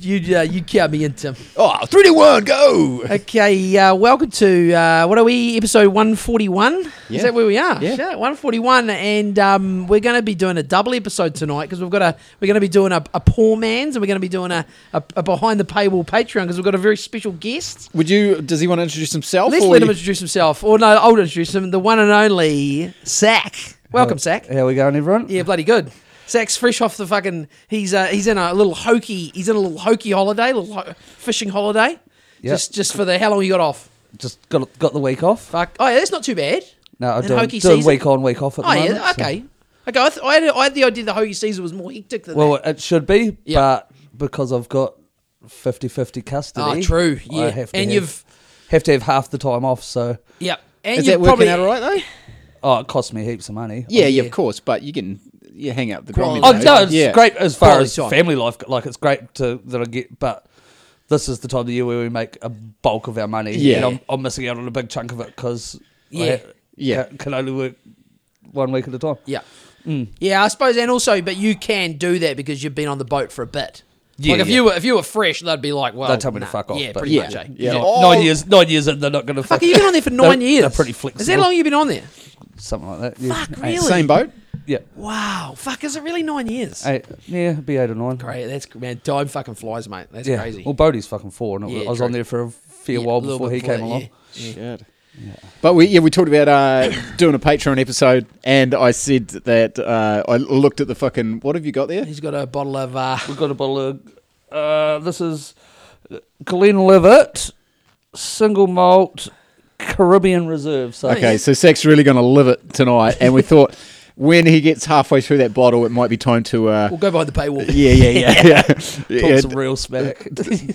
you uh, you count me in, Tim. Oh, three to one, go! Okay, uh, welcome to uh, what are we? Episode one forty one. Is Yeah. that where we are? Yeah. one forty one, and um, we're going to be doing a double episode tonight because we've got a we're going to be doing a, a poor man's and we're going to be doing a, a, a behind the paywall Patreon because we've got a very special guest. Would you? Does he want to introduce himself? Let's or let him you- introduce himself, or no, I'll introduce him. The one and only Sack. Welcome, Sack. How we going, everyone? Yeah, bloody good. Zach's fresh off the fucking. He's uh, he's in a little hokey. He's in a little hokey holiday, little ho- fishing holiday. Yep. Just just for the how long you got off? Just got got the week off. Fuck. Oh, yeah, that's not too bad. No, I'm And doing, hokey doing season? week on, week off at Oh the moment. yeah, so- okay. Okay, I, th- I, had, I had the idea the hokey season was more hectic than Well, uh, that. it should be, Yeah. but because I've got 50-50 custody. Ah, true. I Yeah, have to and have- you've have to have half the time off. So, yeah, and Is you've that working probably out all right though? oh, it costs me heaps of money. Yeah, yeah, yeah. of course. But you can you hang out with the Quality grimy. Oh No, no, it's yeah. great as far Quality as time. family life. Like it's great to that I get, but this is the time of the year where we make a bulk of our money. Yeah. and I'm, I'm missing out on a big chunk of it because Yeah. Yeah. can, can only work one week at a time. yeah, Hmm. yeah. I suppose, and also, but you can do that because you've been on the boat for a bit. Yeah, like if yeah. you were if you were fresh, they'd be like, well, They'd tell me to nah. fuck off, Yeah, but- pretty Yeah. much. eh? Yeah. Nine- Oh. nine years, nine years, and they're not going to Fuck, you've been on there for 9 They're- years. they're pretty Is that flexible. how long you've been on there? something like that. Yeah. Fuck, Eight- really? Same boat. Yeah, Wow, fuck, is it really nine years? eight, yeah, it'd be eight or nine. Great, that's man, time fucking flies, mate. That's Yeah. crazy. Well, Bodie's fucking four, and it Yeah, was, I was true. on there for a fair Yeah, while a little before bit he came before along. that, yeah. Shit. But we yeah we talked about uh, doing a Patreon episode, and I said that uh, I looked at the fucking what have you got there? He's got a bottle of uh, We've got a bottle of. Uh, this is Glenlivet single malt Caribbean Reserve. So Okay, so Sack's really going to live it tonight, and we thought when he gets halfway through that bottle, it might be time to. Uh, we'll go behind the paywall. yeah, yeah, yeah, yeah. talk Yeah, some real smack.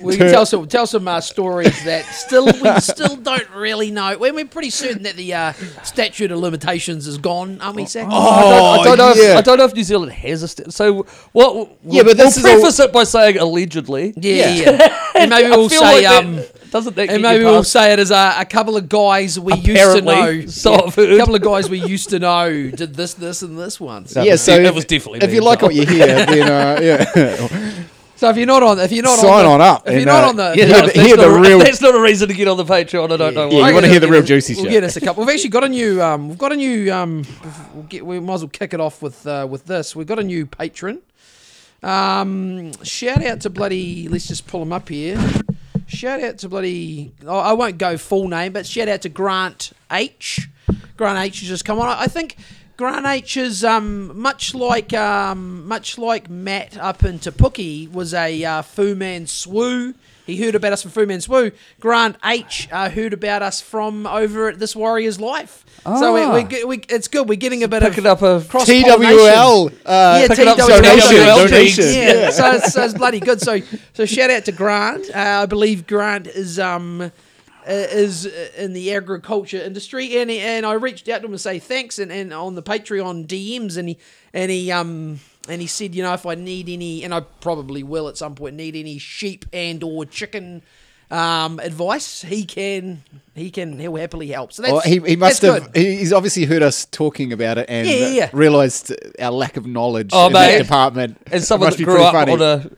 We can tell some tell some uh, stories that still we still don't really know. When we're pretty certain that the uh, statute of limitations is gone, aren't we, Zach? Oh, I don't, I don't know. If, yeah. I don't know if New Zealand has a st- so what. Yeah, but this is we'll all- preface it by saying allegedly. yeah, yeah. Yeah. and maybe I we'll say feel like that- um. doesn't that get And you maybe we'll past- say it as a, a couple of guys we Apparently, used to so know. I've heard. A couple of guys we used to know did this, this, and this once. yeah, so That if- was definitely If me, you like so. what you hear, then uh, yeah, So if you're not on, if you're not sign on, on the, up. If you're and, not uh, on the, yeah, No, hear if the, that's hear not the a- real. if that's not a reason to get on the Patreon. I don't know Yeah, why. you want to hear the real We'll juicy We'll shit. get us a couple. We've actually got a new. Um, we've got a new. Um, we'll get, we might as well kick it off with uh, with this. We've got a new patron. Um, shout out to bloody. Let's just pull him up here. Shout out to bloody. Oh, I won't go full name, but shout out to Grant H. Grant H has just come on. I I think Grant H is um, much like um, much like Matt up in Tapuki was a uh, Fu Man Swoo. He heard about us from Fu Man Swoo. Grant H uh, heard about us from over at This Warrior's Life. So we, Ah. we, get- we, it's good. We're getting a bit Picking of up a cross TWL, uh, yeah, picking up TWL donation- donation. Yeah, So, it's, so it's bloody good. So so shout out to Grant. Uh, I believe Grant is um uh, is uh, in the agriculture industry, and he- and I reached out to him to say thanks, and, and on the Patreon DMs, and he and he um. And he said, you know, if I need any, and I probably will at some point need any sheep and or chicken um, advice, he can, he can, he'll happily help. So that's Well, he, he must that's have. good. He, he's obviously heard us talking about it and Yeah, yeah, yeah. realized our lack of knowledge Oh, in that mate. department. And It someone must that be grew pretty up funny. on a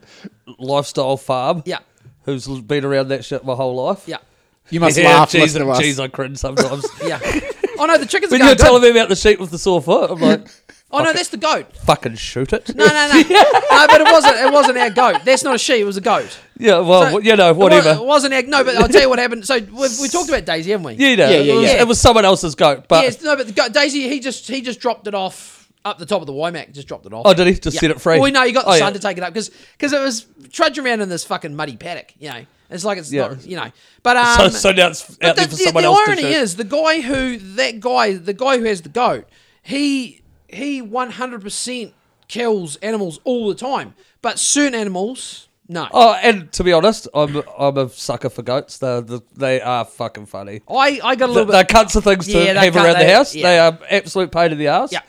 lifestyle farm. Yeah. Who's l- been around that shit my whole life. Yeah, You must Yeah, laugh geez, listening to us. geez, I cringe sometimes. yeah. Oh no, the chickens. when are you're going telling good. me about the sheep with the sore foot, I'm like, Oh no, that's the goat. fucking shoot it. No, no, no, no. But it wasn't. It wasn't our goat. That's not a she. It was a goat. Yeah, well, So- you know, It wa- whatever. It wasn't our no. But I'll tell you what happened. So we've, we talked about Daisy, haven't we? yeah, you know, Yeah, it, yeah, was, yeah. it was someone else's goat, but Yes, no, but the goat, Daisy, he just he just dropped it off up the top of the Wymac. Just dropped it off. oh, did he just set it free? Well, no, you got the Oh, sun to yeah. take it up because it was trudging around in this fucking muddy paddock. You know, it's like it's Yeah. not. You know, but um, so, so now it's out But there the, for the- someone the else irony to shoot. is the guy who that guy the guy who has the goat he he 100% kills animals all the time but certain animals no Oh, and to be honest, I'm I'm a sucker for goats. They're the, they are fucking funny. i i got a Th- little They're bit cunts of things to Yeah, they have can't- around they- the house. yeah. They are absolute pain in the ass. yeah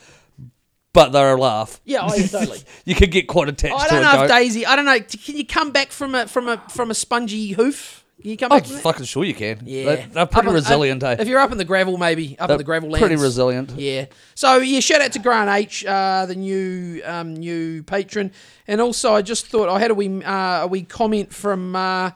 but they're a laugh. yeah I, totally You can get quite attached i to don't a know if goat. daisy i don't know t- can you come back from a from a from a spongy hoof Can you come I'm back? from that? fucking sure you can. Yeah, They, they're pretty Up on- resilient, uh, eh? If you're up in the gravel, maybe up They're in the gravel lands. pretty resilient. Yeah. So yeah, shout out to Grant H, uh, the new um, new patron, and also I just thought I had a wee uh, a wee comment from uh,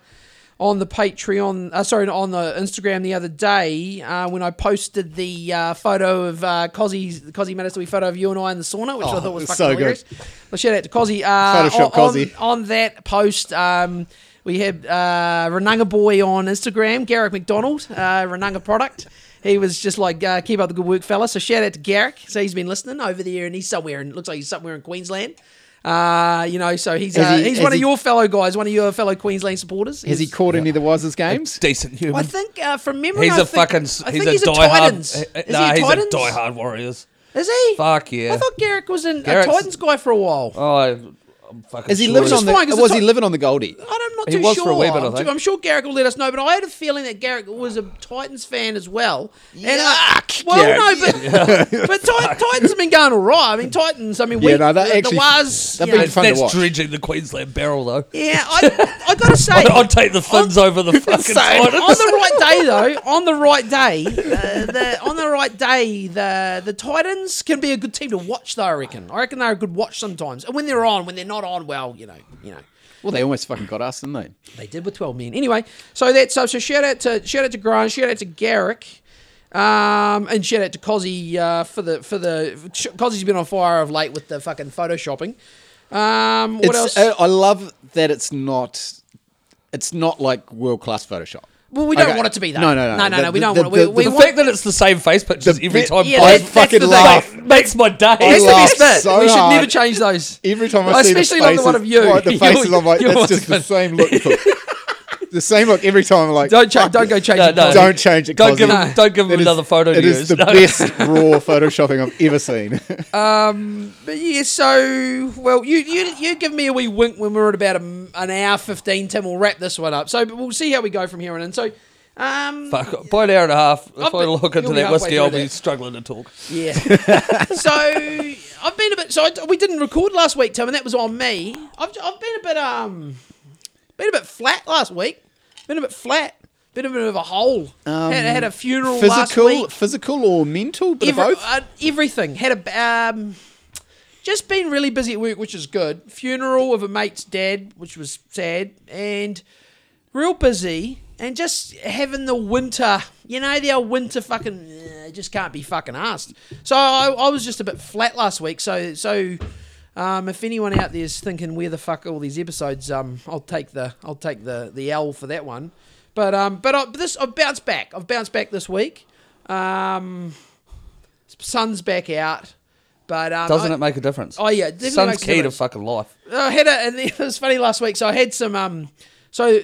on the Patreon, uh, sorry, on the Instagram the other day uh, when I posted the uh, photo of uh, Cozzy's Cozzy Manasui photo of you and I in the sauna, which I Oh, thought was it's fucking so good. hilarious. Well, shout out to Cozzy. Uh, Photoshop on, Cozzy. On, on that post. Um, we had uh, Renunga Boy on Instagram, Garrick McDonald, uh, Renunga Product. He was just like, uh, keep up the good work, fella. So shout out to Garrick. So he's been listening over there and he's somewhere, and it looks like he's somewhere in Queensland. Uh, you know, so he's Has uh, he- he's has one of he- your fellow guys, one of your fellow Queensland supporters. Has he He's- caught any of the Wisers games? Decent human. I think uh, from memory, he's I a think- fucking. I He's, think a he's a Titans. diehard. Is nah, he a he's Titans? a diehard Warriors. Is he? Fuck yeah. I thought Garrick was in, a Garrick's- Titans guy for a while. Oh, I, I'm fucking. Is he sure living Which on is the? fine, 'cause was it's he not- living on the Goldie? I'm not He too was sure. for a wee bit, I I'm, think. I'm sure Garrick will let us know, but I had a feeling that Garrick was a Titans fan as well. And I, well, no, but, but Ti- Titans have been going all right. I mean, Titans. I mean, we, Yeah, no, they the, actually- the was. they've you know- been That's, fun to that's watch. dredging the Queensland barrel though. yeah, I, I gotta say, I'd take the Finns over the fucking Titans. on the right day though, on the right day, uh, the, on the right day, the the Titans can be a good team to watch. Though I reckon, I reckon they're a good watch sometimes. And when they're on, when they're not on, well, you know, you know. Well, they almost fucking got us, didn't they? They did with twelve men. Anyway, so that's so, so shout out to shout out to Grant, shout out to Garrick, um, and shout out to Cozzy uh, for the for the Cozzy's been on fire of late with the fucking photoshopping. Um, what It's- else? uh, I love that it's not. It's not like world class Photoshop. well, we don't okay. want it to be that. No, no, no. no, no. The- no we the- don't the- want it. the- We, we the The want fact that it's the same face pictures The every bit- time yeah, Bob- I that's- that's fucking the thing. laugh. makes my day. I That's the best laugh bit. so we should hard. never change those. Every time I Well, see especially the not the faces, one of you. like, the faces, I'm like, You're that's just the same look. for- the same look every time. I'm like, Don't cha- fuck don't this. go changing. No, no. Cozzy. Don't change it. Don't give Cozzy. him, don't give him It is- another photo It to is use. the No. best raw photoshopping I've ever seen. But yeah, so well, you you you give me a wee wink when we're at about a, an hour fifteen. Tim, we'll wrap this one up. So we'll see how we go from here on in. So, um, Fuck, by an hour and a half, if I've I been- look you'll into be that halfway whiskey, through Uh-huh. I'll be that. struggling to talk. yeah. so I've been a bit. So I, we didn't record last week, Tim, and that was on me. I've I've been a bit um, been a bit flat last week. Been a bit flat. Been a bit of a hole. had, had a funeral last physical, week. physical or mental, bit Every- of both. uh, everything had a um, just been really busy at work, which is good. Funeral of a mate's dad, which was sad, and real busy, and just having the winter. You know, the old winter fucking uh, just can't be fucking asked. So I, I was just a bit flat last week. So so. Um, if anyone out there's thinking where the fuck all these episodes, um, I'll take the I'll take the the L for that one, but um, but I, this I've bounced back. I've bounced back this week. Um, sun's back out, but um, Doesn't I- it make a difference? Oh yeah, definitely Sun's makes a key to difference. fucking life. I had a, and it was funny last week. So I had some. Um, so uh,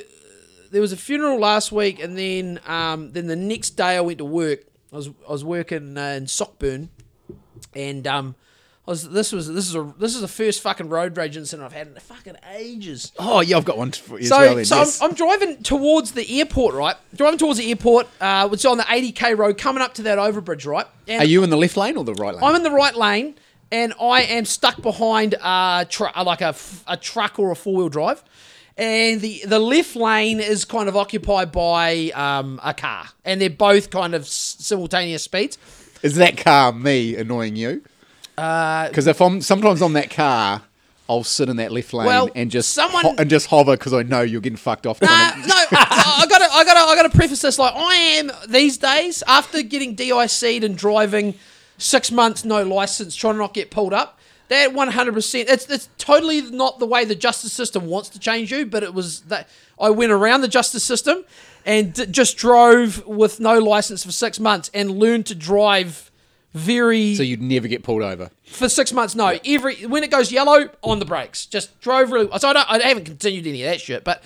there was a funeral last week, and then um, then the next day I went to work. I was I was working uh, in Sockburn, and um, I was this was this is a this is the first fucking road rage incident I've had in fucking ages oh yeah, I've got one for you so, as well. Then, so yes. I'm, I'm driving towards the airport, right? Driving towards the airport, uh, which is on the 80k road, coming up to that overbridge, right? And Are you in the left lane or the right lane? I'm in the right lane, and I am stuck behind a tr- like a, f- a truck or a four wheel drive, and the the left lane is kind of occupied by um, a car, and they're both kind of s- simultaneous speeds. Is that car me annoying you? Uh, Because if I'm sometimes on that car, I'll sit in that left lane Well, and just someone- ho- and just hover because I know you're getting fucked off. Uh, trying to- no, I I gotta, I gotta, I gotta preface this. Like, I am these days after getting DIC'd and driving six months no license, trying to not get pulled up. That one hundred percent. It's it's totally not the way the justice system wants to change you. But it was that I went around the justice system and d- just drove with no license for six months and learned to drive very so you'd never get pulled over. for six months. No, every when it goes yellow on the brakes, just drove really. So I don't, I haven't continued any of that shit. But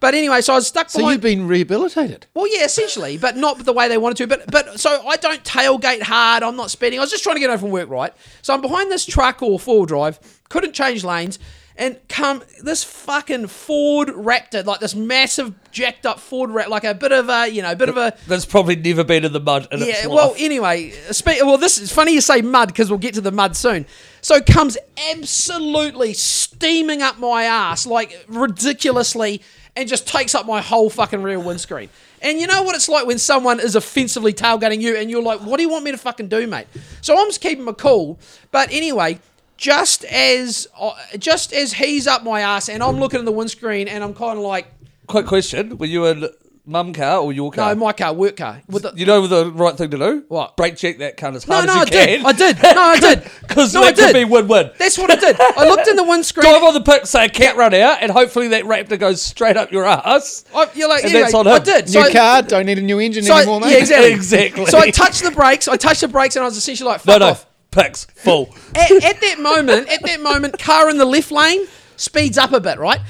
but anyway, so I was stuck So behind. you've been rehabilitated. Well, yeah, essentially, but not the way they wanted to. But but so I don't tailgate hard. I'm not speeding. I was just trying to get home from work, right? So I'm behind this truck or four wheel drive. Couldn't change lanes, and come this fucking Ford Raptor, like this massive jacked up Ford Raptor, like a bit of a you know, bit of a That's probably never been in the mud in its yeah, life. well, anyway, spe- well, this is funny you say mud because we'll get to the mud soon. So it comes absolutely steaming up my ass, like ridiculously, and just takes up my whole fucking rear windscreen. And you know what it's like when someone is offensively tailgating you and you're like, what do you want me to fucking do, mate? So I'm just keeping my cool. But anyway, just as I- just as he's up my ass and I'm looking in the windscreen and I'm kind of like, Quick question: Were you in mum car or your no, car? my car, work car. With the, you know the right thing to do. What? Brake check that cunt as no, hard no, I as you did. can. I did. No, I did. Because no, I that could did. be win-win. That's what I did. I looked in the windscreen. Dive on the pit, say I can't run out, and hopefully that raptor goes straight up your ass. I, Oh, you're like, And anyway, that's on I him. did. New So I- car, don't need a new engine so I- anymore, mate. yeah, exactly. Exactly. So I touched the brakes. I touched the brakes, and I was essentially like, No, "Fuck no, off." picks full. At, at that moment, at that moment, car in the left lane speeds up a bit, right?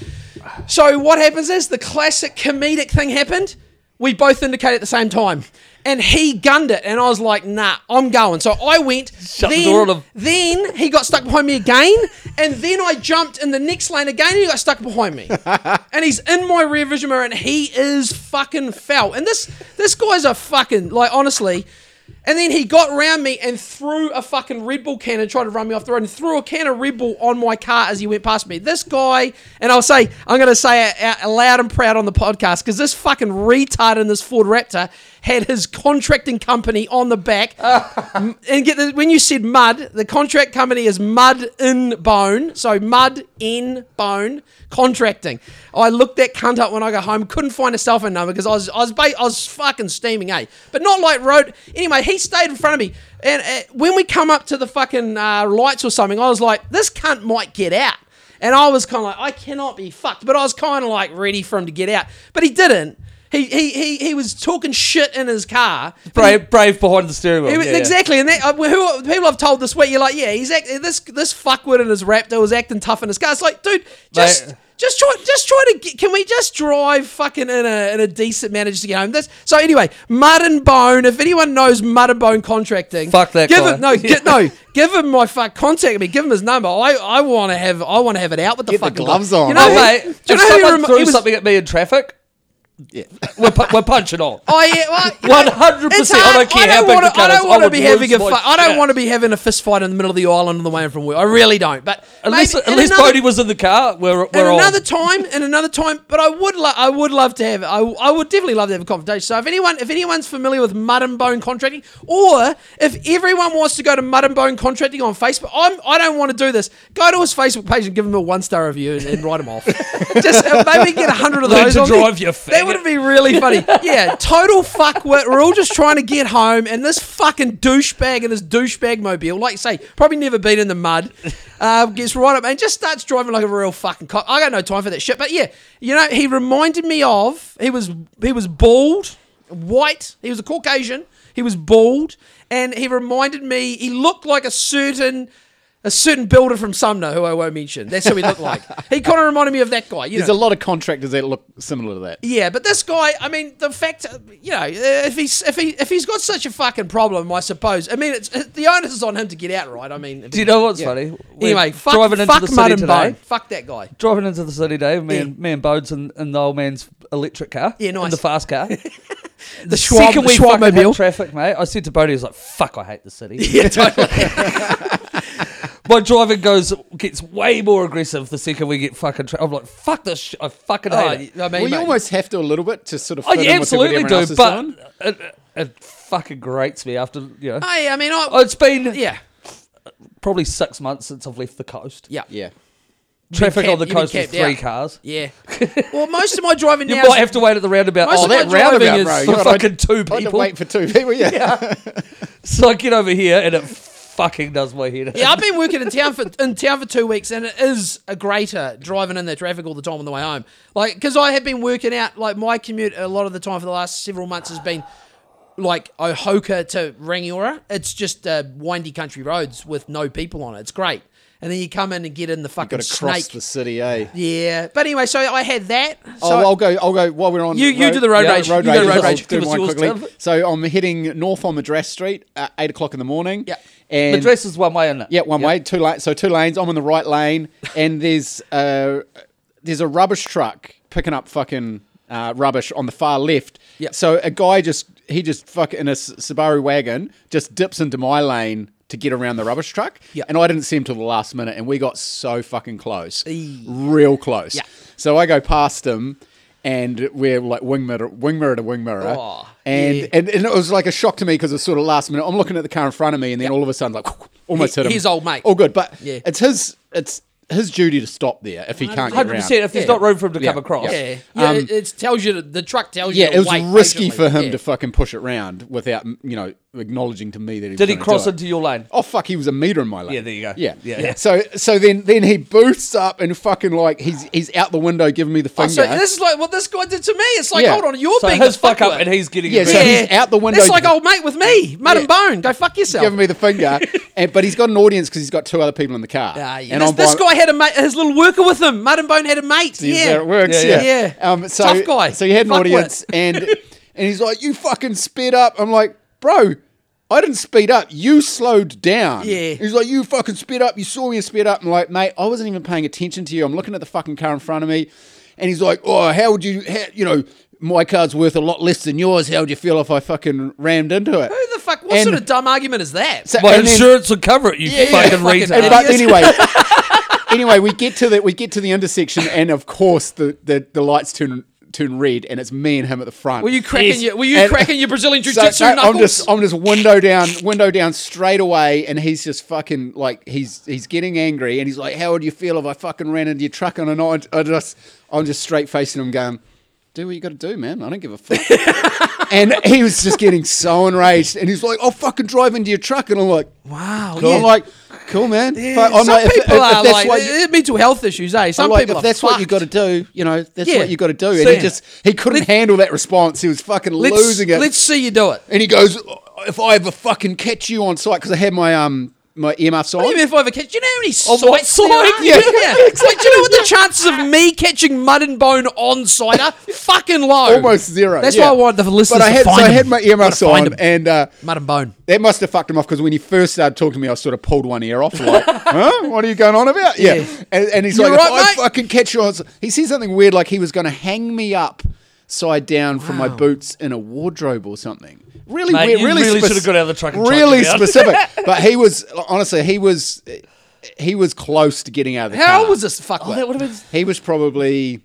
So what happens is the classic comedic thing happened. We both indicate at the same time, and he gunned it, and I was like, "Nah, I'm going." So I went. Shut the then, door on him. Then he got stuck behind me again, and then I jumped in the next lane again, and he got stuck behind me. and he's in my rear vision mirror, and he is fucking foul. And this this guy's a fucking like honestly. And then he got round me and threw a fucking Red Bull can and tried to run me off the road and threw a can of Red Bull on my car as he went past me. This guy, and I'll say, I'm going to say it out loud and proud on the podcast because this fucking retard in this Ford Raptor had his contracting company on the back. M- and get the, when you said mud, the contract company is Mud in Bone. So Mud in Bone Contracting. I looked that cunt up when I got home. Couldn't find a cell phone number because I was I was ba- I was fucking steaming, eh? But not like road. Anyway, he stayed in front of me, and uh, when we come up to the fucking uh, lights or something, I was like, this cunt might get out. And I was kind of like, I cannot be fucked. But I was kind of like ready for him to get out. But he didn't. He, he, he, he was talking shit in his car. but he- Brave, brave behind the steering wheel. it was- Yeah, yeah. exactly, and that, uh, who people I've told this week, you're like, yeah, he's act, this this fuckwit in his raptor was acting tough in his car. It's like, dude, just Mate. just try just try to get, can we just drive fucking in a in a decent manner just to get home? This so anyway, mud and bone. If anyone knows mud and bone contracting, Fuck that Give guy. him no, gi- no, give him my fuck contact me. Give him his number. I, I want to have I want to have it out with the Get the fucking gloves guy. on. You know, who- No, mate. do you if know who he someone rem- threw he was- something at me in traffic, we're, pu- we're punching on. Oh yeah, well, I- 100%, it's hard. I don't care how big wanna, the car I is, don't I want to would be having a lose fight. my I don't shit. want to be having a fist fight in the middle of the island on the way in from work. I really don't. But At least, maybe at in least another- Bodie was in the car. We're, in we're on. another time, in another time. But I would, lo- I would love to have. I, I would definitely love to have a conversation. So if anyone, if anyone's familiar with Mud and Bone Contracting, or if everyone wants to go to Mud and Bone Contracting on Facebook, I'm, I don't want to do this. Go to his Facebook page and give him a one star review and, and write him off. Just uh, maybe get a hundred of Learn those. to on there. drive, you That faggot. would be really funny. Yeah, total fuckwit. We're all just trying to get home, and this fucking douchebag and his douchebag mobile, like you say, probably never been in the mud, uh, gets right up and just starts driving like a real fucking cock. I got no time for that shit. But yeah, you know, he reminded me of he was he was bald, white. He was a Caucasian. He was bald, and he reminded me. He looked like a certain. A certain builder from Sumner, who I won't mention. That's who he looked like. He kind of reminded me of that guy. You There's know. a lot of contractors that look similar to that. Yeah, but this guy, I mean, the fact, you know, uh, if he's if he if he's got such a fucking problem, I suppose. I mean, it's uh, the onus is on him to get out, right? I mean, Do you know what's funny? We're Anyway, fuck, driving into fuck the mud city and today. bone. Fuck that guy. driving into the city, Dave. Me Yeah. and me and Bodes in, in the old man's electric car. Yeah, nice. In the fast car. The Schwab, Second we Schwab fucking hit mobile. traffic, mate. I said to Bodie, "He's like, fuck, I hate the city." yeah, totally. My driving goes gets way more aggressive the second we get fucking. Tra- I'm like, fuck this. Sh- I fucking hate Oh, I mean, it. well, you mate, Oh, almost have to a little bit to sort of. I fit in with what Oh, absolutely everyone do, else is but doing. it, it fucking grates me after you know. I, I mean, Oh, I, it's been yeah, probably six months since I've left the coast. yeah, yeah, Traffic camped- on the you've been coast with camped three out. cars. yeah. Well, most of my driving You now. might is- have to wait at the roundabout. Most Oh, of that my driving roundabout is is for for fucking two I had to people. wait for two people. Yeah, So I get over here and it fucking does my head in. yeah, I've been working in town for in town for two weeks, and it is a greater driving in that traffic all the time on the way home. Like, because I have been working out, like my commute a lot of the time for the last several months has been like Ohoka to Rangiora. It's just uh, windy country roads with no people on it. It's great, and then you come in and get in the fucking got to cross snake. the city, eh? yeah, but anyway, so I had that. So oh, I'll go. I'll go while we're on. You- you do the road yeah, rage. Road You rage. go road I'll rage. do Give us mine yours, quickly. Tim. So I'm heading north on Madras Street at eight o'clock in the morning. Yeah. and the dress is one way, isn't it? Yeah, one way, two lanes. So two lanes. I'm in the right lane, and there's uh, there's a rubbish truck picking up fucking uh, rubbish on the far left. Yeah. So a guy just he just fuck in a S- Subaru wagon just dips into my lane to get around the rubbish truck. Yeah. And I didn't see him till the last minute, and we got so fucking close, real close. So I go past him. and we're like wing mirror, wing mirror to wing mirror, Oh, and, yeah. and and it was like a shock to me because it's sort of last minute. I'm looking at the car in front of me, and then all of a sudden, like almost He- hit him. he's old mate. All good, but Yeah. it's his it's his duty to stop there if he can't get Hundred around. percent. If there's Yeah. not room for him to Yeah. Um, come across, Yeah, yeah it, it tells you to, the truck tells you. Yeah, to it was wait risky patiently. for him Yeah. to fucking push it round without you know acknowledging to me that he was did he gonna cross do it. into your lane? Oh fuck, he was a meter in my lane. Yeah, there you go. Yeah, Yeah. yeah. So so then then he boots up and fucking like he's he's out the window giving me the Oh, finger. so this is like what this guy did to me. It's like, Yeah. hold on, you're So being his the fuck up, fuckwit. and he's getting Yeah, so around. he's out the window- It's like old mate with me, mud and bone. Go fuck yourself. giving me the finger, and, but he's got an audience because he's got two other people in the car. Ah, yeah. And this, I'm this behind- guy had a mate, his little worker with him. Mud and Bone had a mate. Is yeah, there it works. Yeah, Yeah, yeah. Yeah. Um, so, Tough guy. So he had an Fuckwit. audience, and and he's like, "You fucking sped up." I'm like, "Bro, I didn't speed up. You slowed down." Yeah. He's like, "You fucking sped up. You saw me speed up." I'm like, "Mate, I wasn't even paying attention to you. I'm looking at the fucking car in front of me." And he's like, "Oh, how would you? How, you know, my car's worth a lot less than yours. How would you feel if I fucking rammed into it?" Who the fuck? What And- sort of dumb argument is that? So- My and then- insurance would cover it. You Yeah, yeah, fucking fucking retard. idiot. but anyway, anyway, we get to the we get to the intersection, and of course the the, the lights turn turn red, and it's me and him at the front. were you cracking Yes. your Were you And- cracking your Brazilian So, jiu jitsu no, knuckles? I'm just I'm just window down window down straight away, and he's just fucking like he's he's getting angry, and he's like, "How would you feel if I fucking ran into your truck?" And I, I just I'm just straight facing him, going, "Do what you got to do, man. I don't give a fuck." and he was just getting so enraged, and he's like, "I'll fucking drive into your truck," and I'm like, wow. Cool. yeah. I'm like, cool, man. Fuck, I'm Some like, if- if- people if are that's like what you- eh, mental health issues, eh? Some I'm like, people if are that's what you fucked. got to do, you know, that's Yeah. what you got to do. And See? he just he couldn't Let- handle that response. He was fucking Let's, losing it. Let's see you do it. and he goes, "If I ever fucking catch you on site, because I had my um my earmuffs on." Even if I ever catch, do you know how many sites what there site? are? Yeah. yeah. It's like, do you know what the chances of me catching mud and bone on site are? Fucking low. Almost zero. That's yeah. why I wanted the listeners But I to had, find so I him. had my earmuffs Gotta find on, him. and uh, Mud and bone. that must have fucked him off because when he first started talking to me, I sort of pulled one ear off, like, "Huh? What are you going on about?" Yeah, Yeah. And, and he's You like, all right, "If mate?" I fucking catch you," on s-" he said something weird, like he was going to hang me up side down from my Wow. boots in a wardrobe or something. Really Mate, weird. you Really, really spec- should've got out of the truck and tried Really to get out. specific. but he was honestly, he was, he was close to getting out of the car. How old was this fuck? Oh, that would've been- He was probably,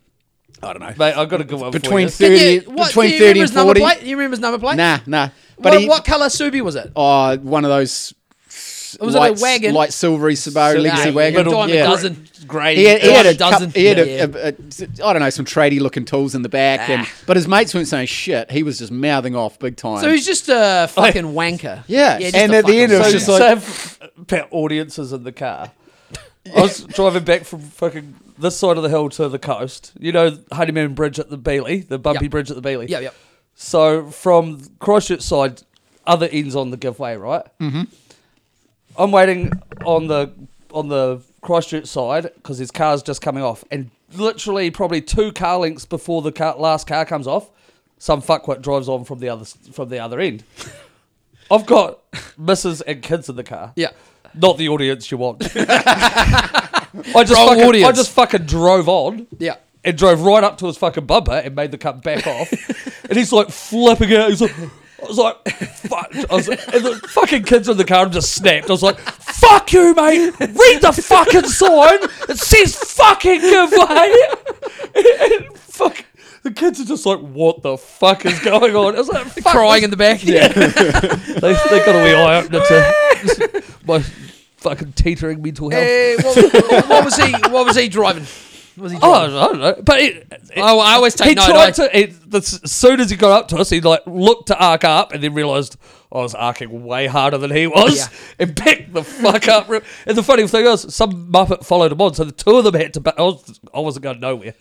I don't know, Mate, I've got a good one between for thirty, you. between do you remember thirty his and number forty. plate? Do you remember his number plate? Nah, nah. But What, he, what colour Subi was it? Oh, one of those. was it a light, wagon? Light silvery Subaru legacy yeah, wagon. little dime a yeah. dozen. Grey. He had, he had a, Dime a dozen. cou- he had Yeah. a, a, a- I don't know some tradie looking tools in the back, and Ah. but his mates weren't saying shit. He was just mouthing off big time. So he's just a fucking wanker. Yeah, just and a at the fucking end it was wanker. so, just so like- have about audiences in the car. I was driving back from fucking this side of the hill to the coast. You know Honeymoon Bridge at the Bailey, the bumpy Yep. bridge at the Bailey. Yep, yep. So from Christchurch side, other ends on the giveaway, right? Mm-hmm. I'm waiting on the on the Christchurch side because his car's just coming off, and literally probably two car lengths before the car, last car comes off, some fuckwit drives on from the other s- from the other end. I've got missus and kids in the car. Yeah. Not the audience you want. I just Wrong fucking, I audience. just fucking drove on. Yeah. And drove right up to his fucking bumper and made the cut back off. and he's like flipping out. He's like, I was like, fuck. I was like, and the fucking kids in the car just snapped. I was like, fuck you, mate. Read the fucking sign. It says fucking giveaway. and, and fuck. The kids are just like, what the fuck is going on? I was like, fuck, Crying this- in the back. Yeah. they, they got a wee eye opener to my fucking teetering mental health. Eh, what, what was he? What was he driving? Was he? Oh, Driving? I don't know. But it, it- Oh, I always take he note. I- eh? tried to. It, the, s- as soon as he got up to us, he like looked to arc up and then realised I was arcing way harder than he was Yeah. and picked the fuck up. And the funny thing was, some muppet followed him on, so the two of them had to. Ba- I, was, I wasn't going nowhere.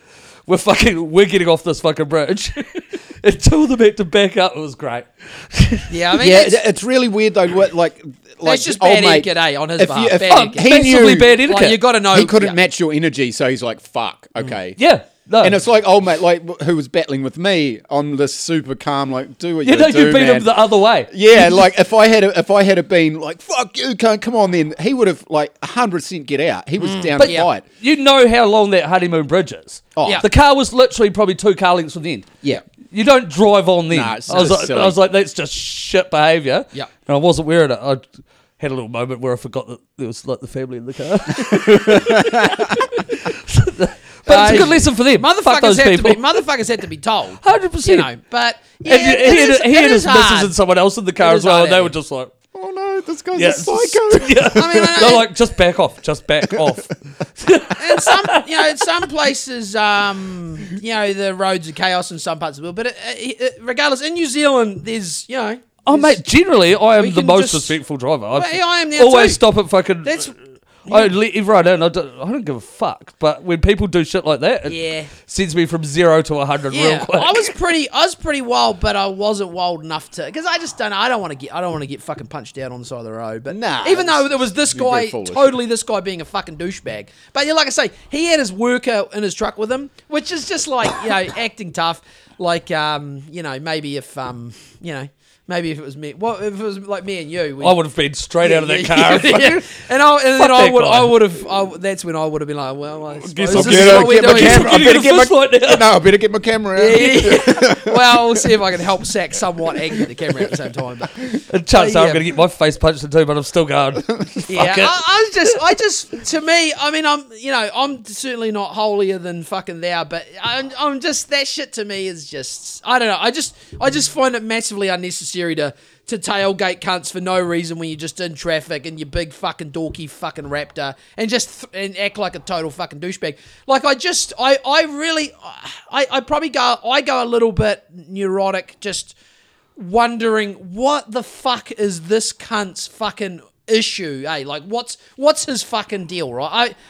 We're fucking. We're getting off this fucking bridge. and two of them had to back up. It was great. yeah, I mean, yeah, it's, it's, it's really weird though. What like like just old bad mate, etiquette, eh, on his if behalf. you- if- Bad oh, etiquette. he Massively knew- bad like, etiquette. you Mm. got to know he couldn't yeah. match your energy, so he's like, "Fuck, okay." Yeah. No. And it's like old mate, like wh- who was battling with me on this super calm, like do what you you know gotta do, you beat man. him the other way. yeah, like if I had a, if I had a been like fuck you, can't come on, then he would have like hundred percent get out. He Mm. was down But to fight. you know how long that honeymoon bridge is. Oh. Yeah. The car was literally probably two car lengths from the end. Yeah, You don't drive on then. Nah, it's I, was just like, silly. I was like, that's just shit behaviour. Yeah. And I wasn't wearing it. I had a little moment where I forgot that there was like the family in the car. But it's They- a good lesson for them. Fuck Motherfuckers those have to people. be. Motherfuckers have to be told. 100%. You know, but yeah, and he- it he, is- had, he it had is his missus hard. and someone else in the car It as is well, hard, and they were Eddie. just like, Oh no, this guy's yeah, a it's- psycho. yeah. um, I mean, I- they're like, just back off, just back off. and some you know in some places um you know the roads are chaos in some parts of the world but it, it, it- regardless in new zealand there's you know Oh there's- mate, generally I am we the can most just- respectful driver. I Well, yeah, I am now always too. stop at fucking. that's I let everyone in. I don't, I don't give a fuck. But when people do shit like that, it Yeah. sends me from zero to hundred real yeah quick. i was pretty i was pretty wild but i wasn't wild enough to because i just don't i don't want to get i don't want to get fucking punched out on the side of the road but Nah, even though that's- there was this you'd be very guy foolish. totally this guy being a fucking douchebag but yeah like i say he had his worker in his truck with him which is just like you know acting tough like um you know maybe if um you know Maybe if it was me, well, if it was like me and you, we, I would have been straight out of that Yeah, car. yeah, yeah. And, I, and Fuck then I that would, guy. I would have, I, w- that's when I would have been like, well, I suppose guess this I'll is get what out, we're get my doing. camera- Yeah, I better get my- right now. no, I better get my camera out. yeah, yeah. well, we'll see if I can help sack somewhat and get the camera at the same time. But And chances Uh, are yeah. I'm going to get my face punched in too, but I'm still going. yeah, Fuck I, it. I was just, I just, to me, I mean, I'm, you know, I'm certainly not holier than fucking thou, but I'm, I'm just that shit to me is just, I don't know, I just, I just find it massively unnecessary to. To tailgate cunts for no reason when you're just in traffic and your big fucking dorky fucking raptor and just th- and act like a total fucking douchebag. Like I just I I really I I probably go I go a little bit neurotic just wondering what the fuck is this cunt's fucking issue eh like what's what's his fucking deal right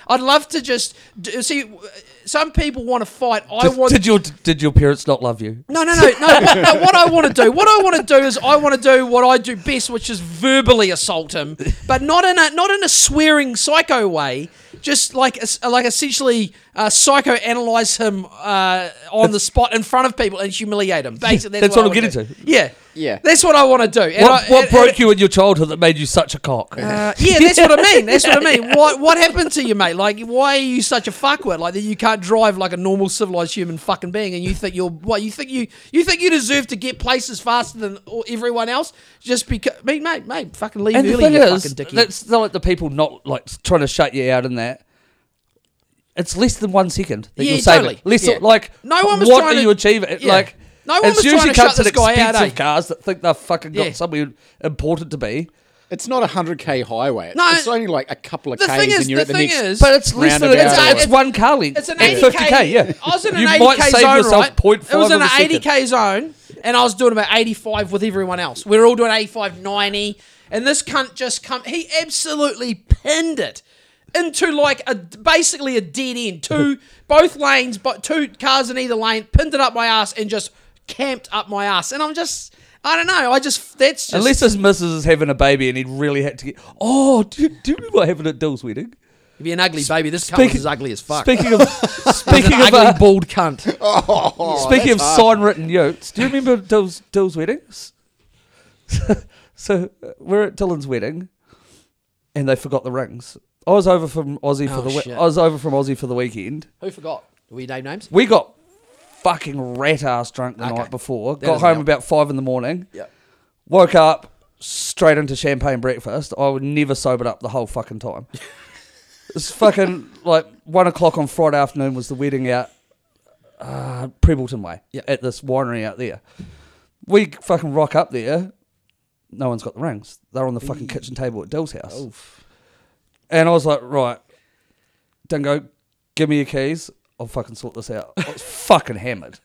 i i'd love to just d- see w- some people want to fight i Did- want did your did your parents not love you? no, no, no, no. What, no, what I want to do, what I want to do is, I want to do what I do best, which is verbally assault him, but not in a not in a swearing psycho way. Just like es- like essentially uh, psychoanalyze him uh, on the spot in front of people and humiliate him. Basically, that's, that's what I I'm wanna getting do. Yeah, Yeah. that's what I want to do. And What, I- what and- broke you in your childhood that made you such a cock? uh, yeah, that's what I mean. That's what I mean. What what happened to you, mate? Like, why are you such a fuckwit? Like that you can't drive like a normal civilized human fucking being, and you think you're what? You think you you think you deserve to get places faster than all- everyone else just because? Mate, mate, mate, fucking leave and the early, thing you is, fucking dickhead. that's not like the people not like trying to shut you out in that. It's less than one second that Yeah, you're saving. totally. Less Yeah. like No one was what trying are to- you achieving? It- yeah. Like No one it's was trying to usually shut cunts in this guy out, expensive eh? cars that think they've fucking got Yeah. somewhere important to be. It's not a hundred k highway. No, No, it's only like a couple of the k's, thing is- and you're the at the thing next. is- But it's less than Roundabout. it's, It's a- it's one car length. It's an At 80 50k. k. Yeah, I was in an you eighty might k save zone, yourself right? 0.5 It was of in a an eighty second. k zone, and I was doing about eighty five with everyone else. We were all doing 85, 90, and this cunt just come. He absolutely pinned it into like a basically a dead end. Two both lanes, but two cars in either lane. Pinned it up my ass and just camped up my ass. And I'm just, I don't know. I just that's just Unless his missus is having a baby and he really had to get. Oh, do you, do you remember having at Dill's wedding? it'd be an ugly baby. This cunt was speaking- as ugly as fuck. Speaking of An speaking of ugly uh, bald cunt. Oh, Speaking of sign written yotes, do you remember Dill's, Dill's wedding? S- so uh, we're at Dylan's wedding, and they forgot the rings. I was over from Aussie for Oh, the shit. we- I was over from Aussie for the weekend. Who forgot? We name names. We got fucking rat ass drunk the Okay. night before. That got doesn't home help. about five in the morning. Yeah. Woke up straight into champagne breakfast. I would never sobered up the whole fucking time. it's fucking like one o'clock on Friday afternoon was the wedding out uh, Prebleton Way Yeah. at this winery out there. We fucking rock up there. No one's got the rings. They're on the fucking kitchen table at Dill's house. And I was like, right, Dingo, give me your keys. I'll fucking sort this out. I was fucking hammered.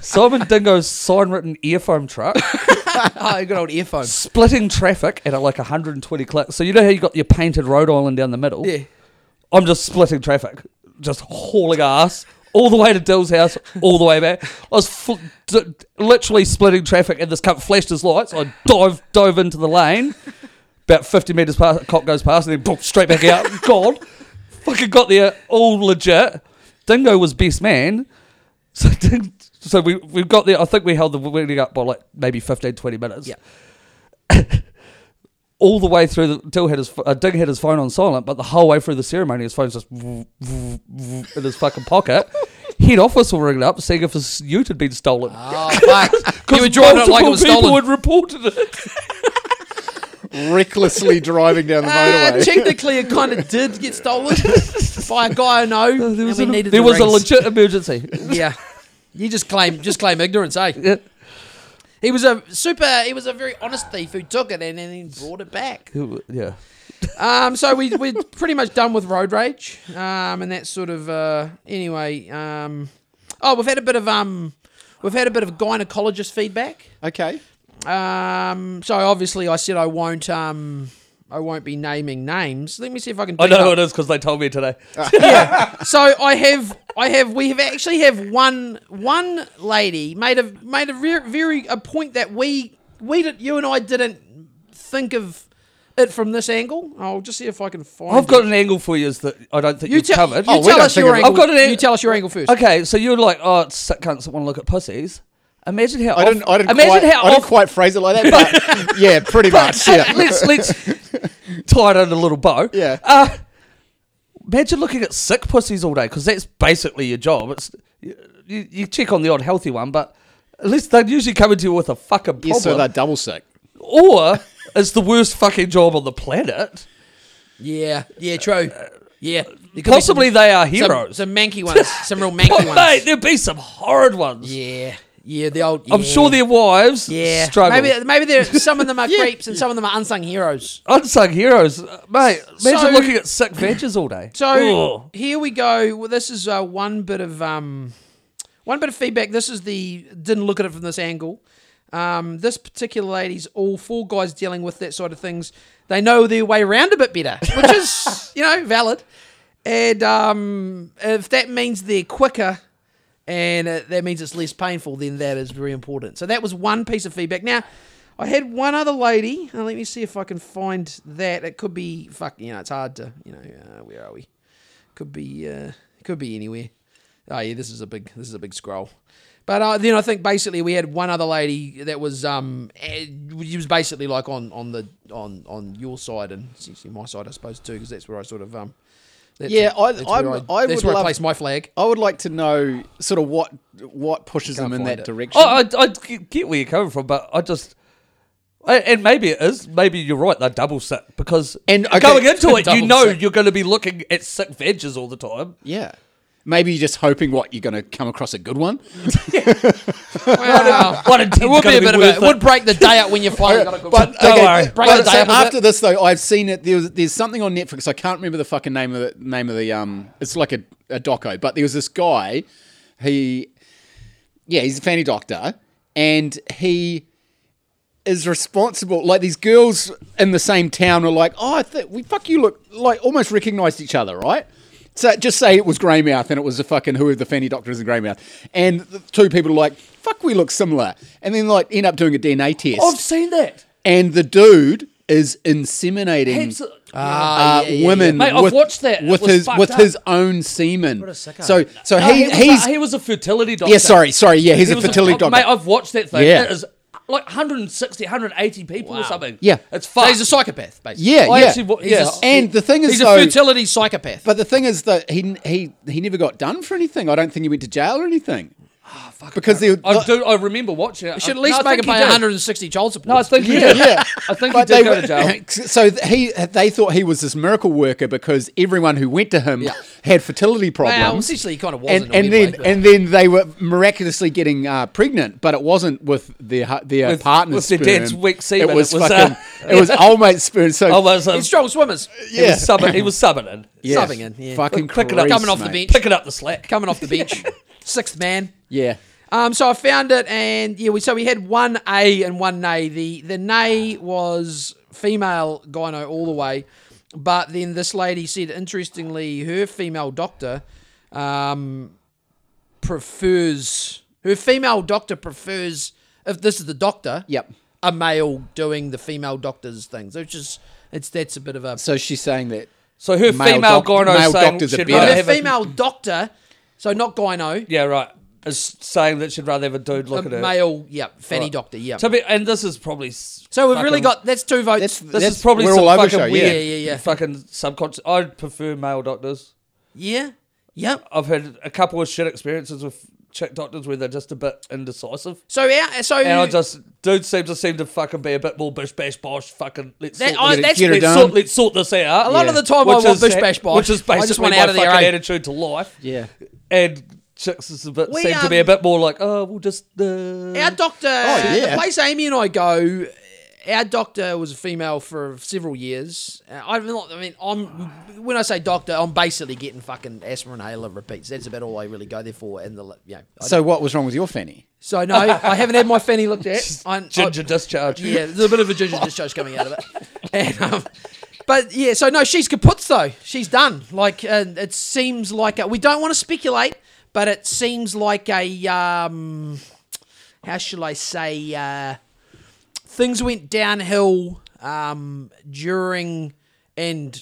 Simon Dingo's sign written earphone truck, Oh, good old earphones. splitting traffic at uh, like 120 clicks. So you know how you got your painted road island down the middle? Yeah. I'm just splitting traffic, just hauling ass all the way to Dill's house, all the way back. I was fl- d- literally splitting traffic, and this cunt flashed his lights. I dive dove into the lane. About 50 metres past, a cop goes past, and then boom, straight back out. Gone. Fucking got there, all legit. Dingo was best man. So, Ding- so we, we got there. I think we held the wedding up by like maybe 15, 20 minutes Yeah. all the way through the Dill had his ph- uh, Ding had his phone on silent, but the whole way through the ceremony, his phone's just vroom, vroom, vroom in his fucking pocket. Head office will ring it up, seeing if his ute had been stolen. Oh, fuck. you were Because driving it like it was people stolen. had reported it. recklessly driving down the Uh, motorway. technically, it kind of did get stolen. by a guy I know, There was, and we an- needed there the was a rings. legit emergency. yeah. You just claim just claim ignorance, eh? Yeah. He was a super. He was a very honest thief who took it and then he brought it back. yeah. Um, so we we're pretty much done with road rage, um, and that's sort of uh, anyway. Um, oh, we've had a bit of um, we've had a bit of gynecologist feedback. Okay. Um, so obviously, I said I won't. Um, I won't be naming names. Let me see if I can. I dig know who up- it is because they told me today. so I have, I have, we have actually have one one lady made a made a very, very a point that we we did you and I didn't think of it from this angle. I'll just see if I can find. Ah, I've got it. an angle for you that I don't think you you've tell you covered. Oh, we tell don't us think your of it. angle. I've got an ang- you tell us your angle first. Okay, so you're like, oh, it's sick cunts that want to look at pussies. Imagine how I didn't. off- I didn't. imagine quite, how I didn't off- quite phrase it like that, but yeah, pretty much. Hey, Yeah. let's let's tie it in a little bow. Yeah. Uh, imagine looking at sick pussies all day because that's basically your job. It's you, you check on the odd healthy one, but at least they usually come into you with a fucking problem. Yes, so they're double sick. or it's the worst fucking job on the planet. Yeah, yeah, true. Yeah, There could be Possibly some- they are some, heroes. some manky ones, some real manky oh, ones. mate, there'd be some horrid ones. Yeah, yeah, the old. I'm yeah. sure their wives Yeah, struggle. maybe maybe there some of them are creeps and some of them are unsung heroes. Unsung heroes, Uh, mate. Imagine So- looking at sick veggies all day. So Ugh. here we go. Well, this is uh, one bit of um, one bit of feedback. This is the didn't look at it from this angle. Um, this particular lady's all four guys dealing with that side of things. They know their way around a bit better, which is you know valid. And um, if that means they're quicker, and uh, that means it's less painful, then that is very important. So that was one piece of feedback. Now, I had one other lady. Uh, let me see if I can find that. It could be fuck. You know, it's hard to. You know, uh, where are we? Could be. Uh, could be anywhere. Oh yeah, this is a big. This is a big scroll. But uh, then I think basically we had one other lady that was um eh, she was basically like on on the on on your side and essentially my side I suppose too because that's where I sort of um that's Yeah, I- that's where I'm- I that's would where I love- place my flag. I would like to know sort of what what pushes them in find that it. direction. Oh, I, I get where you're coming from, but I just. I, and maybe it is. Maybe you're right. They're double sick because And, okay, going into it, you double know sick. you're going to be looking at sick veggies all the time. Yeah. Maybe you're just hoping what you're going to come across a good one. Wow. One in ten's It would be gotta a bit of worth a, it would break the day up when you finally got a good But one. Don't okay, worry. but Break it so down a bit. after this though, I've seen it. There was, there's something on Netflix. I can't remember the fucking name of the name of the um. It's like a, a doco, but there was this guy. He, yeah, he's a fanny doctor, and he is responsible. Like these girls in the same town are like, oh, I th- we fuck you look like almost recognised each other, right? So just say it was Greymouth and it was a fucking who the fanny doctor is in Greymouth, and the two people are like, fuck, we look similar, and then like end up doing a DNA test I've seen that. and the dude is inseminating Abso- uh, yeah, yeah, women yeah. Mate, I've with, watched that. It with was his fucked with up. his own semen. a sicko. So so No, he, was a- he's he was a fertility doctor. yeah sorry sorry yeah he's He a was fertility oh, doctor. Mate, I've watched that thing. Yeah. It is like 160, 180 people or Wow. something. Yeah. It's So fucked. he's a psychopath, basically. yeah I yeah actually wa- He's yeah. a- and the thing is He's though, a fertility psychopath. but the thing is that he he he never got done for anything. I don't think he went to jail or anything. Ah, because they, I do. I remember watching it. should at I- least uh, no, I make him think he pay did. 160 child support. No, I think he yeah did. yeah. I think he But did they go to were- jail. So th- he they thought he was this miracle worker because everyone who went to him Yeah. had fertility problems. well, essentially, he kind of wasn't. in and, a weird and then way, but- and then they were miraculously getting uh, pregnant, but it wasn't with their hu- their With- partner's with their sperm. dad's weak semen. It was, It was, fucking. uh, it was old mate's sperm. So I was, um, he's strong swimmers. He was subbing. He was subbing in. yeah, subbing in, yeah. Fucking Pick it up. Christ, Coming off the mate. bench. Picking up the slack. Coming off the bench. Sixth man. Yeah. Um, so I found it, and yeah, we so we had one A and one nay. The the nay was female gyno all the way, but then this lady said, interestingly, her female doctor um, prefers her female doctor prefers if this is the doctor, Yep. a male doing the female doctor's things, which is it's that's a bit of a So she's saying that. So her Male female doc- gyno male saying doctors are she'd better. rather Yeah. her have a- female doctor, so not gyno, Yeah, right. Is saying that she'd rather have a dude a look at her. male, yeah, fanny Right. doctor, yeah. To be, and this is probably. s- So we've fucking- really got that's two votes. That's- This That's- is probably we're some all over fucking show, yeah. weird. Yeah, yeah, yeah. Fucking subconscious. I prefer male doctors. yeah, yep. I've had a couple of shit experiences with Czech doctors where they're just a bit indecisive. So our, so And I just, dude seems to seem to fucking be a bit more bish bash bosh fucking. Let's That- sort I- this- Get it- that's get it where- done. sort, let's sort this out. a lot of the time I Which want is- bish bash bosh. Which is I basically just want my out of there. fucking eh? attitude to life. Yeah. And chicks is a bit, We, seem to be um, a bit more like, oh, we'll just. Uh, Our doctor, yeah. the place Amy and I go, our doctor was a female for several years. Uh, I'm not, I mean, I'm when I say doctor, I'm basically getting fucking asthma inhaler repeats. That's about all I really go there for. And the you know, I- So what was wrong with your fanny? so no, I haven't had my fanny looked at. I, I, ginger discharge. yeah, there's a bit of a ginger discharge coming out of it. And, um, but yeah, so no, she's kaputz though. She's done. Like uh, it seems like a, we don't want to speculate, but it seems like a um, how shall I say uh, things went downhill um, during and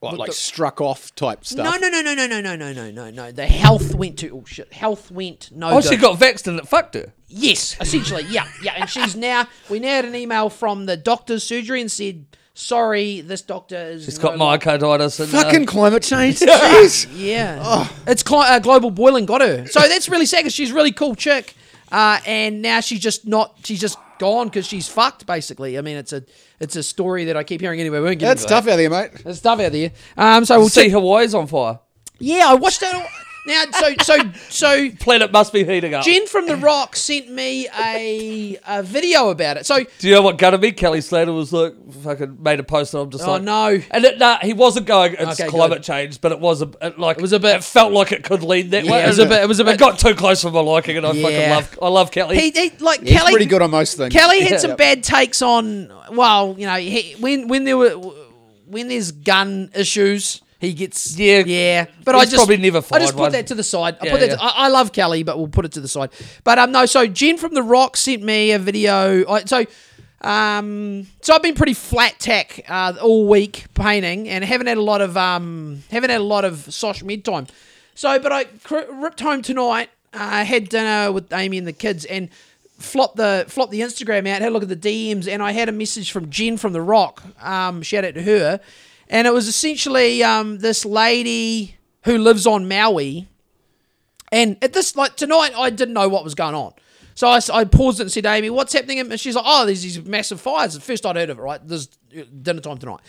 What, Look, like the- struck off type stuff? no no no no no no no no no no no the health went to oh shit health went no Oh, good. she got vexed and it fucked her. Yes, essentially, yeah, yeah. And she's now we now had an email from the doctor's surgery and said, "Sorry, this doctor is." She's got no lo- myocarditis and. Fucking Uh, climate change. Jeez. Yeah, it's cli- uh, global boiling got her. So that's really sad because she's a really cool chick, uh, and now she's just not. She's just gone because she's fucked. Basically, I mean, it's a it's a story that I keep hearing anyway. We won't get That's into that. tough out there, mate. It's tough out there. Um, so we'll see, see. Hawaii's on fire. Yeah, I watched it. All- now, so so so Planet must be heating up. Jen from the Rock sent me a a video about it. So Do you know what gutted me? Kelly Slater was like fucking made a post, and I'm just oh like, no. And it, nah, he wasn't going. It's Okay, climate good. change, but it was a it, like it was a bit- It felt like it could lead that Yeah, way. it was didn't a bit- it was a bit- got too close for my liking, and I fucking Yeah. love. I love Kelly. He, he like He's Kelly. pretty good on most things. Kelly had Yeah. some bad takes on. Well, you know, he, when when there were when there's gun issues, he gets Yeah. yeah. But I He's just probably never I just fired put one. that to the side. I Yeah, put that. yeah. to- I, I love Kelly, but we'll put it to the side. But um, no. So Jen from the Rock sent me a video. I, so. Um, so I've been pretty flat tack uh, all week painting, and haven't had a lot of um, haven't had a lot of sosh mid time. So, but I cr- ripped home tonight. I had dinner with Amy and the kids, and flopped the flopped the Instagram out, had a look at the DMs, and I had a message from Jen from The Rock. Um, shout out to her, and it was essentially um, this lady who lives on Maui, and at this like tonight, I didn't know what was going on. So I, s- I paused it and said, Amy, what's happening? And she's like, oh, there's these massive fires. The first I'd heard of it, right? There's uh, dinner time tonight.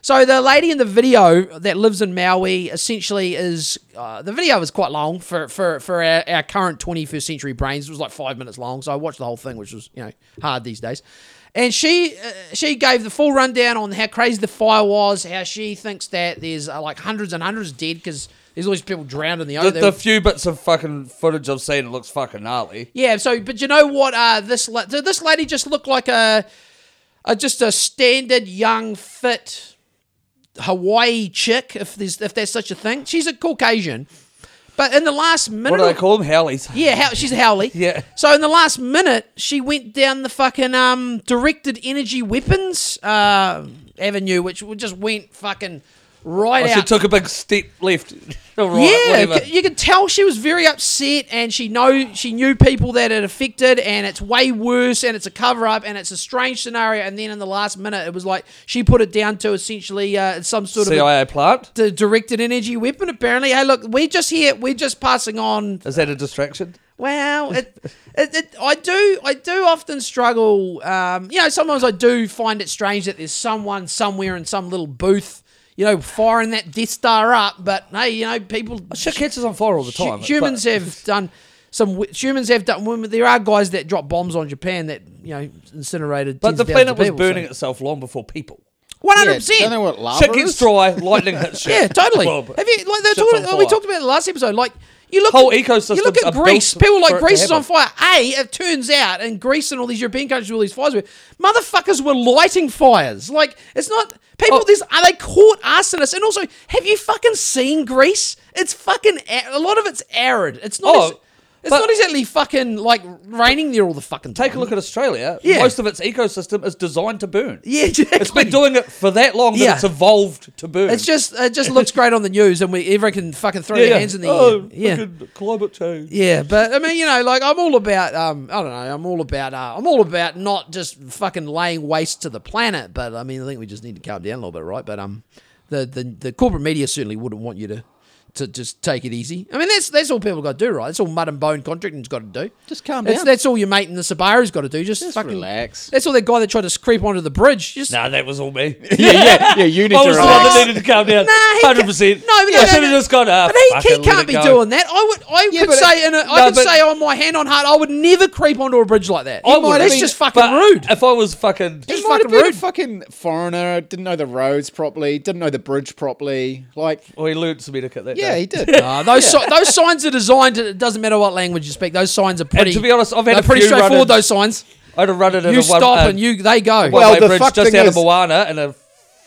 So the lady in the video that lives in Maui essentially is uh, the video was quite long for for, for our, our current 21st century brains. It was like five minutes long, so I watched the whole thing, which was you know hard these days. And she uh, she gave the full rundown on how crazy the fire was, how she thinks that there's uh, like hundreds and hundreds dead because there's always people drowned in the the, ocean. the few bits of fucking footage I've seen, it looks fucking gnarly. Yeah. So, but you know what? Uh, this la- so this lady just looked like a, a just a standard young fit Hawaii chick, if there's if there's such a thing. She's a Caucasian, but in the last minute, What do or- they call them? Howleys. yeah, how, she's a Howley. Yeah. So in the last minute, she went down the fucking um directed energy weapons uh, avenue, which just went fucking right I out. should Oh, took a big step left. or right, Yeah, whatever. c- you could tell she was very upset, and she know she knew people that it affected, and it's way worse, and it's a cover up, and it's a strange scenario. And then in the last minute, it was like she put it down to essentially uh, some sort of a CIA plant. d- directed energy weapon. Apparently, hey, look, we're just here, we're just passing on. Is that a distraction? Well, it, it, it, I do, I do often struggle. Um, you know, sometimes I do find it strange that there's someone somewhere in some little booth. You know, firing that Death Star up, but hey, you know, people Shit catches on fire all the time. Hu- humans have done some. wi- Humans have done. Women, there are guys that drop bombs on Japan that you know incinerated. But, but the planet was burning One itself long before people. hundred Yeah, don't know percent. what lava Shit gets is? dry, lightning hits shit. Yeah, totally. Well, Have you like that's shit's all, on we fire. talked about it last episode? Like you look Whole at, You look ecosystems at are Greece. built People for like it to Greece is on happen. fire. A, it turns out, and Greece and all these European countries, with all these fires, were motherfuckers were lighting fires. Like it's not people. Oh. There's are they caught arsonists? And also, have you fucking seen Greece? It's fucking a a lot of it's arid. It's not. Oh, as- it's but- not exactly fucking like raining there all the fucking time. Take a look at Australia. Yeah. Most of its ecosystem is designed to burn. Yeah, exactly. It's been doing it for that long Yeah. that it's evolved to burn. It's just it just looks great on the news, and we everyone can fucking throw yeah, their yeah. hands in the oh, air. Yeah. fucking climate change. Yeah, but I mean, you know, like I'm all about, um, I don't know, I'm all about, uh, I'm all about not just fucking laying waste to the planet, but I mean, I think we just need to calm down a little bit, right? But um, the the, the corporate media certainly wouldn't want you to to just take it easy. I mean, that's that's all people got to do, right? That's all mud and bone contracting's got to do. Just calm That's, down. that's all your mate in the Sabara's got to do. Just, Just fucking relax. That's all that guy that tried to creep onto the bridge. Just Nah, that was all me. yeah, yeah, yeah. You need I to was the one relax. that needed to calm down. Nah, he Hundred percent. ca- no, but no, I no, should have no. just gone. Ah, But he, fuck he it, let can't it be go." doing that. I would, I Yeah, could but say, it- in a, no, I could but- say on my hand on heart, I would never creep onto a bridge like that. I You might- would, that's I mean, just fucking but uh, rude. If I was fucking, Just He might fucking have been rude. a fucking foreigner. Didn't know the roads properly. Didn't know the bridge properly. Like, well, he learnt some etiquette that yeah, day. he did. Uh, those si- those signs are designed. To, it doesn't matter what language you speak. Those signs are pretty. to be honest, I've had they're a pretty few straightforward. run-ins. Those signs. I'd have run it in You a one, stop uh, and you they go. Well, one-way the bridge fuck just thing out is- of Moana and a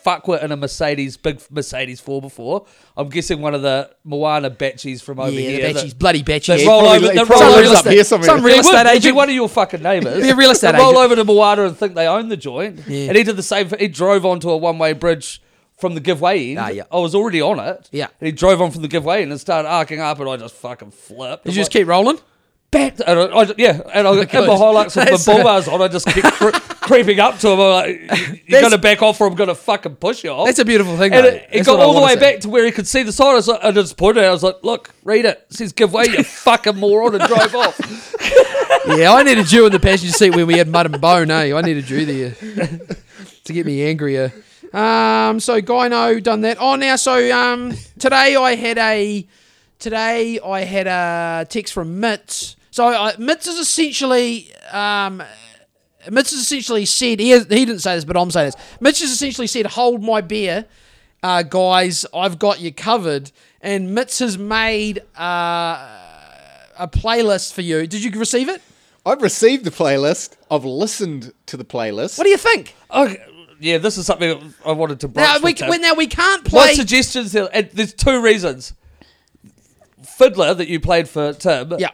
fuckwit in a Mercedes, big Mercedes four before. I'm guessing one of the Moana batchies from over yeah, here. the that- batchies, bloody They batchies. roll probably- over. he They probably roll lives over. up here somewhere. Some real It would estate be agent. one of your fucking neighbours. Be a real estate They roll agent. over to Moana and think they own the joint. Yeah. And he did the same. He drove onto a one-way bridge from the giveaway end. Ah, yeah. I was already on it. Yeah. And he drove on from the giveaway end and started arcing up, and I just fucking flipped. Did you I'm just like, keep rolling? bat. And I, I, yeah. And I had my God. highlights with That's- the bull bars on. I just kept cre- creeping up to him. I'm like, you're That's- gonna back off, or I'm gonna fucking push you off. That's a beautiful thing. And though. it, it That's got what I all the wanna way see. back to where he could see the sign. I, was like, I just pointed at it. I was like, look, read it. It says give way, you fucking moron, and drove off. Yeah, I needed you in the passenger seat when we had mud and bone. Eh? I needed you there to get me angrier. Um, so Gyno done that. Oh, now so um, today I had a today I had a text from Mitz. So uh, Mitz is essentially um, Mitch has essentially said he, he didn't say this, but I'm saying this. Mitch has essentially said, "Hold my beer, uh, guys. I've got you covered." And Mitch has made uh, a playlist for you. Did you receive it? I've received the playlist. I've listened to the playlist. What do you think? Okay. Yeah, this is something I wanted to broach Now we, with him. we now we can't My play. suggestions, there- and there's two reasons. Fiddler that you played for Tim, yeah,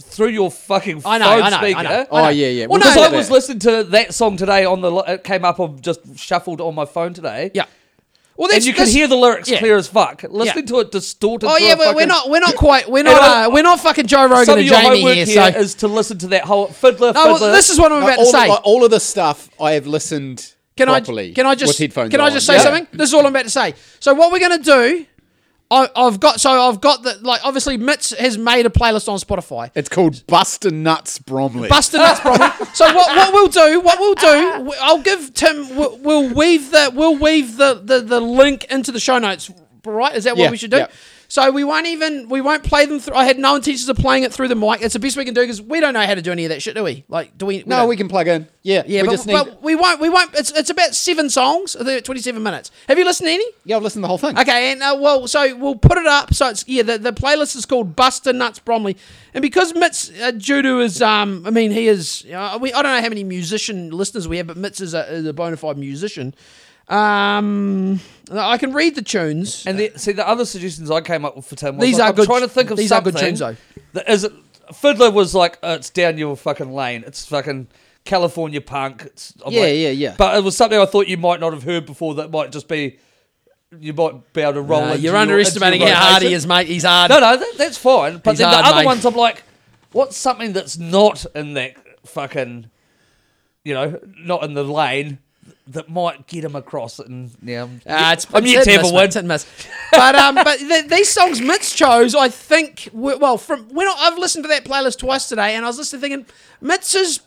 through your fucking I know, phone I know, speaker. I know. Oh yeah, yeah. Well, We no, Because did I that. was listening to that song today on the, li- it came up on just shuffled on my phone today. yeah. Well, and you can hear the lyrics yeah. clear as fuck. Listening to it distorted. Oh through yeah, a but we're fucking- not we're not quite we're not I- uh, we're not fucking Joe Rogan Some of and your Jamie homework here. here is So to listen to that whole fiddler. no, well, Fiddler. this is what I'm No, about to all, say. The, all of the stuff I have listened Can properly. I can I just with headphones can I on. just say Yeah. something? This is all I'm about to say. So what we're gonna do, I, I've got so I've got the like obviously Mitch has made a playlist on Spotify. It's called Buster Nuts Bromley. Buster nuts, problem. So what, what we'll do? What we'll do? we- I'll give Tim. We'll, we'll weave the we'll weave the, the the link into the show notes. Right? Is that what Yeah, we should do? yeah. So we won't even we won't play them through. I had no intentions of playing it through the mic. That's the best we can do because we don't know how to do any of that shit, do we? Like, do we? we no, don't- we can plug in. Yeah, Yeah, we but, just need. but we won't. We won't. It's, it's about seven songs. I think it's Twenty-seven minutes. Have you listened to any? yeah, I've listened to the whole thing. Okay, and uh, well, so we'll put it up. So it's yeah, the, the playlist is called Buster Nuts Bromley, and because Mitz uh, Judo is, um, I mean, he is. Uh, we I don't know how many musician listeners we have, but Mitz is a, is a bona fide musician. Um, I can read the tunes. And the, see, the other suggestions I came up with for Tim was These like, are I'm good- trying to think of these are something. good tunes, though. that isn't- Fiddler was like, oh, it's down your fucking lane. It's fucking California punk. It's, I'm Yeah, like- yeah, yeah. But it was something I thought you might not have heard before. That might just be you might be able to roll. Uh, into you're your- underestimating into your how hard he rotation. is, mate. He's hard. No, no, that, that's fine. But He's then hard, the other mate. ones, I'm like, what's something that's not in that fucking, you know, not in the lane that might get him across? And yeah, I'm- Uh, it's, I'm it's yet to hit have miss, a win. mate, it's hit miss. But um, but th- these songs Mitch chose, I think, were, well, from when I, I've listened to that playlist twice today, and I was listening thinking, Mitch is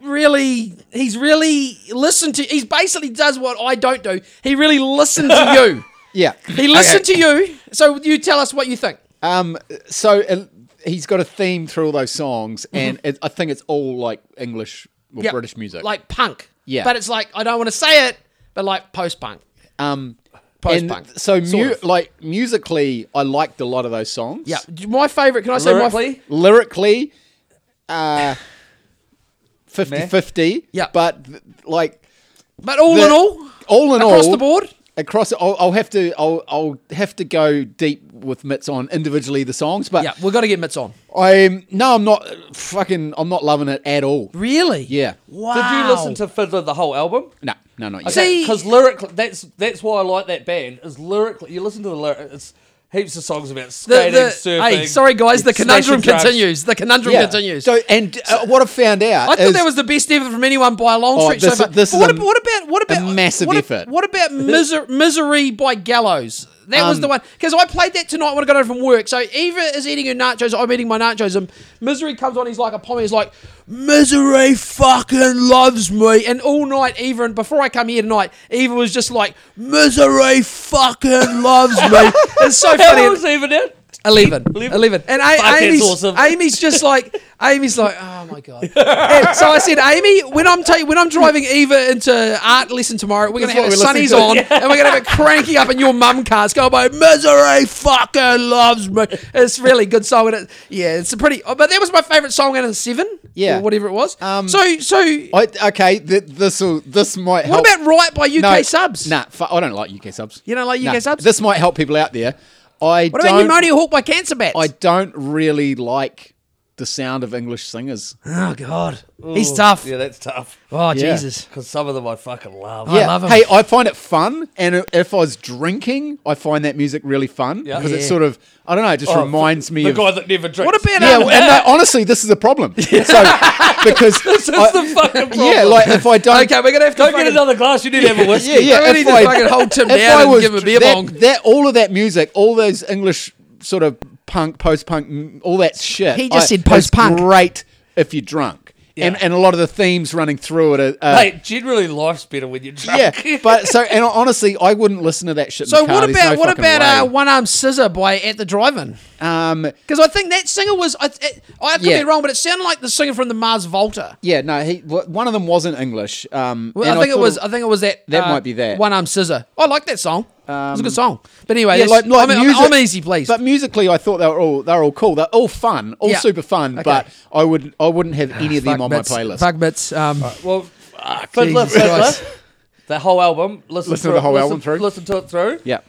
really, he's really listened to. He's basically does what I don't do. He really listened to you. Yeah, He listened to you. So you tell us what you think. Um, so uh, he's got a theme through all those songs, Mm-hmm. and it, I think it's all like English or Yep. British music. like punk. Yeah. but it's like I don't want to say it, but like post punk. um, Post and punk, So sort mu- of. like musically, I liked a lot of those songs. Yeah, my favorite. Can I say my? Lyrically, lyrically, uh, 50 Meh. 50. Yeah. but th- like But all the- in all, all in across all, the board. across. I'll, I'll have to. I'll, I'll have to go deep with Mitts on individually the songs, but Yeah, we've got to get Mitch on. I'm no, I'm not uh, fucking. I'm not loving it at all. Really? Yeah. Wow. did you listen to Fiddler the whole album? No, no, not yet. See, because lyrically, that's that's why I like that band. Is lyrically, you listen to the lyrics. It's heaps of songs about skating, surfing. Hey, sorry guys, the smashing conundrum drugs. continues. The conundrum continues. So and uh, what I found out, I thought is that was the best effort from anyone by a long Oh, stretch so this- far. this But is what, a- ab- what about what a about massive what, ab- effort. What about miser- misery by Gallows? That was Um, the one because I played that tonight when I got home from work. So Eva is eating her nachos. I'm eating my nachos. And Misery comes on. He's like a pommy. He's like, Misery fucking loves me. And all night, Eva and before I come here tonight, Eva was just like, Misery fucking loves me. it's so How funny. old is even it? 11. 11. Eleven. And I, Fuck, that's Amy's, awesome. Amy's just like, Amy's like, oh my God. And so I said, Amy, when I'm ta- when I'm driving Eva into art lesson tomorrow, we're going to That's have it what we're listening sunnies to. on and we're going to have it cranking up in your mum cars going by, misery fucking loves me. It's really good song. And it, yeah, it's a pretty, oh, but that was my favourite song out of the seven. Yeah. Or whatever it was. Um, so, so I, okay, th- this will this might what help. about Right by UK No, Subs? Nah, fu- I don't like UK subs. You don't like UK Nah, subs? This might help people out there. I What about don't. Pneumonia Hawk by Cancer Bats? I don't really like the sound of English singers. oh, God. He's tough. Yeah, that's tough. Oh, Yeah. Jesus. Because some of them I fucking love. Yeah. I love 'em. Hey, I find it fun, and if I was drinking, I find that music really fun Yeah. because Yeah. it's sort of I don't know, it just Oh, reminds me the of. guy that never drinks. What about yeah, um, and no, honestly, this is a problem. So because this is That's the fucking problem. yeah, like if I don't Okay, we're gonna have to Don't fucking, get another glass. You need to have a whiskey. yeah, yeah. We need if to I- fucking hold Tim if down I and was give him a dr- beer that, bong. That all of that music, all those English sort of punk, post punk, all that shit. He just I- said it's post-punk. Great if you're drunk, and Yeah. and a lot of the themes running through it. Are, uh, Hey, generally life's better when you're drunk. yeah, but so and honestly, I wouldn't listen to that shit. in So the car. what There's about no what fucking about uh, way. One Arm Scissor by At the Drive-In? um Because I think that singer was I, it, I could Yeah. be wrong, but it sounded like the singer from the Mars Volta. yeah no he w- one of them wasn't English um Well, and I think it thought was uh, I think it was that That might be that. Um, One Arm Scissor. I like that song. it was a good song. But anyway, yeah, it's- like, like I'm, I'm- music, I'm easy pleased. But musically, I thought they were all they were all cool. They're all fun, all Yeah. super fun. Okay. Ah, But I would I wouldn't have any of them Fuck on my bits, playlist. Fuck bits. Um, Well, Fiddler, Jesus Fiddler. Christ. The whole album. Ah, Listen, Listen to through, the whole listen, album through? Listen to it through. Yeah.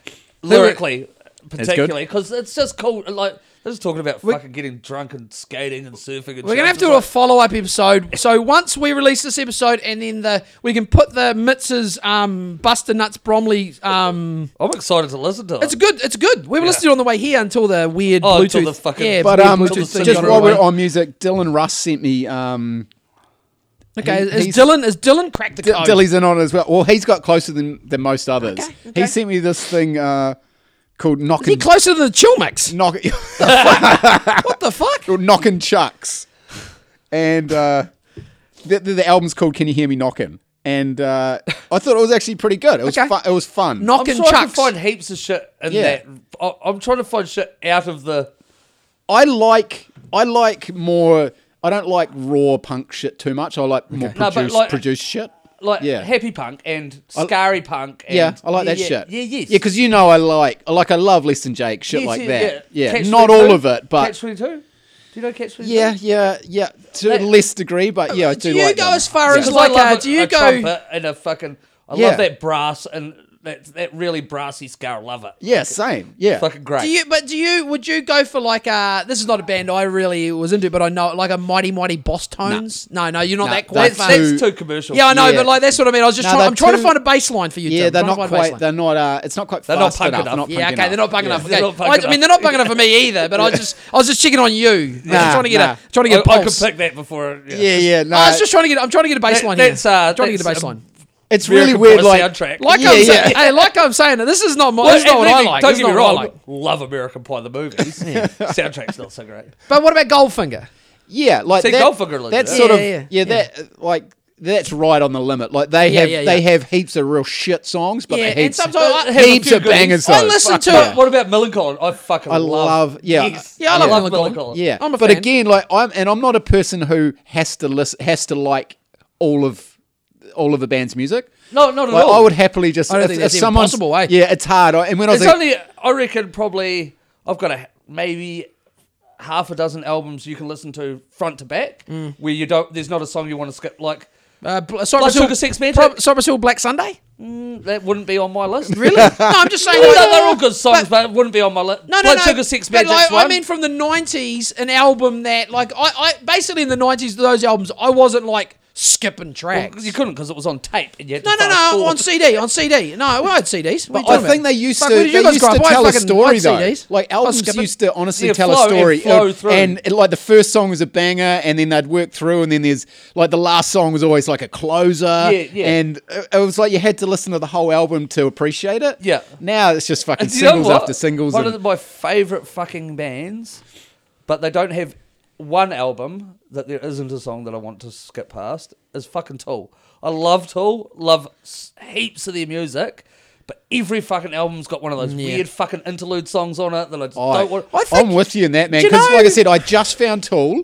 Lyrically, good. particularly. Because it's just cool. Like, this is talking about fucking getting drunk and skating and surfing and We're gonna have to do a follow up episode. So once we release this episode, and then the we can put the Mitz's um, Buster Nuts Bromley. Um, I'm excited to listen to it. it's good. It's good. We were listening on the way here until the weird Oh, Bluetooth. until the fucking- yeah, But weird um, Bluetooth just- thing just got while away. we're on music, Dylan Russ sent me. Um, okay, he- is he's- Dylan is Dylan cracked the D- code? Dilly's in on it as well. Well, he's got closer than, than most others. Okay, okay. He sent me this thing uh, called is he knocking closer than the chill mix? knock What the fuck? called knocking chucks, and uh, the, the, the album's called "Can You Hear Me Knocking." And uh, I thought it was actually pretty good. It was Okay. fu- it was fun. Knock- I'm fucking sure I can chucks. find heaps of shit in Yeah. that. I- I'm trying to find shit out of the. I like I like more. I don't like raw punk shit too much. I like more No, but produced like- produced shit. Like Yeah. happy punk and scary punk. And, yeah, I like that yeah, shit. Yeah, yes. Yeah, because you know I like, I like I love Less Than Jake shit Yes, like yeah, that. Yeah, Catch not 22? all of it, but Catch 22? Do you know Catch 22? yeah, yeah, yeah, to Like- a less degree, but yeah, I do, Do you like go them. as far Yeah. as Because like, I love uh, a, do you a go- trumpet and a fucking? I Yeah. love that brass and that that really brassy scale. I love it. yeah, same, yeah, fucking great. Do you? But do you? Would you go for like a? This is not a band I really was into, but I know it, like a Mighty Mighty Boss Tones. No, no, you're not No, that quite. that's, far. too- that's too commercial. Yeah, I know, Yeah. but like that's what I mean. I was just No, trying, they're I'm trying to too- find a baseline for you. yeah. Tim. Trying They're to not find a quite, baseline. they're not, uh, it's not quite. They're not fast punk enough, enough. Not yeah, punk okay, they're not bug enough. They're Okay. not bug I, I enough. mean, they're not bug enough for me either. But I just, I was just checking on you. I was Nah, trying to get nah. a, trying to I, get a I could pulse. pick that before. Yeah, Yeah, yeah, no, I was just trying to get, I'm trying to get a baseline here. that's, uh, trying to get a that's, baseline. it's really American weird. Pie Like, soundtrack. like yeah, I'm yeah. saying, hey, like I'm saying, this is not my, Well, this is not and what I really, like. Don't This is get me not what I wrong. like. Love American Pie the movies. Soundtrack's not so great. But what about Goldfinger? yeah, like See, that, Goldfinger like That's that. sort Yeah, of yeah, yeah, yeah. that uh, like that's right on the limit. Like they Yeah, have yeah, they yeah. have heaps of real shit songs, but Yeah, they and heaps sometimes I- have heaps a few of good bangers. ones. I though. listen Fuck to yeah. it. What about Melancholy? I fucking I love. love- yeah. Yeah, I love Melancholy. Melancholy. Yeah, I'm a but fan. again, like I'm, and I'm not a person who has to listen, has to like all of all of the band's music. No, not at Like, all. I would happily just. I don't if, think if that's even someone's- possible, eh? Yeah, it's hard. I- And when I was It's like, only I reckon probably I've got a maybe half a dozen albums you can listen to front to back Mm. where you don't. There's not a song you want to skip. Like Uh, Bl- Cypress Blood Hill- Sugar Sex Magic? Pro- Cypress Hill Black Sunday? that wouldn't be on my list. Really? no, I'm just saying. Well, like- no, they're all good songs, but, it wouldn't be on my list. No, no, Blood no. Sugar Sex but Magic's like, one. I mean, from the '90s, an album that, like, I, I basically in the '90s, those albums, I wasn't like skipping tracks. You couldn't because it was on tape. And you had to no, no, fast no, forward. on CD, on CD. No, we had CDs. What But are you I talking think about? they used Fuck, to. where They did you guys used grow to up? I tell a fucking story liked though. CDs. I Like was albums skipping. used to honestly Yeah, tell flow- a it story, flowed It- through. and it- like the first song was a banger, and then they'd work through, and then there's like the last song was always like a closer, Yeah, yeah. and it, it was like you had to listen to the whole album to appreciate it. Yeah. Now it's just fucking And you know singles what? after singles. One and- of my favorite fucking bands, but they don't have one album that there isn't a song that I want to skip past. Is fucking Tool. I love Tool. Love s- heaps of their music. But every fucking album's got one of those Yeah. weird fucking interlude songs on it that I just Oh, don't want. I think- I'm with you in that, man. Do you Because, like I know- said, I just found Tool,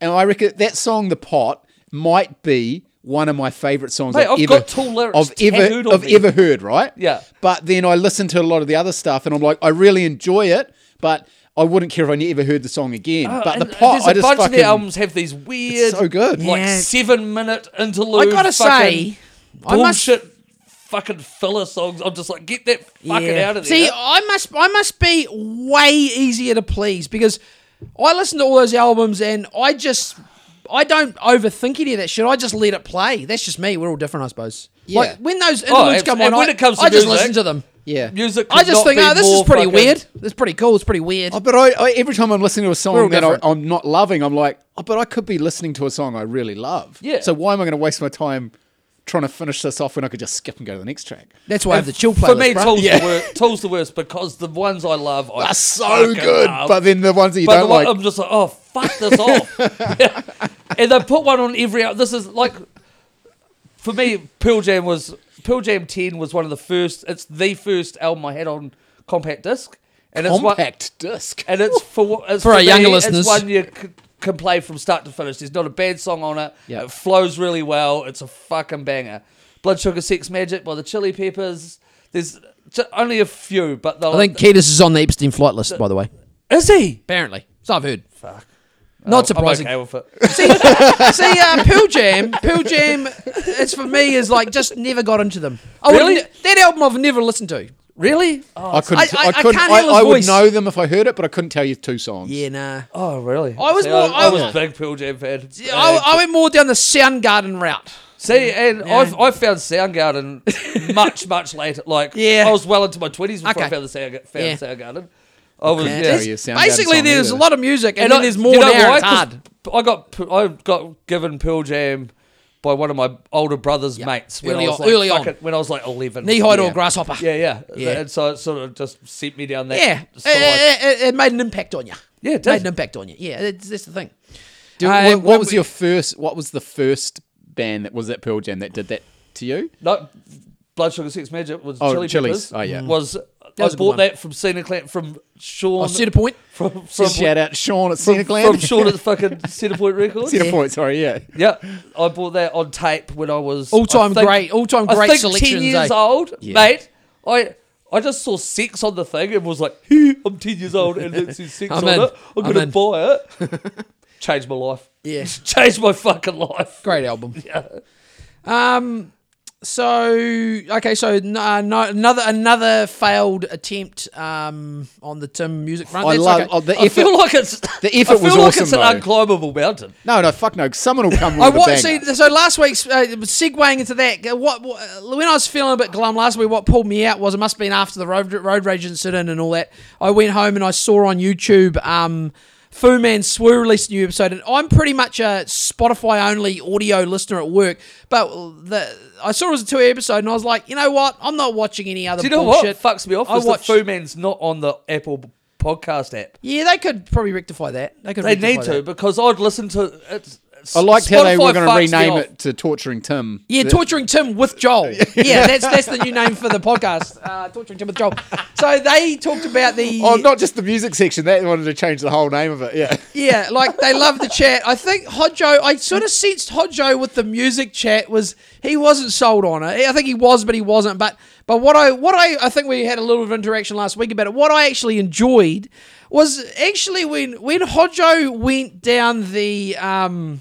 and I reckon that song, "The Pot," might be one of my favourite songs Mate, I've, I've ever got Tool lyrics I've tattooed ever on I've me. ever heard. Right? Yeah. But then I listen to a lot of the other stuff, and I'm like, I really enjoy it, but I wouldn't care if I ever heard the song again. Oh, but and- the and pot, there's I a just bunch of fucking their um, albums have these weird, so good. like Yeah. seven minute interlude. gotta fucking say, I must. bullshit, fucking filler songs. I'm just like, get that fucking out of there. See, I must I must be way easier to please because I listen to all those albums and I just I don't overthink any of that shit. I just let it play. That's just me. We're all different, I suppose. Yeah. Like when those interludes Oh, if- come and on, when I, it comes to I just music- listen to them. yeah. music. I could just not think, be oh, this is more pretty fucking- weird. This is pretty cool. It's pretty weird. Oh, but I, I every time I'm listening to a We're all song that I, different. I'm not loving, I'm like, oh, but I could be listening to a song I really love. Yeah. So why am I going to waste my time trying to finish this off when I could just skip and go to the next track? That's why I have the chill playlist. For me, bruh. Tool's, Yeah. the worst, Tool's the worst because the ones I love I are so fucking good, love. but then the ones that you But the don't one, like, I'm just like, oh, fuck this off. and they put one on every. al- This is like, for me, Pearl Jam was Pearl Jam Ten was one of the first. It's the first album I had on compact disc, and it's one, compact disc. and it's for it's For our me, younger it's listeners. one you c- can play from start to finish. There's not a bad song on it. Yeah. It flows really well. It's a fucking banger. Blood Sugar Sex Magic by the Chili Peppers. There's j- only a few, but they'll- I think Ketis is on the Epstein flight list, by the way. is he? Apparently, so I've heard. Fuck. Oh, Not I'm surprising. okay with it. See, see, uh, Pearl Jam, Pearl Jam, it's for me is like just never got into them. I Really? would- that album I've never listened to. really? Oh, I couldn't. I- I, I- I couldn't. can't I, hear his I would voice. know them if I heard it, but I couldn't tell you two songs. Yeah, nah. oh, really? I was See, more- I, I I- was a big Pearl Jam fan. Yeah, I, I went more down the Soundgarden route. See, and I've, I found Soundgarden much, much later. Like, Yeah. I was well into my 20s before I Okay. found the Sound, found Yeah. Soundgarden. I was, Can't yeah. tell you a Soundgarden Basically, song there's either. a lot of music, and, then I- there's more you know now. why? It's 'Cause hard. I got p- I got given Pearl Jam by one of my older brother's mates when Early I was on- like early on. fucking- when I was like eleven. Knee high to Yeah. a grasshopper. Yeah, yeah, Yeah. And so it sort of just sent me down that. yeah. It, slide. it- it- it made an impact on you. Yeah, it did. made an impact on you. Yeah, that's, that's the thing. Do- Uh, what, what when was we- your first? What was the first band that was that Pearl Jam that did that to you? No, Blood Sugar Sex Magic was Oh, Chili Chili's. Peppers. Oh, yeah. Was was I a good bought one. that from Cena Clan from Sean Oh, I see the point. from from, Shout out Sean at from, from Cineclan. Sean at the fucking Center Point Records. Cedar Point. Sorry, yeah. Yeah, I bought that on tape when I was All-time I think- great- all-time I great think Ten selections, years eh? old, mate. I I just saw six on the thing and was like, "Hey, I'm ten years old and it says six I'm on in. it. I'm, I'm gonna in." buy it. Changed my life. Yeah. Changed my fucking life. Great album. Um. So okay, so n- uh, no, another another failed attempt um on the Tim music front. I That's love okay. oh, the I effort. feel like it's the effort I was feel like awesome, it's an though. unclimbable mountain. no, no, fuck no. Someone will come. With I a watched. banger. See, so last week's uh, segueing into that. uh, What, what when I was feeling a bit glum last week, what pulled me out was it must have been after the road road rage incident and all that. I went home and I saw on YouTube. Um, Fu Manchu released a new episode, and I'm pretty much a Spotify only audio listener at work. But the I saw it was a two episode, and I was like, you know what? I'm not watching any other. Do you know bullshit. what fucks me off? I is watched- the Fu Man's not on the Apple podcast app. Yeah, they could probably rectify that. They could. They need rectify to that. because I'd listen to. It's, it's, I liked how they were going Spotify to fucks me rename off. it to torturing Tim. Yeah, The- torturing Tim with Joel. Yeah, that's that's the new name for the podcast. Uh, torturing Tim with Joel. So they talked about the. Oh, not just the music section. They wanted to change the whole name of it. Yeah. Yeah, like they love the chat. I think Hodjo. I sort of sensed Hodjo with the music chat was he wasn't sold on it. I think he was, but he wasn't. But but what I what I I think we had a little bit of interaction last week about it. What I actually enjoyed was actually when when Hodjo went down the um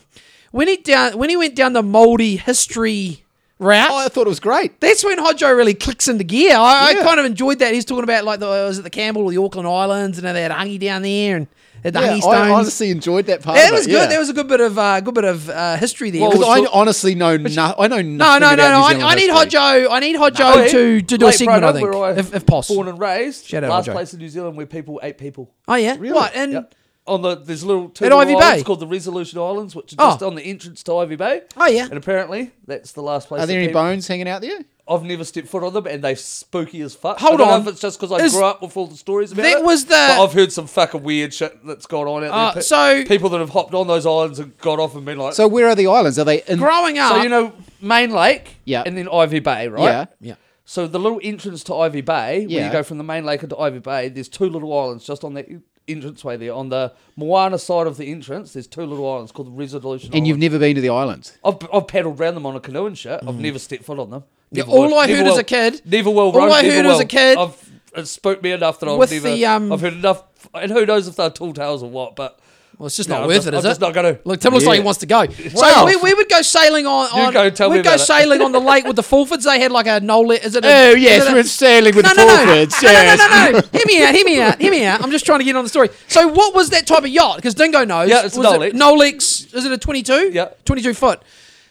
when he down when he went down the Maori history route. Oh, I thought it was great. That's when Hodjo really clicks into gear. I, Yeah. I kind of enjoyed that. He's talking about like the was it the Campbell or the Auckland Islands and how they had hungy down there and at the Yeah, Honeystones. I honestly enjoyed that part. Yeah, of it was good. Yeah. There was a good bit of uh, good bit of uh, history there. Well, It was- Because I honestly know no, I know nothing. no, no, no, no. about New I, Zealand I need history. Hodjo. I need Hodjo No, to, to do a Late segment. I Roanoke, think, where I if, if Born possible. and raised. Shout out, last Roger. place in New Zealand where people ate people. Oh yeah. Really? What? And Yep. On the there's little two At little Ivy islands Bay? called the Resolution Islands, which are Oh. just on the entrance to Ivy Bay. oh yeah. And apparently that's the last place. Are that there any people- bones hanging out there? I've never stepped foot on them, and they're spooky as fuck. Hold I don't on. Know if it's just because I Is- grew up with all the stories about that it. was the- But I've heard some fucking weird shit that's gone on out Uh, there. Pe- so- people that have hopped on those islands and got off and been like, So where are the islands? Are they in? Growing up, So, you know Main Lake, Yeah. and then Ivy Bay, right? yeah. uh, yeah. So the little entrance to Ivy Bay, where Yeah. you go from the main lake into Ivy Bay, there's two little islands just on the entranceway there. On the Moana side of the entrance, there's two little islands called the Resolution And you've Island. never been to the islands. I've, I've paddled round them on a canoe and shit. I've never stepped foot on them. Mm. Yeah, Never all would. I Never heard will. as a kid- Never will. all Ron, I never heard as a will. kid- I've it spooked me enough that I've With never. the, um, I've heard enough, and who knows if they're tall tales or what. But Well, it's just No, not I'm worth just- it, is I'm it? just not gonna- Look, Tim looks like he Yeah. wants to go. So Wow. we, we would go sailing on. You on go, tell me we'd go about it. sailing on the lake with the Fulfords. They had like a knoll. Is it? Oh A, yes, is it a- we're sailing with no, the no, no. forwards. No, no, no, yes. no, no. Hear me out. Hear me out. Hear me out. I'm just trying to get on the story. So what was that type of yacht? Because Dingo knows. Yeah, it's a was it Nolex. Nolex. Is it a 22? Yeah. 22 foot.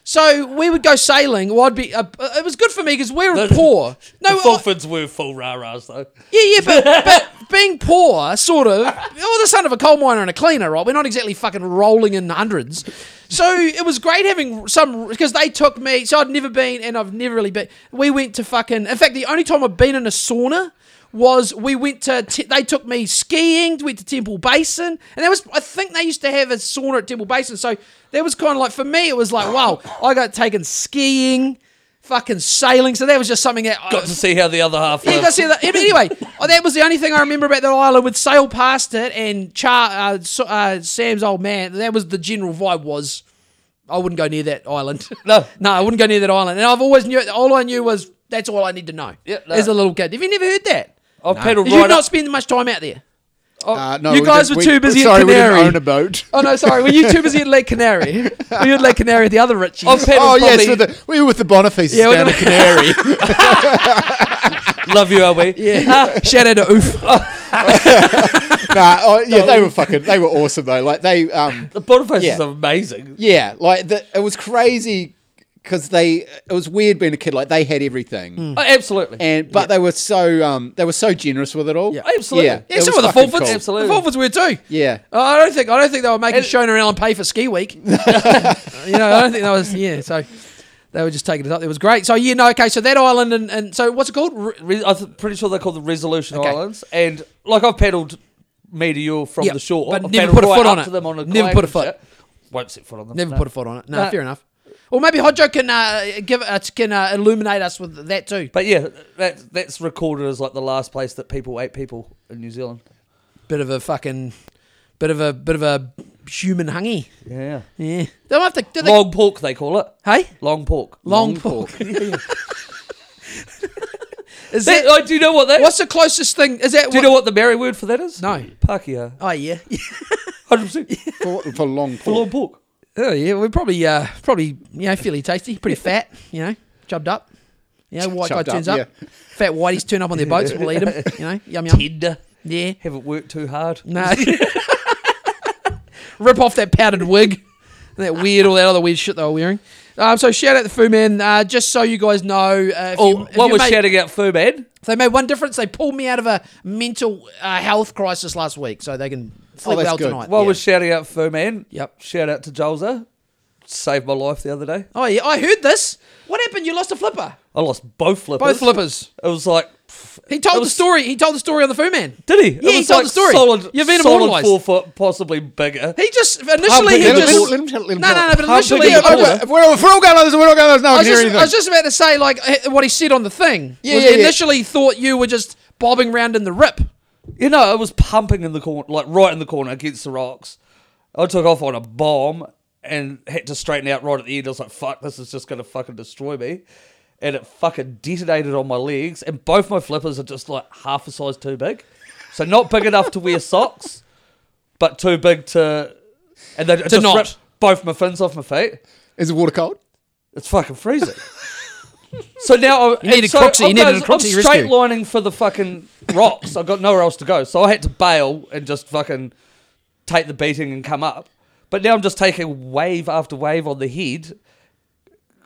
So we would go sailing. Well, I'd be. Uh, uh, it was good for me because we were The- poor. no, No, the I- Fulfords were full rah rahs though. yeah, yeah, but, but being poor, sort of, oh, the son of a coal miner and a cleaner, right? We're not exactly fucking rolling in hundreds. So it was great having some, because they took me, so I'd never been, and I've never really been. We went to fucking, in fact, the only time I've been in a sauna was we went to, t- they took me skiing, went to Temple Basin, and that was, I think they used to have a sauna at Temple Basin. So that was kind of like, for me, it was like, wow, I got taken skiing. Fucking sailing, so that was just something that Got to see how the other half. yeah, you lived. got to see that. Anyway, oh, that was the only thing I remember about that island. With sail past it and Char, uh, so, uh, Sam's old man. That was the general vibe. Was I wouldn't go near that island. No. no, I wouldn't go near that island. And I've always knew. All I knew was that's all I need to know. Yeah, no. as a little kid. Have you never heard that? I've paddled Did right you up- not spend much time out there? Uh, no, You we guys didn't- were we- too busy at sorry, we didn't Canary. own a boat. Oh no, sorry. Were you too busy at Lake Canary? Were you at Lake Canary with the other Richies? I've paddled Oh probably, yes, with the, we were with the Bonifaces Yeah, we down were- at Canary. love you, are we? yeah. Shout out to Oof. nah, oh, yeah, they were fucking. They were awesome though. Like they, um, The Bonifaces Yeah. are amazing. yeah, like the, it was crazy because they. It was weird being a kid. Like they had everything. Oh, absolutely. and but they were so um they were so generous with it all. Yeah. Absolutely. Yeah, it some was of the fucking Fulfords. cool. Absolutely. The Fulfords were too. Yeah. Oh, I don't think I don't think they were making And- Shona and Allen pay for ski week. you know, I don't think that was yeah. So they were just taking it up. It was great. So yeah, no, okay. So that island and, and so what's it called? R- Re- I'm pretty sure they're called the Resolution Okay. Islands. And like I've paddled meteor from Yeah, the shore, but I've never paddled put a right foot up on it. To them on a Never kayak put a and foot. shit. Won't set foot on them. Never no. put a foot on it. No, No. fair enough. Or maybe Hodjo can uh, give uh, can uh, illuminate us with that too. But yeah, that that's recorded as like the last place that people ate people in New Zealand. Bit of a fucking, bit of a bit of a human hungy. Yeah. Yeah, they'll have to. Do they, Long pork they call it. hey, Long pork. long, pork. is That, that oh, do you know what that? what's the closest thing? Is that do you know what the Maori word for that is? No. Pakeha. Oh yeah. Hundred percent. For, for long For long pull. pork. Oh yeah, we're probably uh, probably you know fairly tasty, pretty fat, you know, chubbed up. You know, white guy Chubbed up, turns up, yeah. fat whiteys turn up on their boats, we'll eat them. You know, yum yum. Tender. Yeah, Haven't worked too hard. no. Rip off that powdered wig, and that weird, all that other weird shit they were wearing. Um, so shout out the Fu Man. Uh, just so you guys know, uh, if, you, Oh, if one you was made- shouting out Fu Man. if they made one difference. They pulled me out of a mental uh, health crisis last week, so they can sleep that's well good. tonight. While Yeah. we're shouting out Fu Man, Yep. shout out to Jolza. Saved my life the other day. Oh yeah, I heard this. What happened? You lost a flipper. I lost both flippers. Both flippers. It was like, pff, He told It the was- story. He told the story on the Fu Man. did he? It Yeah, he was told like the story. Solid, You've been solid immortalised. four foot, possibly bigger. He just initially he Let him, let, him, just let him tell. Let him no tell no no. it. But How big initially, is I your Oh, Hold was, quarter? we're, we're, if we're all going on this. We're all going on this. No, I I was can hear just, I anything. was just about to say like eh, what he said on the thing. Yeah, was yeah, he yeah. initially thought you were just bobbing round in the rip. You know, it was pumping in the corner, like right in the corner against the rocks. I took off on a bomb and had to straighten out right at the end. I was like, fuck, this is just going to fucking destroy me. And it fucking detonated on my legs. And both my flippers are just like half a size too big. So not big enough to wear socks, but too big to. And they just not. ripped both my fins off my feet. Is the water cold? It's fucking freezing. so now I You needed so Croxy, you I'm needed going- a Croxy I'm rescue. straight lining for the fucking rocks. I got nowhere else to go, so I had to bail and just fucking take the beating and come up. But now I'm just taking wave after wave on the head.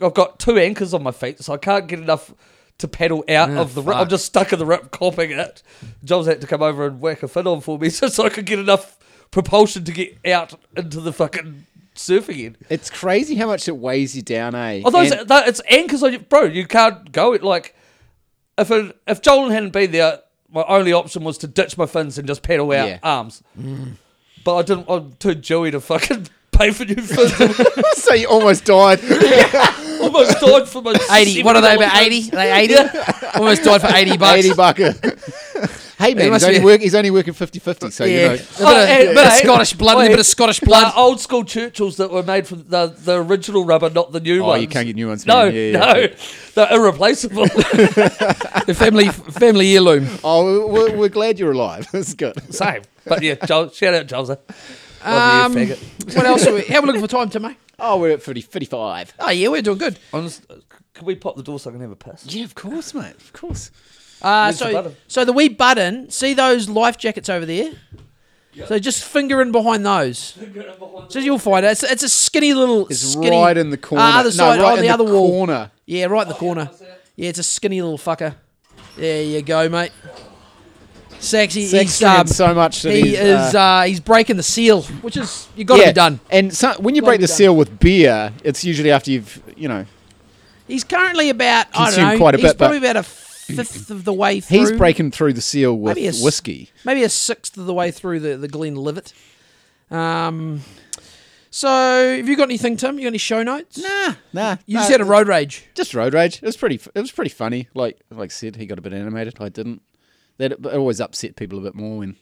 I've got two anchors on my feet, so I can't get enough to paddle out Ah, of the rip. I'm fuck. just stuck in the rip, copping it. John's had to come over and whack a fin on for me so, so I could get enough propulsion to get out into the fucking surfing end. It's crazy how much it weighs you down, eh? Although And- it's, that, it's anchors on you, bro. You can't go it like if it, if Joel hadn't been there, my only option was to ditch my fins and just pedal out Yeah. arms. But I didn't. I'm too Jewy to fucking pay for new fins. so you almost died. Almost died for my Eighty. What are they $70 about? fins. Eighty. They eighty. Almost died for eighty bucks. 80 bucket. hey, man, he's must only, be- work, he's only working 50 50, so yeah. you know. A bit of, Oh, eh, bit of mate. Scottish blood. and a bit of Scottish Like blood. old school Churchills that were made from the, the original rubber, not the new Oh, ones. you can't get new ones, No, man. Yeah, no, yeah. they're irreplaceable. The family family heirloom. Oh, we're, we're glad you're alive. That's good. Same, but yeah, Joel, shout out Jolza. Um, Love you, you faggot. what else? Are we, how are we looking for time to mate? Oh, we're at 50, 55. Oh yeah, we're doing good. I'm just- uh, can we pop the door so I can have a piss? Yeah, of course, mate. Of course. Uh, Where's the so, button? so the wee button. See those life jackets over there? So just finger in behind those. So you'll find it. It's, it's a skinny little. It's skinny, right in the corner. Uh, other No, side, on right in the the other wall. corner. Yeah, right in the corner. Yeah, it's a skinny little fucker. There you go, mate. Sexy. he's Sexton um, had so much that he he's, is. uh, Uh, he's breaking the seal, which is you got to yeah. be done. And so, when you Gotta break be the done. seal with beer, it's usually after you've, you know, He's currently about. I Consumed don't know. quite a he's bit, but- probably about a fifth of the way through. he's breaking through the seal with Maybe it's- whiskey. maybe a sixth of the way through the the Glenlivet. Um, so have you got anything, Tim? You got any show notes? Nah, Nah, You just had a road rage. just road rage. It was pretty. It was pretty funny. Like like I said, he got a bit animated. I didn't. That it always upset people a bit more when.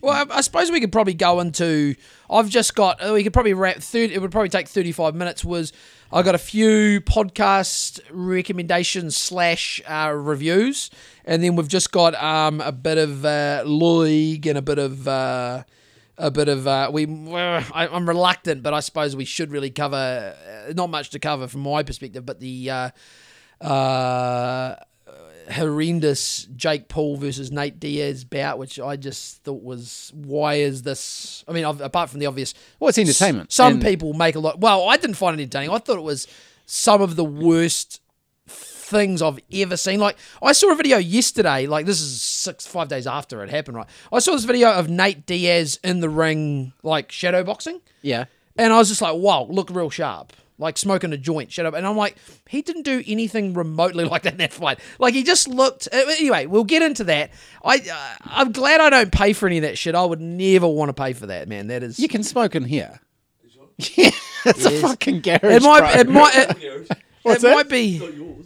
Well, I, I suppose we could probably go into. I've just got. uh, We could probably wrap. Thirty. It would probably take thirty-five minutes. Was I got a few podcast recommendations slash uh, reviews, and then we've just got um, a bit of uh, league and a bit of. Uh, a bit of uh, we. I, I'm reluctant, but I suppose we should really cover. Uh, not much to cover from my perspective, but the. Uh, uh, horrendous Jake Paul versus Nate Diaz bout, which I just thought was why is this? I mean, I've- apart from the obvious, Well, it's entertainment. some and people make a lot. Well, I didn't find it entertaining. I thought it was some of the worst things I've ever seen. Like I saw a video yesterday. Like this is six five days after it happened. Right, I saw this video of Nate Diaz in the ring, like shadow boxing. Yeah. And I was just like, wow, look real sharp. Like smoking a joint, shut up. And I'm like, he didn't do anything remotely like that in that fight. Like he just looked. uh, Anyway, we'll get into that. I uh, I'm glad I don't pay for any of that shit. I would never want to pay for that, man. That is. You can smoke in here. Yeah, it's a fucking garage. it might. bro. It might. It, it that? might be.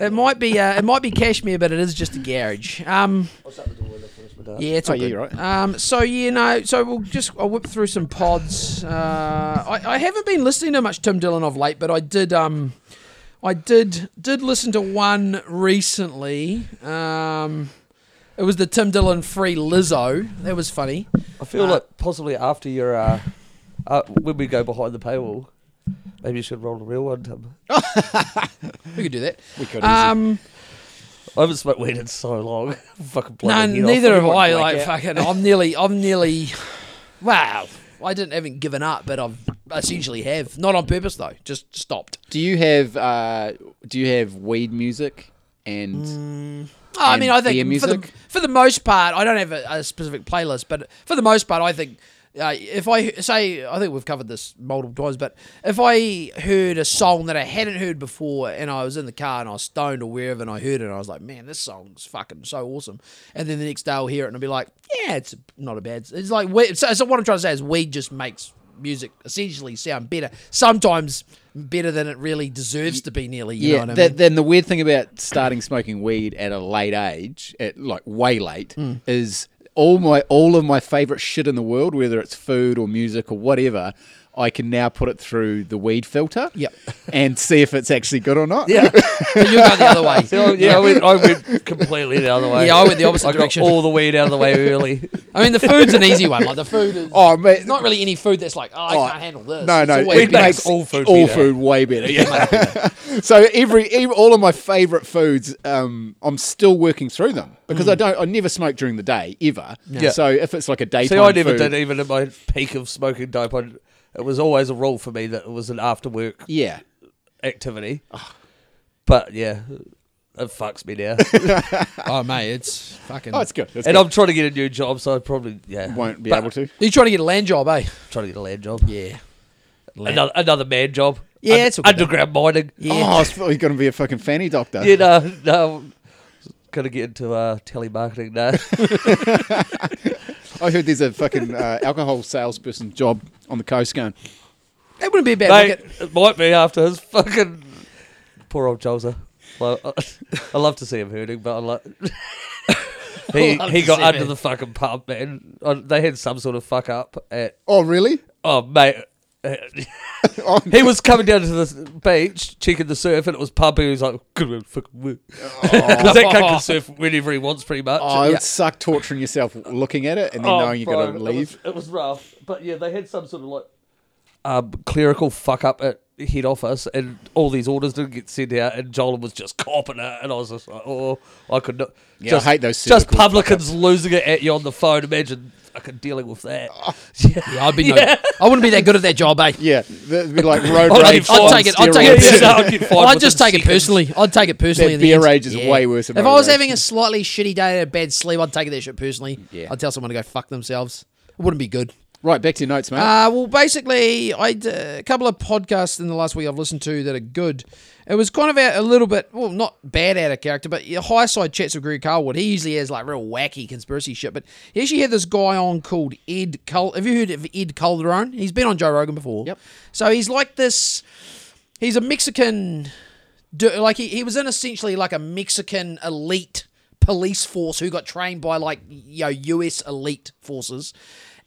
It might be. Uh, it might be cashmere, but it is just a garage. Um. Yeah, it's Oh, all yeah, good. you're right. Um, so you know, so we'll just I'll whip through some pods. Uh, I, I haven't been listening to much Tim Dillon of late, but I did. Um, I did did listen to one recently. Um, it was the Tim Dillon free Lizzo. That was funny. I feel like possibly after your uh, uh, when we go behind the paywall, maybe you should roll a real one. Tim. Oh. We could do that. We could Um, I haven't smoked weed in so long. fucking no, bloody head off. neither have I. black Like out. fucking, I'm nearly. I'm nearly. Wow. I didn't haven't given up, but I've essentially have not on purpose though. Just stopped. do you have uh, Do you have weed music? And Oh, I and mean, I think beer For, the, music? for the most part, I don't have a, a specific playlist, but for the most part, I think uh, if I h- say, I think we've covered this multiple times, but if I heard a song that I hadn't heard before and I was in the car and I was stoned or wherever and I heard it and I was like, man, this song's fucking so awesome. And then the next day I'll hear it and I'll be like, yeah, it's not a bad. It's like, we- so, so what I'm trying to say is weed just makes music essentially sound better, sometimes better than it really deserves to be nearly, you know yeah, what I th- mean? then the weird thing about starting smoking weed at a late age, at like way late, Hmm. is all my all of my favorite shit in the world, whether it's food or music or whatever. I can now put it through the weed filter. Yep. And see if it's actually good or not. Yeah. But you go the other way. See, I- yeah, I went, I went completely the other way. Yeah, I went the opposite I got direction. all the weed out of the way early. I mean, the food's an easy one. Like the food is Oh man, there's not really any food that's like, oh, I Oh, can't handle this. No, It's no, always it been- makes all food all food way better. Yeah. so every, ev all of my favorite foods, um, I'm still working through them because Hmm. I don't. I never smoke during the day ever. Yeah. So if it's like a daytime, See, I never food- did even at my peak of smoking dope. I, it was always a rule for me that it was an after work Yeah. activity. But yeah, it fucks me now. oh mate, it's fucking. Oh, it's good. It's and good. I'm trying to get a new job, so I probably yeah won't be but able to. you trying to get a land job, eh? Trying to get a land job. Yeah. Another, another man job. Yeah, it's all good. underground mining. Oh, Oh, I was thought you were going to be a fucking fanny doctor. You know, no, gonna get into uh, telemarketing now. I heard there's a fucking uh, alcohol salesperson job on the coast going. That wouldn't be a bad Mate, look at- it might be after his fucking poor old Jolza. Well, I, I love to see him hurting, but I like. he love he to got see under him. the fucking pub, man. Uh, They had some sort of fuck up at. Oh, really? Oh, mate. Oh, He was coming down to the beach, checking the surf, and it was pub. And he was like, "Good fucking work." 'Cause that cunt can surf whenever he wants, pretty much. oh, it Uh, Yeah. would suck torturing yourself looking at it and then Oh, knowing you got to bro, leave. It was, it was rough, but yeah, they had some sort of like um, clerical fuck up at head office, and all these orders didn't get sent out, and Jolan was just copping it, and I was just like, oh, I could not. Yeah, I just, hate those Just clerical publicans losing it at you on the phone. Imagine fucking dealing with that. Oh, yeah, Yeah, I'd be no, Yeah. I wouldn't be that good at that job, eh? Yeah, that'd be like road I'd rage. I'd on take it. I'd take it. steroids. Yeah, yeah, personally. no, I'd get fired I'd just within take it seconds. personally. I'd take it personally. That in the beer end. rage is way worse than If I road was rage. having a slightly shitty day and a bad sleep, I'd take that shit personally. Yeah. I'd tell someone to go fuck themselves. It wouldn't be good. Right, back to your notes, mate. Uh, well, basically, I d- a couple of podcasts in the last week I've listened to that are good. It was kind of out, a little bit, well, not bad out of character, but your high side chats with Greg Carwood. He usually has like real wacky conspiracy shit, but he actually had this guy on called Ed Cul. Have you heard of Ed Calderon? He's been on Joe Rogan before. Yep. So he's like this. He's a Mexican do, like he, he was in essentially like a Mexican elite police force who got trained by like you know US elite forces,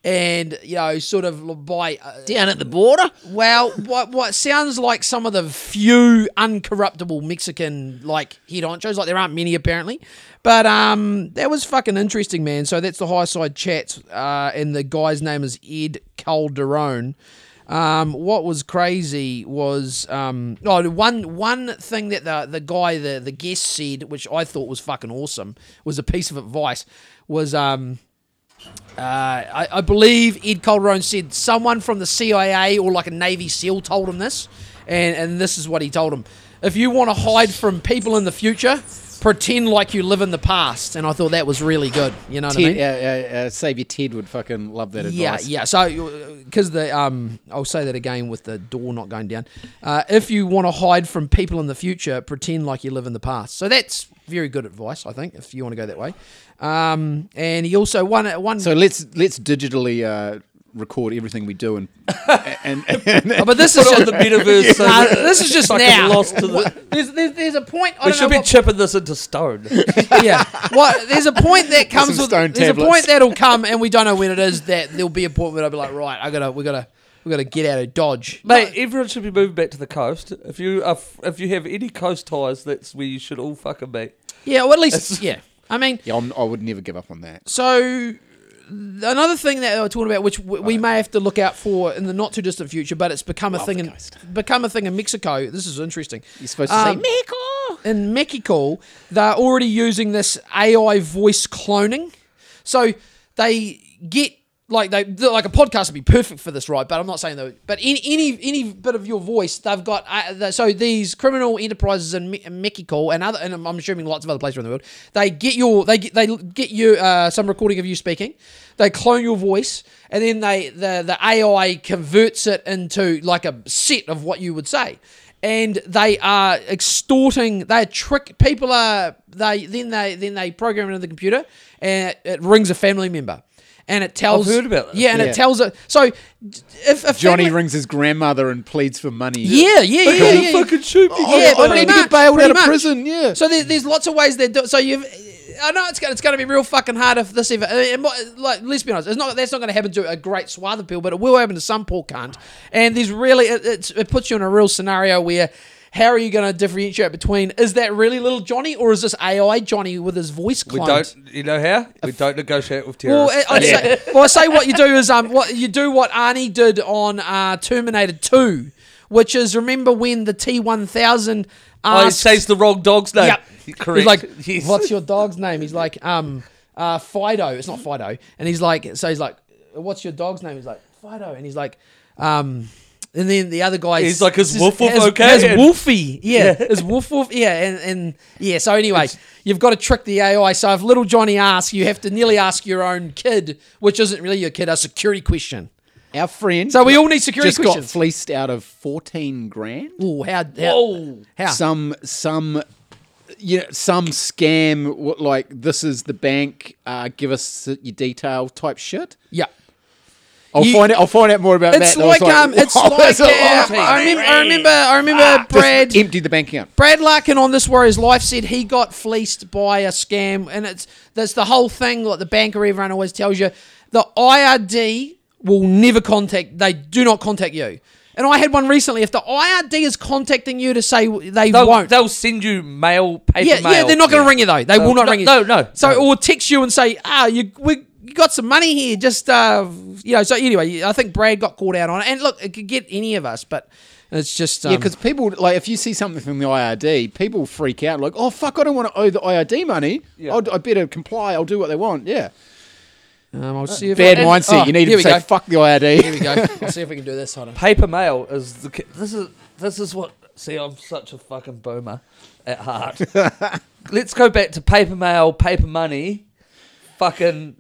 and you know sort of by uh, down at the border. Well, what what sounds like some of the few uncorruptible Mexican like head honchos, like there aren't many apparently, but um that was fucking interesting, man. So that's the high side chat, uh, and the guy's name is Ed Calderon. Um, what was crazy was um, oh, one one thing that the the guy the the guest said, which I thought was fucking awesome, was a piece of advice. Was um, I, I believe Ed Calderon said someone from the CIA or like a Navy SEAL told him this, and, and this is what he told him. If you want to hide from people in the future, pretend like you live in the past. And I thought that was really good. You know what I mean? Ted, uh, uh, uh, Savior Ted would fucking love that Yeah, advice. yeah. So, because the um, I'll say that again with the door not going down. Uh, if you want to hide from people in the future, pretend like you live in the past. So that's very good advice, I think, if you want to go that way. Um, and he also one uh, one. So let's let's digitally uh, record everything we do and and, and, Oh, but this is Put it on just, the metaverse. so uh, that this is just fucking now. Lost to the, There's, there's, there's a point. I don't we know should be what- chipping this into stone. yeah. What? There's a point that comes Some with. stone There's a tablets. point that'll come, and we don't know when it is. That there'll be a point where I'll be like, right, I gotta, we gotta, we gotta get out of dodge. Mate, everyone should be moving back to the coast. If you are, f- if you have any coast ties, that's where you should all fucking be. Yeah. Well, at least. Yeah. I mean, yeah, I'm, I would never give up on that. So another thing that they were talking about, which w- we may have to look out for in the not too distant future, but it's become a thing the in coast. become a thing in Mexico. This is interesting. You're supposed to Um, say Michael. In Mexico, they're already using this AI voice cloning. So they get like they they're like a podcast would be perfect for this, right? But I'm not saying that. But any any any bit of your voice, they've got. Uh, the, so these criminal enterprises in, Me- in Mexico and other, and I'm I'm assuming lots of other places around the world, they get your they get they get you uh, some recording of you speaking. They clone your voice, and then they the the AI converts it into like a set of what you would say and they are extorting they are trick people are they then they then they program it into the computer and it, it rings a family member and it tells I've heard about this. yeah and Yeah. it tells it so d- if a Johnny family, rings his grandmother and pleads for money. yeah yeah yeah, yeah, Don't yeah. fucking shoot me. Yeah, I pretty need to get much, Oh, bailed pretty out of much. prison, yeah. So there, there's lots of ways they do. So you've I know it's going it's going to be real fucking hard if this ever. I mean, it might- like, let's be honest, it's not that's not going to happen to a great swath of people, but it will happen to some poor cunt. And there's really it, it's, it puts you in a real scenario where. How are you going to differentiate between is that really little Johnny or is this AI Johnny with his voice We cloned? don't, you know how? We don't negotiate with Well, terrorists. I, say, well, I say what you do is um, what you do what Arnie did on uh, Terminator Two, which is remember when the T one thousand Oh, he says the wrong dog's name. Correct. He's like, Yes. what's your dog's name? He's like, um, uh, Fido. It's not Fido. And he's like, so he's like, what's your dog's name? He's like, Fido. And he's like, um, and then the other guy, He's like, "Is says- Woof Woof has- okay?" has And- Wolfie, yeah, is Woof Woof, yeah, and, and yeah. So anyway, you've got to trick the AI. So if little Johnny asks, you have to nearly ask your own kid, which isn't really your kid, a security question. Our friend So we all need security just got questions. fleeced out of fourteen grand. Ooh, how, how, Whoa. how? Some some you know some scam wh- like this is the bank. Uh, give us your detail type shit. yeah. I'll You- find it. I'll find out more about It's that. And I like, was um, it's "Wow, like that's a uh, lot of I, money." remember, I remember, I remember Brad. Ah, Just empty the bank account. Brad Larkin on this Warriors Life said he got fleeced by a scam, and it's that's the whole thing. Like the banker, everyone always tells you, the IRD will never contact. They do not contact you. And I had one recently. If the IRD is contacting you to say they they'll, won't, they'll send you mail, paper yeah, mail. yeah, they're not going to Yeah. ring you though. They No, will not no, ring you. no, no, So no. or text you and say, ah, you we you got some money here. Just uh, you know. So anyway, I think Brad got caught out on it. And look, it could get any of us, but it's just um, Yeah, because people like if you see something from the IRD, people freak out like, "Oh fuck, I don't want to owe the IRD money. Yeah. I'll, I better comply. I'll do what they want." Yeah, um, I'll see if bad I- and- mindset. oh, you need here to we say, go. "Fuck the IRD." Here we go. I'll see if we can do this. Hold on. Paper mail is the. ki- This is this is what. See, I'm such a fucking boomer at heart. Let's go back to paper mail, paper money. Fucking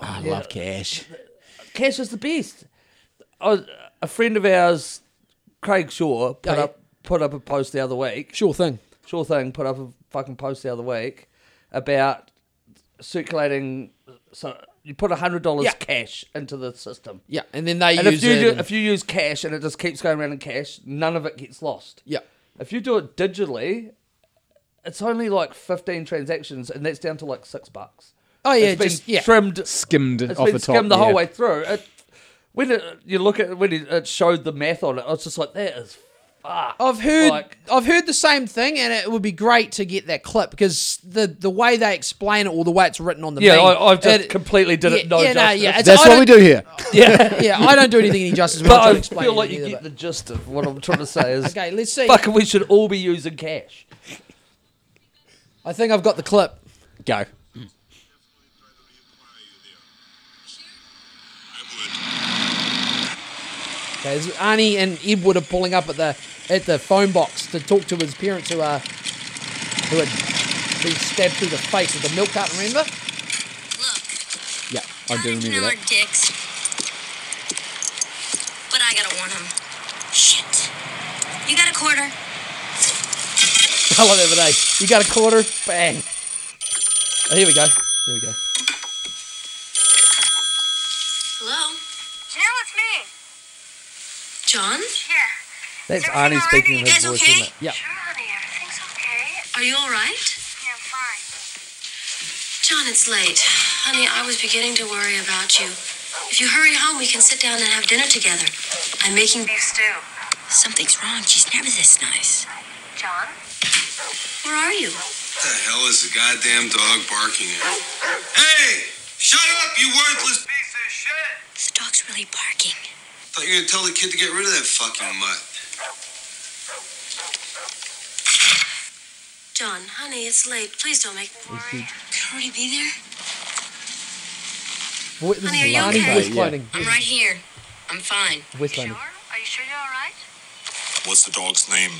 I love cash. cash is the best. I was- a friend of ours, Craig Shaw, put Oh, yeah. up put up a post the other week. Sure thing. Sure thing, put up a fucking post the other week about circulating. So you put hundred dollars Yeah. cash into the system, Yeah, and then they and use if you it. do, and- if you use cash and it just keeps going around in cash, none of it gets lost. yeah, If you do it digitally, it's only like fifteen transactions, and that's down to like six bucks. Oh, yeah, it's been just- yeah. trimmed Skimmed it's off been the top. skimmed the whole yeah. way through. It, when it, you look at when it, it showed the math on it, I was just like, that is fuck. I've heard Like, I've heard the same thing, and it would be great to get that clip because the the way they explain it or the way it's written on the yeah, meme, I, I've just it- completely did yeah, it no yeah, no, justice. yeah, it's- That's I what we do here. yeah, yeah, I don't do anything any justice. when but I'm trying to I explain feel like it you either, but- get the gist of what I'm trying to say is, Okay, let's see. fuck, we should all be using cash. I think I've got the clip. Go. Okay, this- Arnie and Edward are pulling up at the at the phone box to talk to his parents who are who had been stabbed through the face with a milk carton. Remember? Yeah, I do remember Now that. are dicks. But I gotta warn him. Shit. You got a quarter? I love that today. You got a quarter? Bang. Oh, here we go. Here we go. Hello? Jill, it's me. John? Here. That's Is Arnie everything speaking in alright? his You guys voice, okay? isn't it? Yeah. Sure, honey, everything's okay. Are you alright? Yeah, I'm fine. John, it's late. Honey, I was beginning to worry about you. If you hurry home, we can sit down and have dinner together. I'm making. Beef stew. Something's wrong. She's never this nice. John? Where are you? What the hell is the goddamn dog barking at? Hey! Shut up, you worthless piece of shit! The dog's really barking. Thought you were gonna tell the kid to get rid of that fucking mutt. John, honey, it's late. Please don't make me worry. Could already be there? Vo- This Honey, are is you Arnie okay? voice Yeah. cloning. I'm right here. I'm fine. Voice cloning. Sure? Are you sure you're all right? What's the dog's name?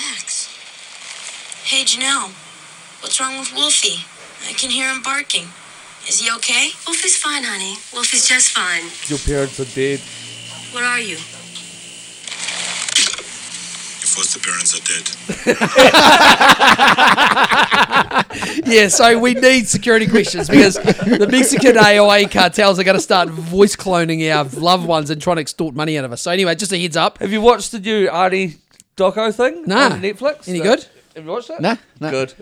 Max. Hey, Janelle. What's wrong with Wolfie? I can hear him barking. Is he okay? Wolfie's fine, honey. Wolfie's just fine. Your parents are dead. Where are you? Your foster parents are dead. Yeah, so we need security questions because the Mexican AI cartels are going to start voice cloning our loved ones and trying to extort money out of us. So anyway, just a heads up. Have you watched the new Arnie doco thing Nah. on Netflix? Any No. good? Have you watched it? Nah, nah. Good.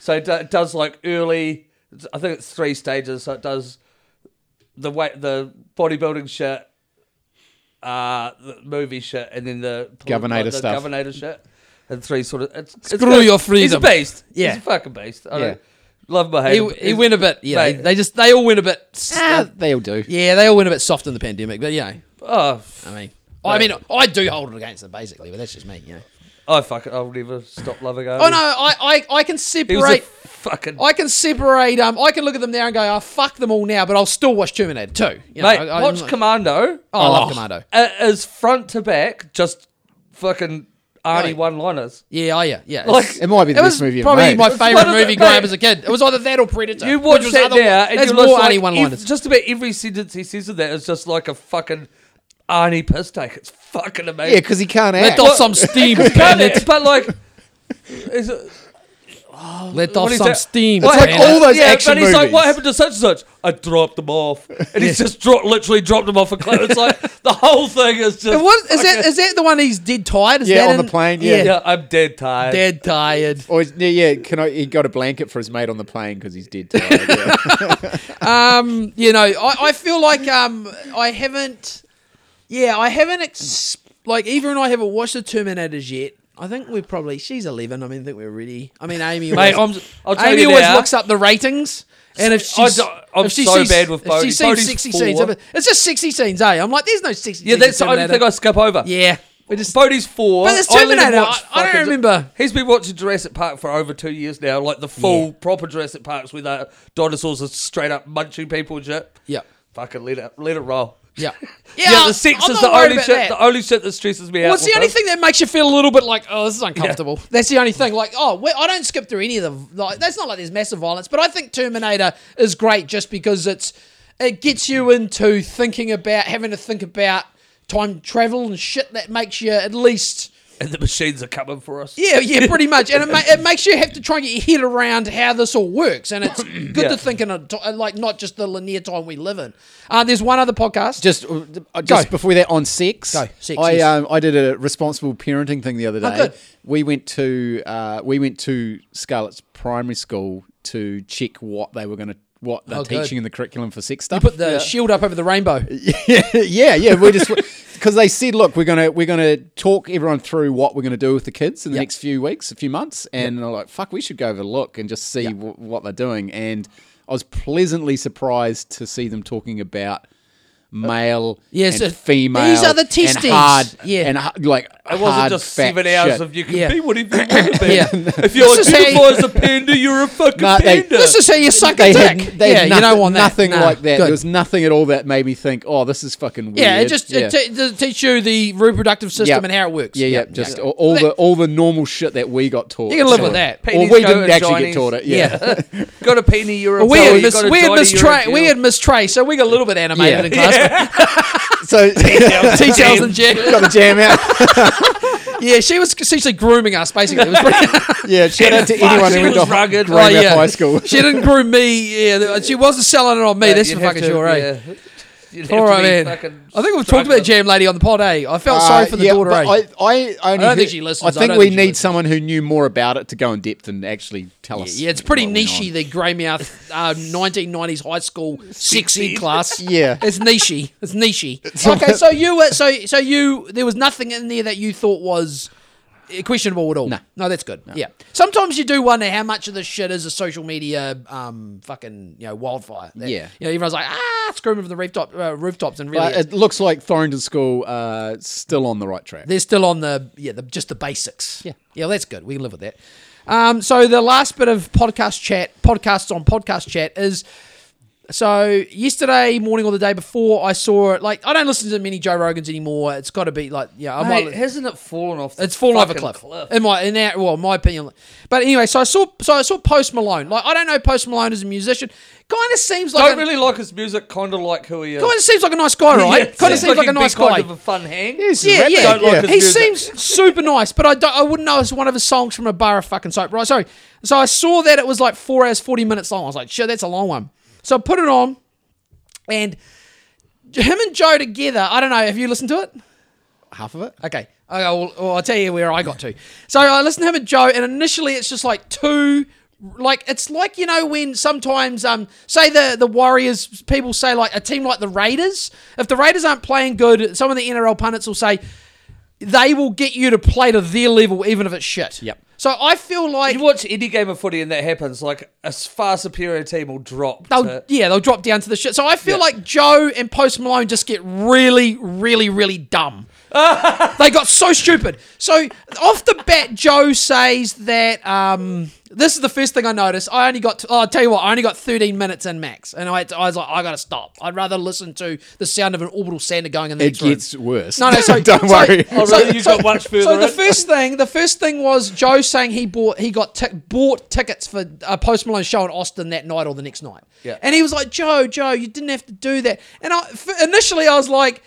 So it, do- it does like early. I think it's three stages. So it does the weight, the bodybuilding shit, uh, the movie shit, and then the Governator like, the stuff. Governator shit, and three sort of. It's, it's Screw good. your He's a freedom. beast. Yeah. he's a fucking beast. I Yeah. don't love my He, he went a bit. Yeah, Mate. they just they all went a bit. s- Ah, uh, they all do. yeah, they all went a bit soft in the pandemic. But yeah, Oh, I mean, I mean, I do hold it against them basically, but that's just me. You know. oh fuck it. I'll never stop loving Owen. Oh no, Oh, I I, I can he was a separate. fucking. I can separate. Um, I can look at them now and go, "Oh, fuck them all now," but I'll still watch Terminator Two. You know, Mate, I, I- watch Commando. Oh, I love Commando. It is front to back, just fucking Arnie Mate. one-liners. Yeah, oh, yeah, yeah. Like, It's- It might be the it best was movie probably ever made. my It's one favorite of the- movie growing up mate. as a kid. It was either that or Predator. You which watch was that other- there, and That's you more listen Arnie like, one-liners. ev- just about every sentence he says in that is just like a fucking Arnie piss take. It's fucking amazing. Yeah, because he can't act. Let off some steam, But, bandit. it- but like, is it, Let what off is some that? steam. What like bandit. all those yeah, action but he's like, movies. what happened to such and such? I dropped them off, and he's just dropped, literally dropped them off a cliff. It's like the whole thing is just. It was- is that is that the one he's dead tired? Is Yeah, that on in- the plane, yeah. yeah, I'm dead tired. dead tired. Or is- yeah, yeah, can I? He got a blanket for his mate on the plane because he's dead. Tired, yeah. Um, you know, I, I feel like um, I haven't. Yeah, I haven't. Ex- like Eva and I haven't watched the Terminators yet. I think we're probably she's eleven. I mean, I think we're ready. I mean, Amy. Mate, always, I'm, I'll tell Amy you always now, looks up the ratings, and if I she's, don't- I'm if she so sees, bad with if she Bodhi. sees Bodhi's sixty four. scenes, of it- it's just sixty scenes, eh? I'm like, there's no sixty. Yeah, scenes that's the of only thing Terminator. I skip over. Yeah, we just. Bodhi's four. But it's I let him Terminator, watch I- I don't fucking- remember. He's been watching Jurassic Park for over two years now, like the full proper Jurassic Parks with uh, dinosaurs are straight up munching people and shit. Yeah. Fucking let it let it roll. Yeah. Yeah, the sex I'm is not the worried only about shit that. the only shit that stresses me out. Well, it's the with only it. thing that makes you feel a little bit like, oh, this is uncomfortable. That's the only thing. Like, oh, we- I don't skip through any of the. Like, that's not like there's massive violence, but I think Terminator is great just because it's it gets you into thinking about having to think about time travel and shit that makes you at least. And the machines are coming for us. Yeah, yeah, pretty much, and it, ma- it makes you have to try and get your head around how this all works, and it's good Yeah. to think in a t- like not just the linear time we live in. Uh, there's one other podcast. just uh, just Go. before that on sex. Go. Sex, I yes. um, I did a responsible parenting thing the other day. good. We went to uh, we went to Scarlett's primary school to check what they were going to what they're Oh, good. teaching in the curriculum for sex stuff. put the shield up over the rainbow. yeah, yeah, we just because they said, look, we're gonna we're gonna talk everyone through what we're gonna do with the kids in the next few weeks, a few months, and they're like, fuck, we should go over a look and just see wh- what they're doing. And I was pleasantly surprised to see them talking about male Yes, and uh, female. these are the and testes. hard, Yeah. and ha- like It wasn't hard, just fat seven hours shit. of you can Yeah. be whatever you want to be. Yeah. If you're This is how you- identified as a panda, you're a fucking No, Uh, they- panda. This is how you suck They a had, dick. they yeah, had you nothing, don't want that. nothing No, like that. good. There was nothing at all that made me think, oh, this is fucking weird. Yeah, it just Yeah. It, te- does teach you the reproductive system Yeah. and how it works. Yeah, yeah, Yep, just yep. all, all Well, the all the normal shit that we got taught. You can live Sure. with that. Or Peenies we go didn't and actually joinies. get taught it. Yeah, yeah. got a peenie, you're a we panda, had you Miss got a we had johnny, Miss you're a Trey girl. we had Miss Trey, so we got a little bit animated Yeah. in class. so Details and jam. got the jam out. Yeah, she was essentially grooming us basically. It was pretty- Yeah, shout out to Fuck, anyone she who went was to rugged. growing Oh, up yeah. high school. she didn't groom me. Yeah, she wasn't selling it on me. Yeah, that's you'd for have fucking to- sure, eh? yeah. You'd have All to right, be man. fucking I think we've talked about struggling. Jam Lady on the pod, eh? I felt Uh, sorry for the yeah, daughter, but eh? I, I, only I don't think heard- she listens. I I think don't we think she need listens. someone who knew more about it to go in depth and actually tell us. Yeah, it's pretty what went nichey, on. the Greymouth uh, 1990s high school sexy class. Yeah. It's nichey. It's nichey. Okay, so you were so so you there was nothing in there that you thought was eh, questionable at all. No, no, that's good. Yeah. Sometimes you do wonder how much of this shit is a social media um fucking you know wildfire. That, Yeah. You know, everyone's like ah screaming from the rooftop uh, rooftops and really. But it's- it looks like Thornton School uh, still on the right track. they're still on the yeah, the, just the basics. Yeah, yeah, that's good. We can live with that. Um, so the last bit of podcast chat, podcasts on podcast chat is. So yesterday morning or the day before, I saw like I don't listen to many Joe Rogans anymore. It's got to be like yeah, I Mate, might. hasn't it fallen off? The It's fallen off a fucking cliff. In my in our, well, in my opinion. But anyway, so I saw so I saw Post Malone. Like I don't know Post Malone as a musician. Kind of seems like Don't a, really like his music. Kind of like who he is. kind of seems like a nice guy, right? kind of seems like a nice guy. Kind of a fun hang. He's a Yeah, rapper. yeah. Don't like his he music. seems super nice, but I don't, I wouldn't know it's one of his songs from a bar of fucking soap. Right, sorry. So I saw that it was like four hours, 40 minutes long. I was like, sure, that's a long one. So I put it on, and him and Joe together, I don't know, have you listened to it? half of it. Okay. uh, Okay, well, well, I'll tell you where I got to. So I listened to him and Joe, and initially it's just like two like it's like you know when sometimes um say the the Warriors people say like a team like the Raiders if the Raiders aren't playing good some of the NRL pundits will say they will get you to play to their level even if it's shit. Yep. So I feel like You watch any game of footy and that happens, like a s- far superior team will drop. they'll to- yeah they'll drop down to the shit. So I feel like Joe and Post Malone just get really really really dumb. they got so stupid. So off the bat, Joe says that um, this is the first thing I noticed. I only got oh, I'll tell you what I only got 13 minutes in max, and I, I was like I gotta stop. I'd rather listen to the sound of an orbital sander going in the It next room. gets worse. No, no, so so- don't worry. Oh, really? You got much further So the in? first thing, the first thing was Joe saying he bought he got tic- bought tickets for a Post Malone show in Austin that night or the next night. Yeah. and he was like, Joe, Joe, you didn't have to do that. And I f- initially I was like,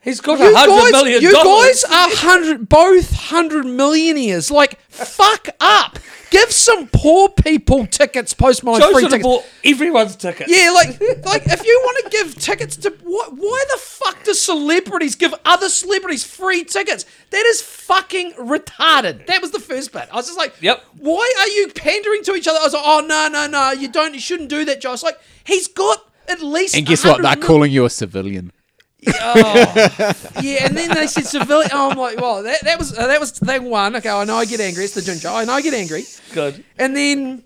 He's got you a hundred guys, million you dollars. guys are hundred both hundred millionaires. Like fuck up, give some poor people tickets. Post Malone Joe free should have tickets. bought everyone's ticket. Yeah, like like if you want to give tickets to why, why the fuck do celebrities give other celebrities free tickets? That is fucking retarded. That was the first bit. I was just like, Yep. Why are you pandering to each other? I was like, oh no no no, you don't, you shouldn't do that, Josh. Like he's got at least And guess what? 100 They're mil- calling you a civilian. Yeah, and then they said civilian. Oh, I'm like, well, that, that was uh, that was thing one. Okay, I know I get angry. It's the ginger. I know I get angry. Good. And then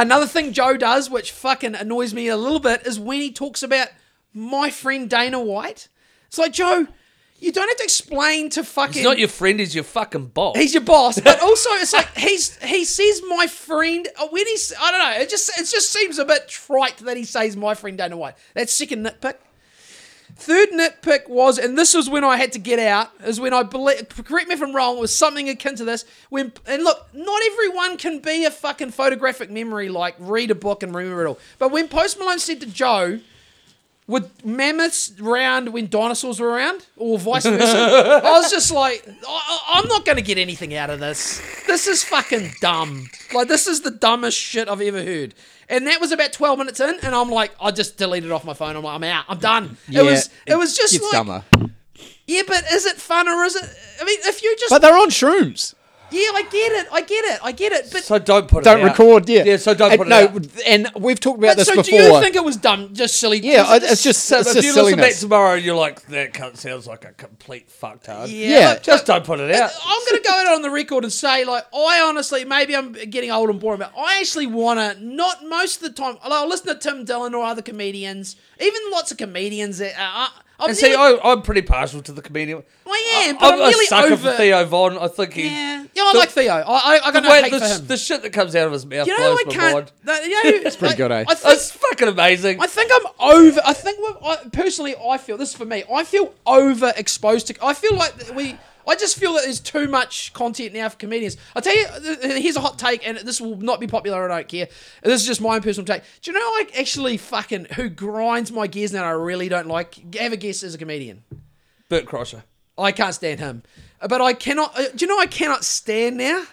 another thing Joe does, which fucking annoys me a little bit, is when he talks about my friend Dana White. It's like Joe, you don't have to explain to fucking. He's not your friend, he's your fucking boss. He's your boss, but also it's like he's he says my friend uh, when he's I don't know. It just it just seems a bit trite that he says my friend Dana White. That's second nitpick. Third nitpick was, and this was when I had to get out, is when I believe. Correct me if I'm wrong. It was something akin to this. When and look, not everyone can be a fucking photographic memory, like read a book and remember it all. But when Post Malone said to Joe, "Would mammoths round when dinosaurs were around, or vice versa?" I was just like, I- I- "I'm not going to get anything out of this. This is fucking dumb. Like this is the dumbest shit I've ever heard." And that was about 12 minutes in, and I'm like, I just deleted it off my phone. I'm like, I'm out. I'm done. it was, it was just it's like, dumber. yeah, but is it fun or is it? I mean, if you just But they're on shrooms. yeah, I get it, I get it, I get it. But so don't put it Don't out. record. Yeah. Yeah, so don't and, put it no, out. and we've talked about but this so before. do you think it was dumb? Just silly. yeah, was I- it it's just So it's if just you listen back silliness. tomorrow and you're like, that cunt sounds like a complete fucktard. yeah. look, Just don't put it out. I'm going to go out on the record and say, like, I honestly, maybe I'm getting old and boring, but I actually want to, not most of the time, I'll I'll listen to Tim Dillon or other comedians, even lots of comedians that are. I'm And see, nearly- I, I'm pretty partial to the comedian. I am, but I'm, I'm a really sucker for over- Theo Vaughn. I think he. yeah, yeah, I the- like Theo. I, I, I got The, no way- hate the, for sh- him. the shit that comes out of his mouth you know, blows I my can't. mind. that- you know, it's pretty good, eh? I think, It's fucking amazing. I think I'm over. I think we're- I, personally, I feel this is for me. I feel overexposed to. I feel like that we. I just feel that there's too much content now for comedians. I'll tell you, th- th- here's a hot take, and this will not be popular, I don't care. This is just my own personal take. Do you know, like, actually, fucking, who grinds my gears now, I really don't like? Have a guess as a comedian. Bert Crusher. I can't stand him. Uh, But I cannot. Uh, do you know I cannot stand now?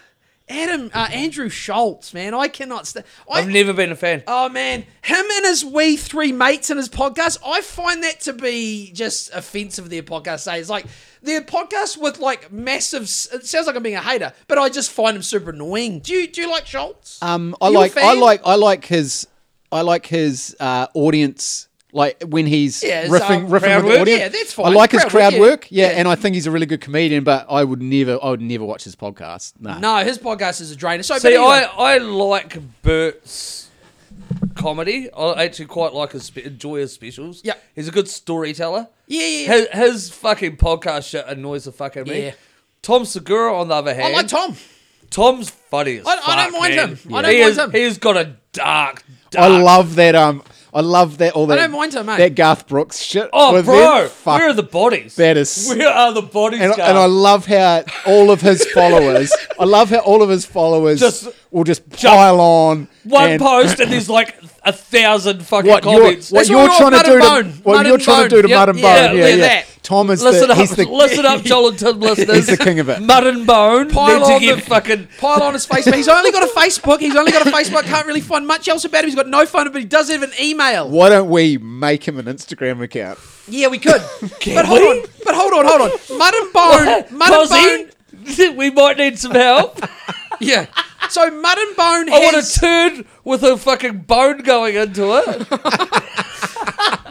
Adam, uh, Andrew Schultz, man. I cannot stand. I've never been a fan. Oh man, him and his wee three mates in his podcast, I find that to be just offensive. Their podcast say it's like their podcast with like massive. It sounds like I'm being a hater, but I just find him super annoying. Do you do you like Schultz? Um, I You a like I fan? like I like his I like his uh, audience. Like when he's Yeah, his, riffing, um, riffing with crowd the work. audience. Yeah, that's I fine. like his Crowd work, crowd yeah. work. Yeah, Yeah. and I think he's a really good comedian. But I would never, I would never watch his podcast. Nah. no, his podcast is a drainer. So but See, anyway, I, I like Bert's comedy. I actually quite like his spe- enjoy his specials. Yep. he's a good storyteller. Yeah, yeah, yeah. His, his fucking podcast shit annoys the fuck out of me. Yeah. Tom Segura, on the other hand, I like Tom. Tom's funny as I- I fuck, don't mind man. him. I don't he mind is, him. He's got a dark, dark. I love that. Um, I love that. All that. don't mind him, mate. That Garth Brooks shit. Oh, with bro, them. Fuck, where are the bodies? that is. Where are the bodies? and, Garth? and I love how all of his followers. I love how all of his followers Just- will just pile on. one and- post and there's like a thousand fucking what you're, comments. what That's you're what we trying want, to do mud to and bone, what mud you're and trying to bone. do to Yep, mud and yeah, bone. Yeah, yeah, yeah. that. Tom is Listen the up, he's the listen up, Joel and Tim listeners. He's the king of it. Mud and bone. Pile Pile on to get the- fucking. Pile on his Facebook. He's only got a Facebook. He's only got a Facebook. Can't really find much else about him. He's got no phone, but he does have an email. Why don't we make him an Instagram account? Yeah, we could. but hold we? on. But hold on, hold on. Mud and bone. Mud and bone. Posey, we might need some help. Yeah. So Mud and Bone I want a has turd with a fucking bone going into it.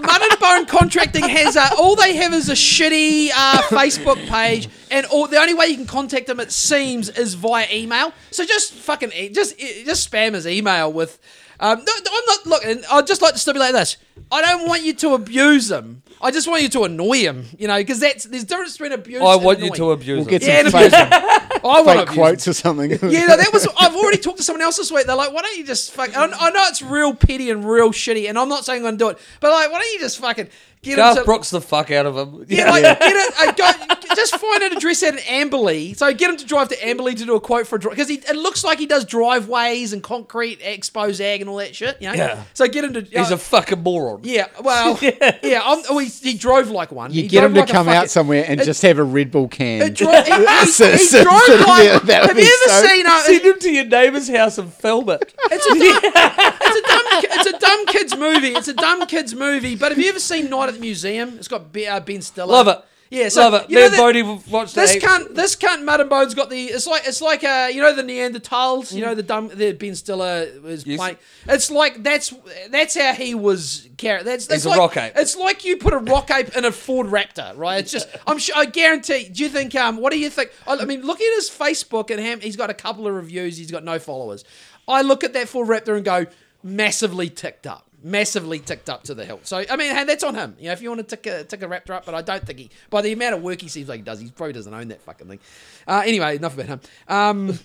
Mud and Bone Contracting has uh, all they have is a shitty uh, Facebook page, and all the only way you can contact them, it seems, is via email. So just fucking e- just e- just spam his email with. Um, no, no, I'm not. Look, and I'd just like to stipulate this: I don't want you to abuse him. I just want you to annoy him. You know, because that's there's difference between abuse. I and want you annoy. to abuse We'll get it. Yeah, some and fake, abuse him. I want to fake abuse him. quotes or something. Yeah, no, that was. I've already talked to someone else this week. They're like, "Why don't you just fuck?" I, I know it's real petty and real shitty, and I'm not saying I'm gonna do it, but like, why don't you just fucking get Garth him to, Brooks the fuck out of him. Yeah, like, get it. Uh, go, just find an address at an Amberley. So get him to drive to Amberley to do a quote for a because it looks like he does driveways and concrete expose ag and all that shit. You know? Yeah. So get him to. uh, He's a fucking moron. yeah, well, yeah, I'm, oh, he, he drove like one. You He get drove him to like a come out fucking- somewhere and it- just have a Red Bull can. It dro- he, he, So- he so- drove so like. yeah, that would have be you ever so- seen? Uh, Send him to your neighbour's house and film it. It's a dumb, it's a dumb, ki- it's a dumb kids movie. It's a dumb kids movie. But have you ever seen Night at the Museum? It's got Be- uh, Ben Stiller. Love it. Yeah, so Love it. You Me know and that- Bodie watched this that. cunt, this cunt, Mud and Bone's got the. It's like it's like uh, you know the Neanderthals. You know the dumb. The Ben Stiller was Mm. Yes. playing. It's like that's that's how he was. Car- that's, that's He's a like, rock ape. It's like you put a rock ape in a Ford Raptor, right? It's just. I'm sure. I guarantee. Do you think? Um. What do you think? I, I mean, look at his Facebook and him. He's got a couple of reviews. He's got no followers. I look at that Ford Raptor and go massively ticked up. Massively ticked up to the hilt. So I mean, hey, that's on him. You know, if you want to tick a tick a raptor up, but I don't think he. By the amount of work he seems like he does, he probably doesn't own that fucking thing. Uh, anyway, enough about him. Um,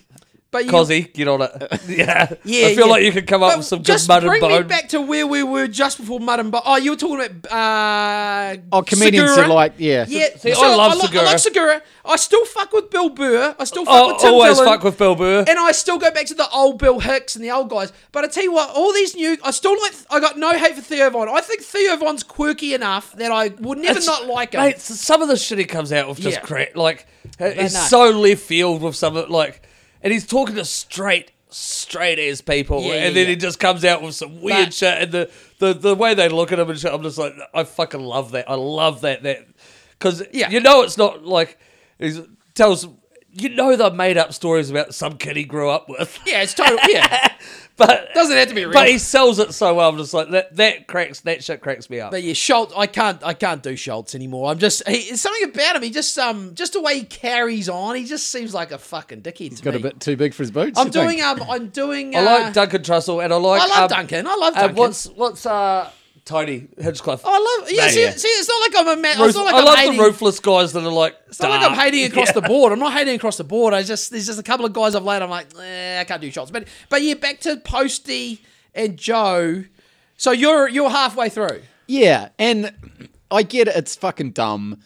but you, Cozzy, get on it. Yeah. yeah, I feel yeah. like you could come up But with some good just mud and bring me bone. back to where we were just before mud and bone. Oh, you were talking about uh, Oh, comedians Segura. are like, yeah. Yeah, See, I love I, like- I Segura. like Segura. I still fuck with Bill Burr. I still fuck Oh, with Tim always Dillon. fuck with Bill Burr. And I still go back to the old Bill Hicks and the old guys. But I tell you what, all these new, I still like. I got no hate for Theo Von. I think Theo Von's quirky enough that I would never It's- not like him. Mate, s- some of the shit he comes out with just Yeah. crap. Like, he's know. so left field with some of like, and he's talking to straight, straight ass people, Yeah, yeah, and then he yeah. just comes out with some weird But- shit, and the, the the way they look at him and shit, I'm just like, I fucking love that. I love that that because Yeah. you know it's not like he tells. You know they made up stories about some kid he grew up with, yeah, it's total. Yeah, but doesn't have to be real. but he sells it so well. I'm just like that. That cracks. That shit cracks me up. But yeah, Schultz, I can't, I can't do Schultz anymore. I'm just, he, it's something about him. He just, um, just the way he carries on, he just seems like a fucking dickhead. to Got a me. bit too big for his boots. I'm you think? doing, um, I'm doing. Uh, I like Duncan Trussell, and I like I love um, Duncan. I love Uh, Duncan. what's what's uh Tony Hinchcliffe? I love. Yeah, Mate, see, yeah. see, it's not like I'm a man. Roof- it's not like I I'm love hating, the roofless guys that are like. It's not like I'm hating across the board. I'm not hating across the board. I just there's just a couple of guys I've laid. I'm like, eh, I can't do shots. But but yeah, back to Posty and Joe. So you're you're halfway through. Yeah, and I get it, it's fucking dumb.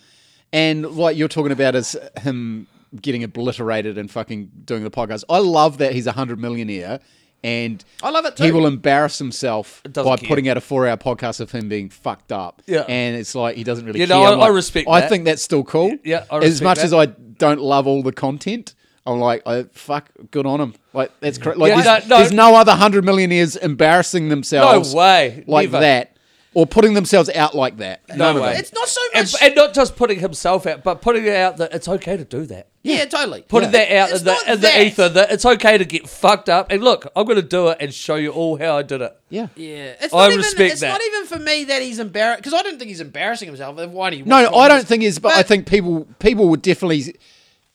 And like you're talking about is him getting obliterated and fucking doing the podcast. I love that he's a hundred millionaire and I love it He too. will embarrass himself doesn't by care. putting out a four hour podcast of him being fucked up. Yeah. And it's like he doesn't really You care. know, I- I'm like, I respect I that. think that's still cool. Yeah, I As respect much that. as I don't love all the content. I'm like, I, fuck, good on him. Like that's cra- like Yeah, there's, no, no. there's no other hundred millionaires embarrassing themselves. way, like never. that or putting themselves out like that. No None of way. it. It's not so And, much. and not just putting himself out, but putting it out that it's okay to do that. yeah, totally. Putting Yeah. that out It's in the, not in the that. ether that it's okay to get fucked up. And look, I'm going to do it and show you all how I did it. Yeah. Yeah, it's I not even, respect It's that. not even for me that he's embarrassed because I don't think he's embarrassing himself. Then Why do you? No, I don't think it's. But, I But- think people people would definitely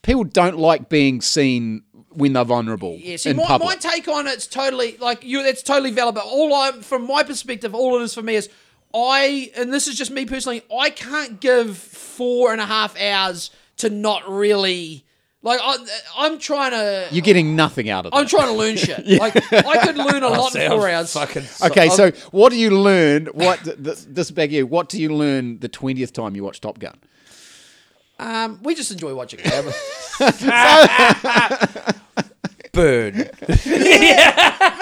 people don't like being seen when they're vulnerable Yeah, see, in my, my public. take on it's totally like you. That's totally valid. But all I'm from my perspective, all it is for me is I, and this is just me personally. I can't give four and a half hours to not really like. I, I'm trying to. You're getting nothing out of I'm it. trying to learn shit. Like I could learn a Oh, lot in Sounds four hours. Fucking Okay, so what do you learn? What th- th- this bag here? What do you learn the twentieth time you watch Top Gun? Um, we just enjoy watching. it. burn.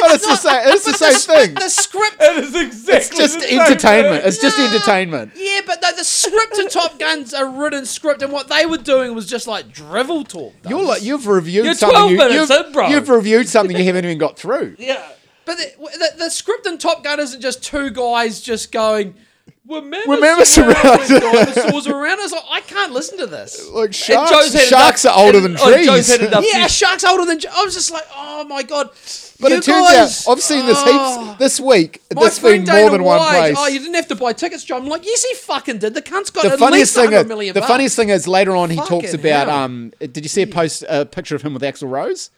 But it's the same. It's the same thing. the script that is exactly. It's just the same entertainment. burn. It's just entertainment. Yeah, but the, the script to Top Gun's a written script, and what they were doing was just like drivel talk. though. You're like you've reviewed You're something. 12 you, minutes have in, bro. you've reviewed something you haven't even got through. Yeah. But the, the, the script in Top Gun isn't just two guys just going, Remember, Remember Surround when Surround- dinosaurs were around. I was like, I can't listen to this. Like And sharks, had sharks enough- are older and- than oh, trees. Joe's had enough Yeah, a to- shark's older than. I was just like, oh my god. But You it turns guys- out I've seen this Oh. heaps this week. My This friend been more Dana than one White, place. Oh, you didn't have to buy tickets, John. I'm like, yes, he fucking did. The cunt's got the at least funniest thing, 100 is, million the bucks. funniest thing is later on he Fucking talks about. hell. Um, did you see a post a picture of him with Axl Rose?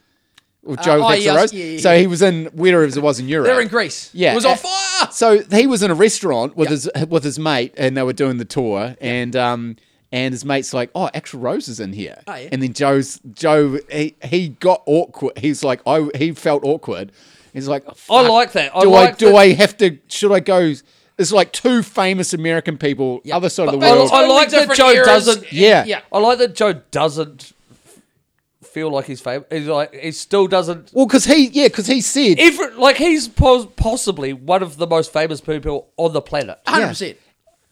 Or Joe oh, with Axl yes, Rose. yeah, yeah, So yeah. he was in where it was in Europe. They're in Greece. Yeah, It was uh, on fire. So he was in a restaurant with his with his mate, and they were doing the tour, and um, and his mate's like, "Oh, actual Rose is in here," Oh, yeah. and then Joe's Joe he, he got awkward. He's like, I he felt awkward. He's like, I "Fuck, like that. I do I like do that- I have to? Should I go? It's like two famous American people, other side of the I- world. I like that different Joe eras. doesn't- Yeah. Yeah. I like that Joe doesn't feel like he's famous. He's like he still doesn't. well, because he yeah, because he said Every, like he's pos- possibly one of the most famous people on the planet, 100%.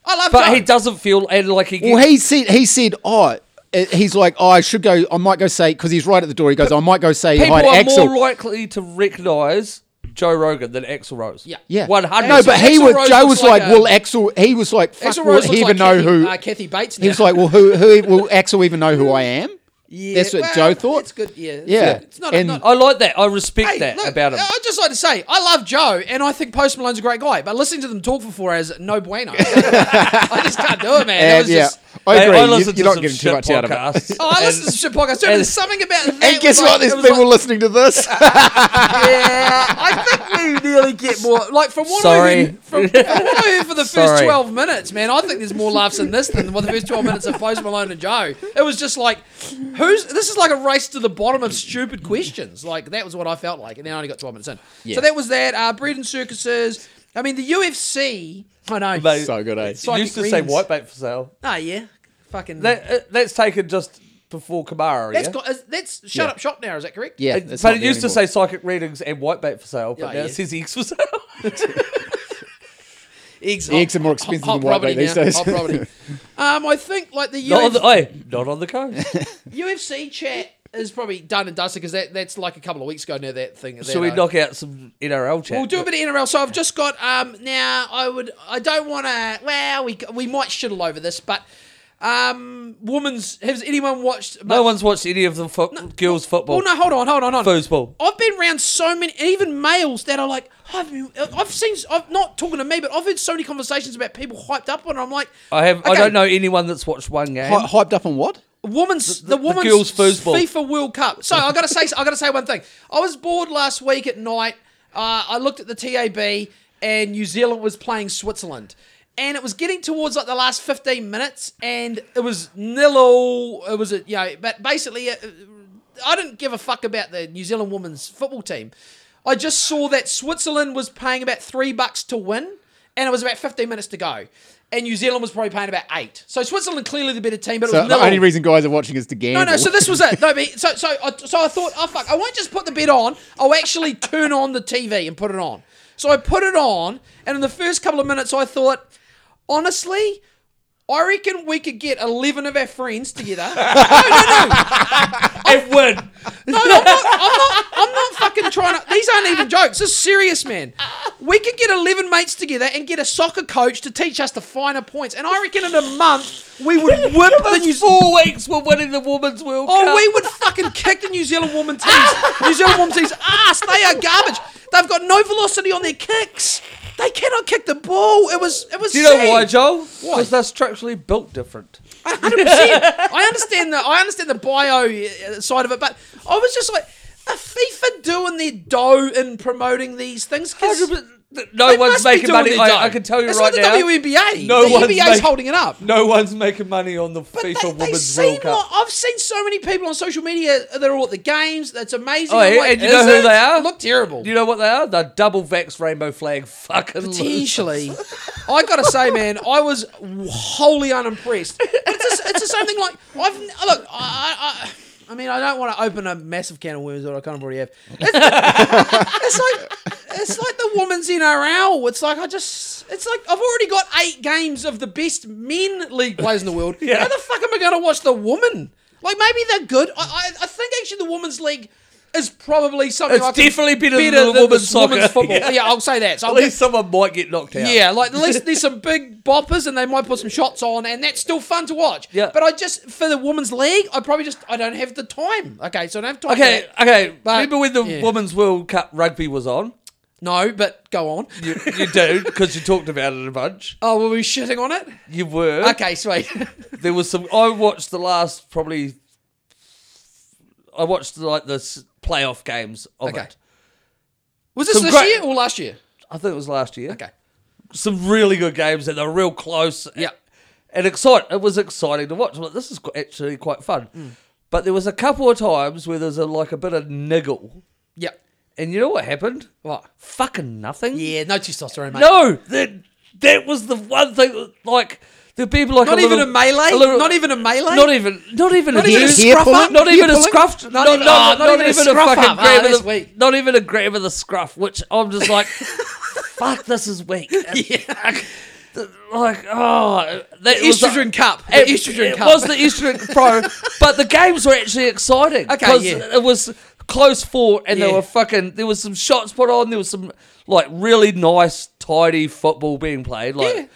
I love but Joe. he doesn't feel and like he. Well, he said he said, "Oh, eh, he's like, oh, I should go. I might go say because he's right at the door. He goes, I might go say people hi to are Axel. more likely to recognize Joe Rogan than Axel Rose. Yeah. yeah, one hundred. No, but he Axl was. Rose Joe looks was like like, a- "Will Axel?" He was like, "Fuck, Axl will Rose he looks like even know Kathy, who?" uh, Kathy Bates he was now. like, "Well, who? Who will Axel even know who I am?" That's what well, Joe thought. It's good. Yeah. it's Yeah, good. It's not, and- not I like that. I respect Hey, that look, uh, about him. I'd just like to say, I love Joe, and I think Post Malone's a great guy, but listening to them talk for four hours, no bueno. I just can't do it, man. That And was yeah, just- I Hey, agree. you, listen to you're not some getting too shit much out of it. podcasts, Oh, I and- listen to shit podcast too, but and- there's something about that. And was guess like- what? There's it was people like- listening to this. yeah, I think we nearly get more. Like from what I Sorry. heard, from, from what I heard for the first Sorry. twelve minutes, man, I think there's more laughs in this than what the first twelve minutes of Post Malone and Joe. It was just like, who's? This is like a race to the bottom of stupid questions. Like that was what I felt like, and then I only got twelve minutes in. So that was that. Uh, bread and circuses. I mean, the UFC. I know. Mate, so good, eh? Psychic used to say rings. whitebait for sale. Oh yeah, fucking. That uh, that's taken just before Kamara. that's yeah? got, is, that's shut Yeah. up shop now. Is that correct? yeah, Uh, it's but not it there used to anymore. say psychic readings and whitebait for sale, but Yeah, now yeah. it says eggs for sale. Eggs, Eggs hot- are more hot- expensive hot than white property meat these now, days. hot property. um, I think like the not, on the, UFC, hey, not on the coast. UFC chat is probably done and dusted because that, that's like a couple of weeks ago now. That thing. that, Should we uh, knock out some NRL chat? We'll do a bit of NRL. So I've just got um now. I would. I don't want to. Well, we we might shittle over this, but um, woman's. Has anyone watched? no one's watched any of the fo- girls' football. Well, no, hold on, hold on, hold on. Foosball. I've been around so many, even males that are like, I've been, I've seen, I've not talking to me, but I've had so many conversations about people hyped up on. it. I'm like, I have. I okay, don't know anyone that's watched one game. Hy- hyped up on what? woman's the, the woman's girls' foosball. FIFA World Cup. So I gotta say, I gotta say one thing. I was bored last week at night. Uh, I looked at the TAB, and New Zealand was playing Switzerland, and it was getting towards like the last fifteen minutes, and it was nil all. It was a you know, but basically, uh, I didn't give a fuck about the New Zealand women's football team. I just saw that Switzerland was paying about three bucks to win, and it was about fifteen minutes to go. And New Zealand was probably paying about eight. So Switzerland clearly the better team, but it So was the nil only all. reason guys are watching is to No, gamble. no. So this was it. No, but so so I, so I thought, oh fuck, I won't just put the bed on. I'll actually turn on the TV and put it on. So I put it on, and in the first couple of minutes, I thought, honestly. I reckon we could get 11 of our friends together. No, no, no. and win. No, I'm not, I'm not, I'm not fucking trying to. These aren't even jokes. This is serious, man. We could get 11 mates together and get a soccer coach to teach us the finer points. And I reckon in a month, we would whip the New Four weeks we're winning the women's World Oh, Cup. we would fucking kick the New Zealand woman team's New Zealand woman team's ass. They are garbage. They've got no velocity on their kicks. They cannot kick the ball. It was it was. Do you know sad. why, Joel? Because they're structurally built different. A hundred percent. I understand the I understand the bio uh, side of it, but I was just like, are FIFA doing their dough in promoting these things? 'Cause No they one's must be making doing money. their dough. I, I can tell you it's right not the E now. WNBA. no the one's NBA's making- holding it up. No one's making money on the FIFA they, they Women's seem World Cup. like- I've seen so many people on social media that are at the games. That's amazing. Oh, I'm yeah, like, and you is know who it? they are? Look terrible. You know what they are? They're double vax rainbow flag fucking potentially. I gotta say, man, I was wholly unimpressed. But it's, the- it's the same thing. Like I've look, I, I, I, I mean, I don't want to open a massive can of worms that I kind of already have. It's, it's like it's like the women's NRL. It's like I just, it's like I've already got eight games of the best men league players in the world. Yeah. How the fuck am I gonna watch the woman? Like maybe they're good. I, I, I think actually the women's league is probably something. It's I can- definitely better than the women's soccer. football. Yeah. Yeah. I'll say that. So At I'll least get, someone might get knocked out. yeah, like at least there's some big boppers, and they might put some shots on, and that's still fun to watch. Yeah. But I just for the women's league, I probably just I don't have the time. Okay, so I don't have time. for Okay, that. okay. But- Remember when the yeah. Women's World Cup rugby was on? No, but go on. You, you do, because you talked about it a bunch. Oh, were we shitting on it? You were. Okay, sweet. There was some. I watched the last probably. I watched like the s- playoff games of Okay. it. Was this Some this great- year or last year? I think it was last year. Okay. Some really good games and they're real close. Yeah. And excite. It was exciting to watch. I'm like, this is qu- actually quite fun. Mm. But there was a couple of times where there's a like a bit of niggle, Yep. and you know what happened? What? Fucking nothing. Yeah, no testosterone, mate. No, that that was the one thing. Like there'd be people like Not a even little- a melee? little- Not even a melee? Not even. Not even Not a even a hair- scruff hair up? Not Hair even a pulling? scruff. Not, Not no, even- no, oh, not, even, a scruff fucking up. Ah, grab that's of the. weak. Not even a grab of the scruff. Which I'm just like, fuck. This is weak. Like oh, that was the- Estrogen cup. The It, estrogen it cup. was the estrogen pro, but the games were actually exciting. Okay, 'cause yeah. it was close fought, and Yeah. there were fucking. There was some shots put on. There was some like really nice, tidy football being played. Like Yeah.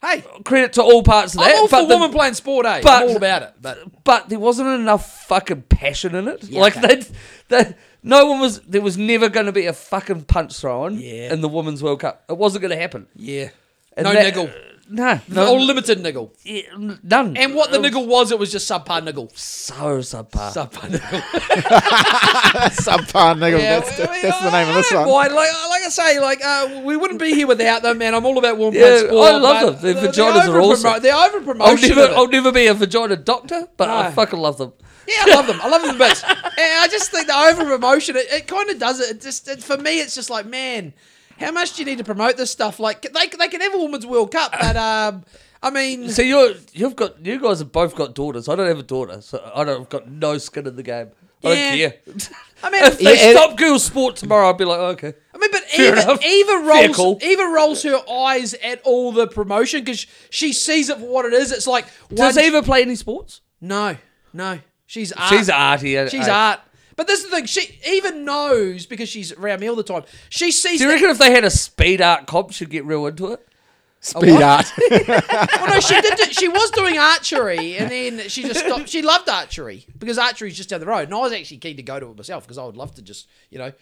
Hey, credit to all parts of that. I'm all but for the- women playing sport, eh? but- I'm all about it. But but there wasn't enough fucking passion in it. Yeah, like okay. they, they, no one was. There was never going to be a fucking punch thrown Yeah. in the Women's World Cup. It wasn't going to happen. yeah, And no that- niggle. No, No, no, or limited niggle. yeah, none. And what the It was niggle was, it was just subpar niggle. So subpar. Subpar niggle. Subpar niggle. Yeah, that's, well, the, I mean, that's the I- name of I this don't one. mind. Like, like I say, like uh, we wouldn't be here without them, man. I'm all about women Yeah, playing sport. I love but them. Their the- the vaginas are overpromo- awesome. The over I'll promotion. never, I'll never be a vagina doctor, but I No. fucking love them. Yeah, I love them. I love them bits. and I just think the over promotion, it, it kind of does it. it just it, for me, it's just like, man, how much do you need to promote this stuff? Like they, they can have a women's World Cup, but um, I mean, So you're, you've got, you guys have both got daughters. I don't have a daughter, so I don't, I've got no skin in the game. I Yeah. don't care. I mean, if they Yeah, and- stop girls' sport tomorrow, I'd be like, okay. I mean, but Fair Eva, enough. Eva Fair rolls call. Eva rolls her eyes at all the promotion because she sees it for what it is. It's like Does one- Eva play any sports? No, no, she's art. She's arty. eh? She's Eh? art. But this is the thing. She even knows because she's around me all the time. She sees. Do you that- reckon if they had a speed art comp, she'd get real into it? Speed art. Well, no, she did. Do, she was doing archery, and then she just stopped. She loved archery because archery's just down the road. And I was actually keen to go to it myself because I would love to just, you know,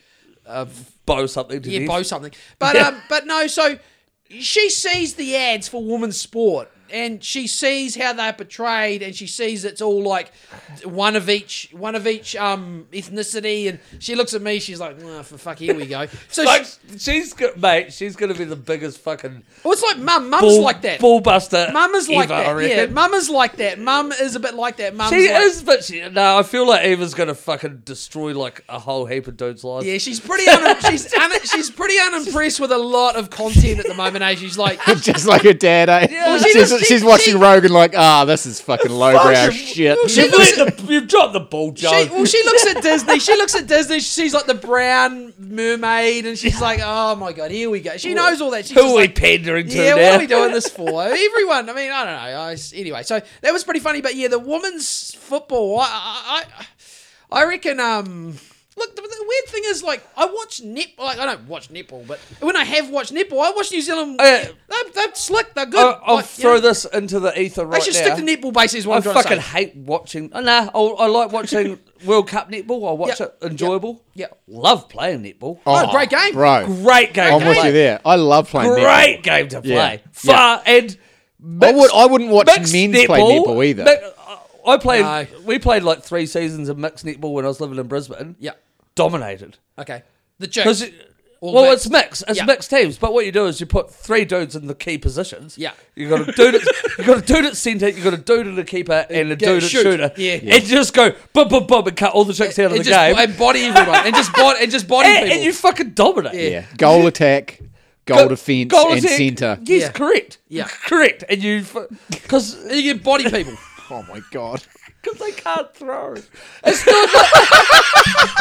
Bow something to yeah, the- bow something. But um, but no. So she sees the ads for women's sport, and she sees how they're portrayed, and she sees it's all like one of each, one of each um ethnicity. And she looks at me, she's like, oh, "For fuck, here we go." So Like, she, she's good, mate. She's gonna be the biggest fucking well, it's like mum. Mum's ball, like that. ball buster. Mum is like ever, I that. Yeah, reckon. mum is like that. Mum is a bit like that. Mum's She like, is, but she, no, I feel like Eva's gonna fucking destroy like a whole heap of dudes' lives. Yeah, she's pretty un- she's un- she's pretty unimpressed with a lot of content at the moment. Eh? She's like, just like her dad, eh? Well, she she's, just- she- she's watching she- Rogan like, ah, this is fucking lowbrow shit. she You've, looks, let the, you've dropped the ball, she, Joe. well, she looks at Disney. She looks at Disney. She sees like the brown mermaid, and she's like, oh my god, here we go. She knows all that. She's Who just are we like, pandering to Yeah, now? what are we doing this for? Everyone. I mean, I don't know. I s anyway, so that was pretty funny. But yeah, the women's football. I, I, I I reckon. Um, look, the, the weird thing is, like, I watch net. Like, I don't watch netball, but when I have watched netball, I watch New Zealand. Uh, they're, they're slick. They're good. I'll, I'll Like, you throw know, this into the ether right They should now. stick to netball basically. Is what I I'm trying fucking to say. hate watching. Oh, nah, I, I like watching World Cup netball. I watch Yep. it enjoyable. Yep. Yep. love playing netball. Oh, great game. Bro, Great game. I'm to with play. you there. I love playing netball. Great game to Yeah. play. Yeah. Far and I, mixed- would, I wouldn't watch men mixed play netball either. Mi- uh, I played. No. We played like three seasons of mixed netball when I was living in Brisbane. Yeah. dominated Okay. The because. chicks. All well, mixed. it's mixed. It's Yeah. mixed teams, but what you do is you put three dudes in the key positions. Yeah. you got a dude. At, you got a dude at centre. You got a dude at the keeper and a Yeah, dude at shoot. shooter. Yeah. and just go boom, boom, boom, and cut all the chicks out of and the just, game. And body everyone. And just body. And just body and, people. and you fucking dominate. Yeah. yeah. Goal attack, goal Go- defense, goal and attack. centre. Yes, Yeah. correct. Yeah. correct. And you, because And you get body people. Oh, my God. because they can't throw.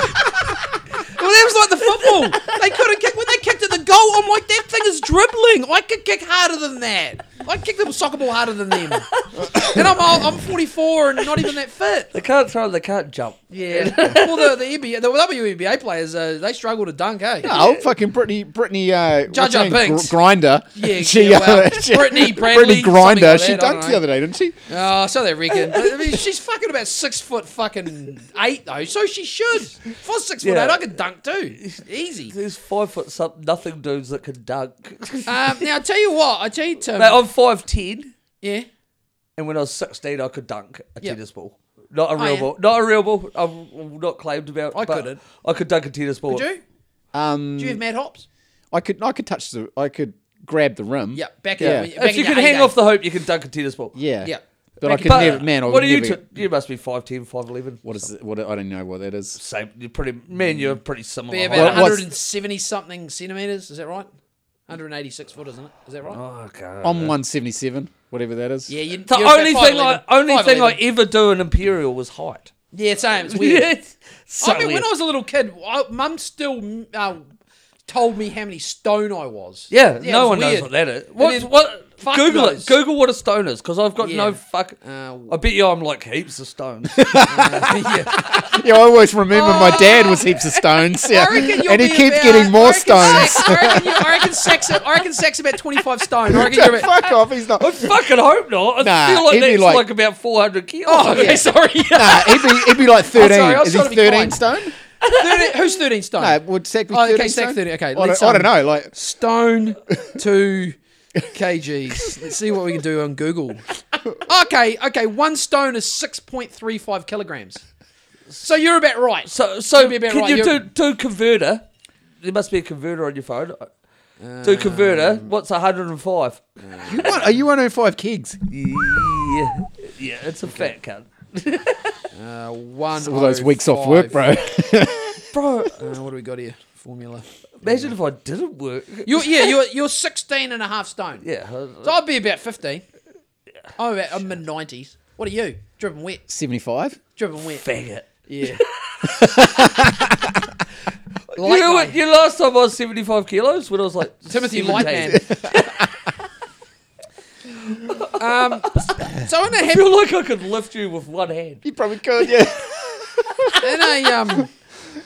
Well, that was like the football. They couldn't kick when they kicked at the goal. I'm like, that thing is dribbling. I could kick harder than that. I kick the soccer ball harder than them. and I'm old, I'm 44 and not even that fit. They can't throw. They can't jump. Yeah. well, the the, NBA, the WNBA players uh, they struggle to dunk, eh? Oh, fucking Brittany, Brittany, uh, Jar Jar Binks. Grinder. uh, Yeah, yeah, well, Brittany Bradley, Grinder. something like she that, I don't dunked know. the other day, didn't she? Oh, so they reckon. But, I mean, she's fucking about six foot fucking eight though, so she should. If I was six foot Yeah. eight, I could dunk too, easy. There's five foot something nothing dudes that can dunk. Um, now I tell you what, I tell you Tim. Mate, I'm five ten, yeah, and when I was sixteen, I could dunk a Yeah. tennis ball. Not a real yeah. ball. Not a real ball. I'm I'm not claimed about. I but couldn't. I could dunk a tennis ball. would you? Um, Do you have mad hops? I could, I could touch the, I could grab the rim. Yeah, back Yeah. in. the- Back If you in the can hang heyday. off the hoop, you can dunk a tennis ball. yeah, Yeah. But I Make could it- never, man. I what would are you? never- T- you must be 5'10", 5'11". what is it? What I don't know what that is. Same. You're pretty. Me and you are pretty similar. be height. about What- what's- 170 something centimeters. Is that right? 186 foot, isn't it? Is that right? Oh, God. I'm 177, whatever that is. yeah, you, The you're about only thing I 5'11", only thing I 5'11". ever do in Imperial was height. yeah, same. It's weird. so I mean, weird. when I was a little kid, I, mum still uh, told me how many stone I was. yeah, it no was one knows weird. what that is. And What? then- what? fuck Google knows. it. Google what a stone is, because I've got Yeah. no fuck. Uh, I bet you I'm like heaps of stones. Yeah, I always remember my dad was heaps of stones. Yeah, Oh! I reckon you'll and he be kept about- getting I more reckon stones. Sex, I reckon you, I reckon sex. I reckon sex about 25 stone. I reckon you're about, Fuck off, he's not. I fucking hope not. I Nah, feel like he'd be that's like- like, about 400 kilos. Oh, okay, sorry. Nah, he'd be, he'd be like 13. sorry, I was is he trying to be 13 kind. stone? 13 who's 13 stone? No, would Sack be Oh, 13 okay, Sack stone? 30, okay, I let's, don't, I don't um, know. Like, Stone to kgs. Let's see what we can do on Google. Okay, okay. One stone is 6.35 kilograms. So you're about right. So, so You'll be about can right, you you're- do, do converter? There must be a converter on your phone. Uh, do converter. What's 105? you want, are you 105 kegs? Yeah, yeah, it's a fat cunt. Uh, one. All those weeks off work, oh bro. Bro, Uh, what do we got here? Formula. imagine if I didn't work. You're, yeah, you're you're 16 and a half stone. Yeah. So I'd be about 15. I'm about I'm mid 90s. What are you? Dripping wet. 75? Dripping wet. Faggot. Yeah. You know Lightman. what? Your last time I was 75 kilos when I was like Timothy 17. Lightman. um, so in a I happy, feel like I could lift you with one hand. You probably could, yeah. in a um,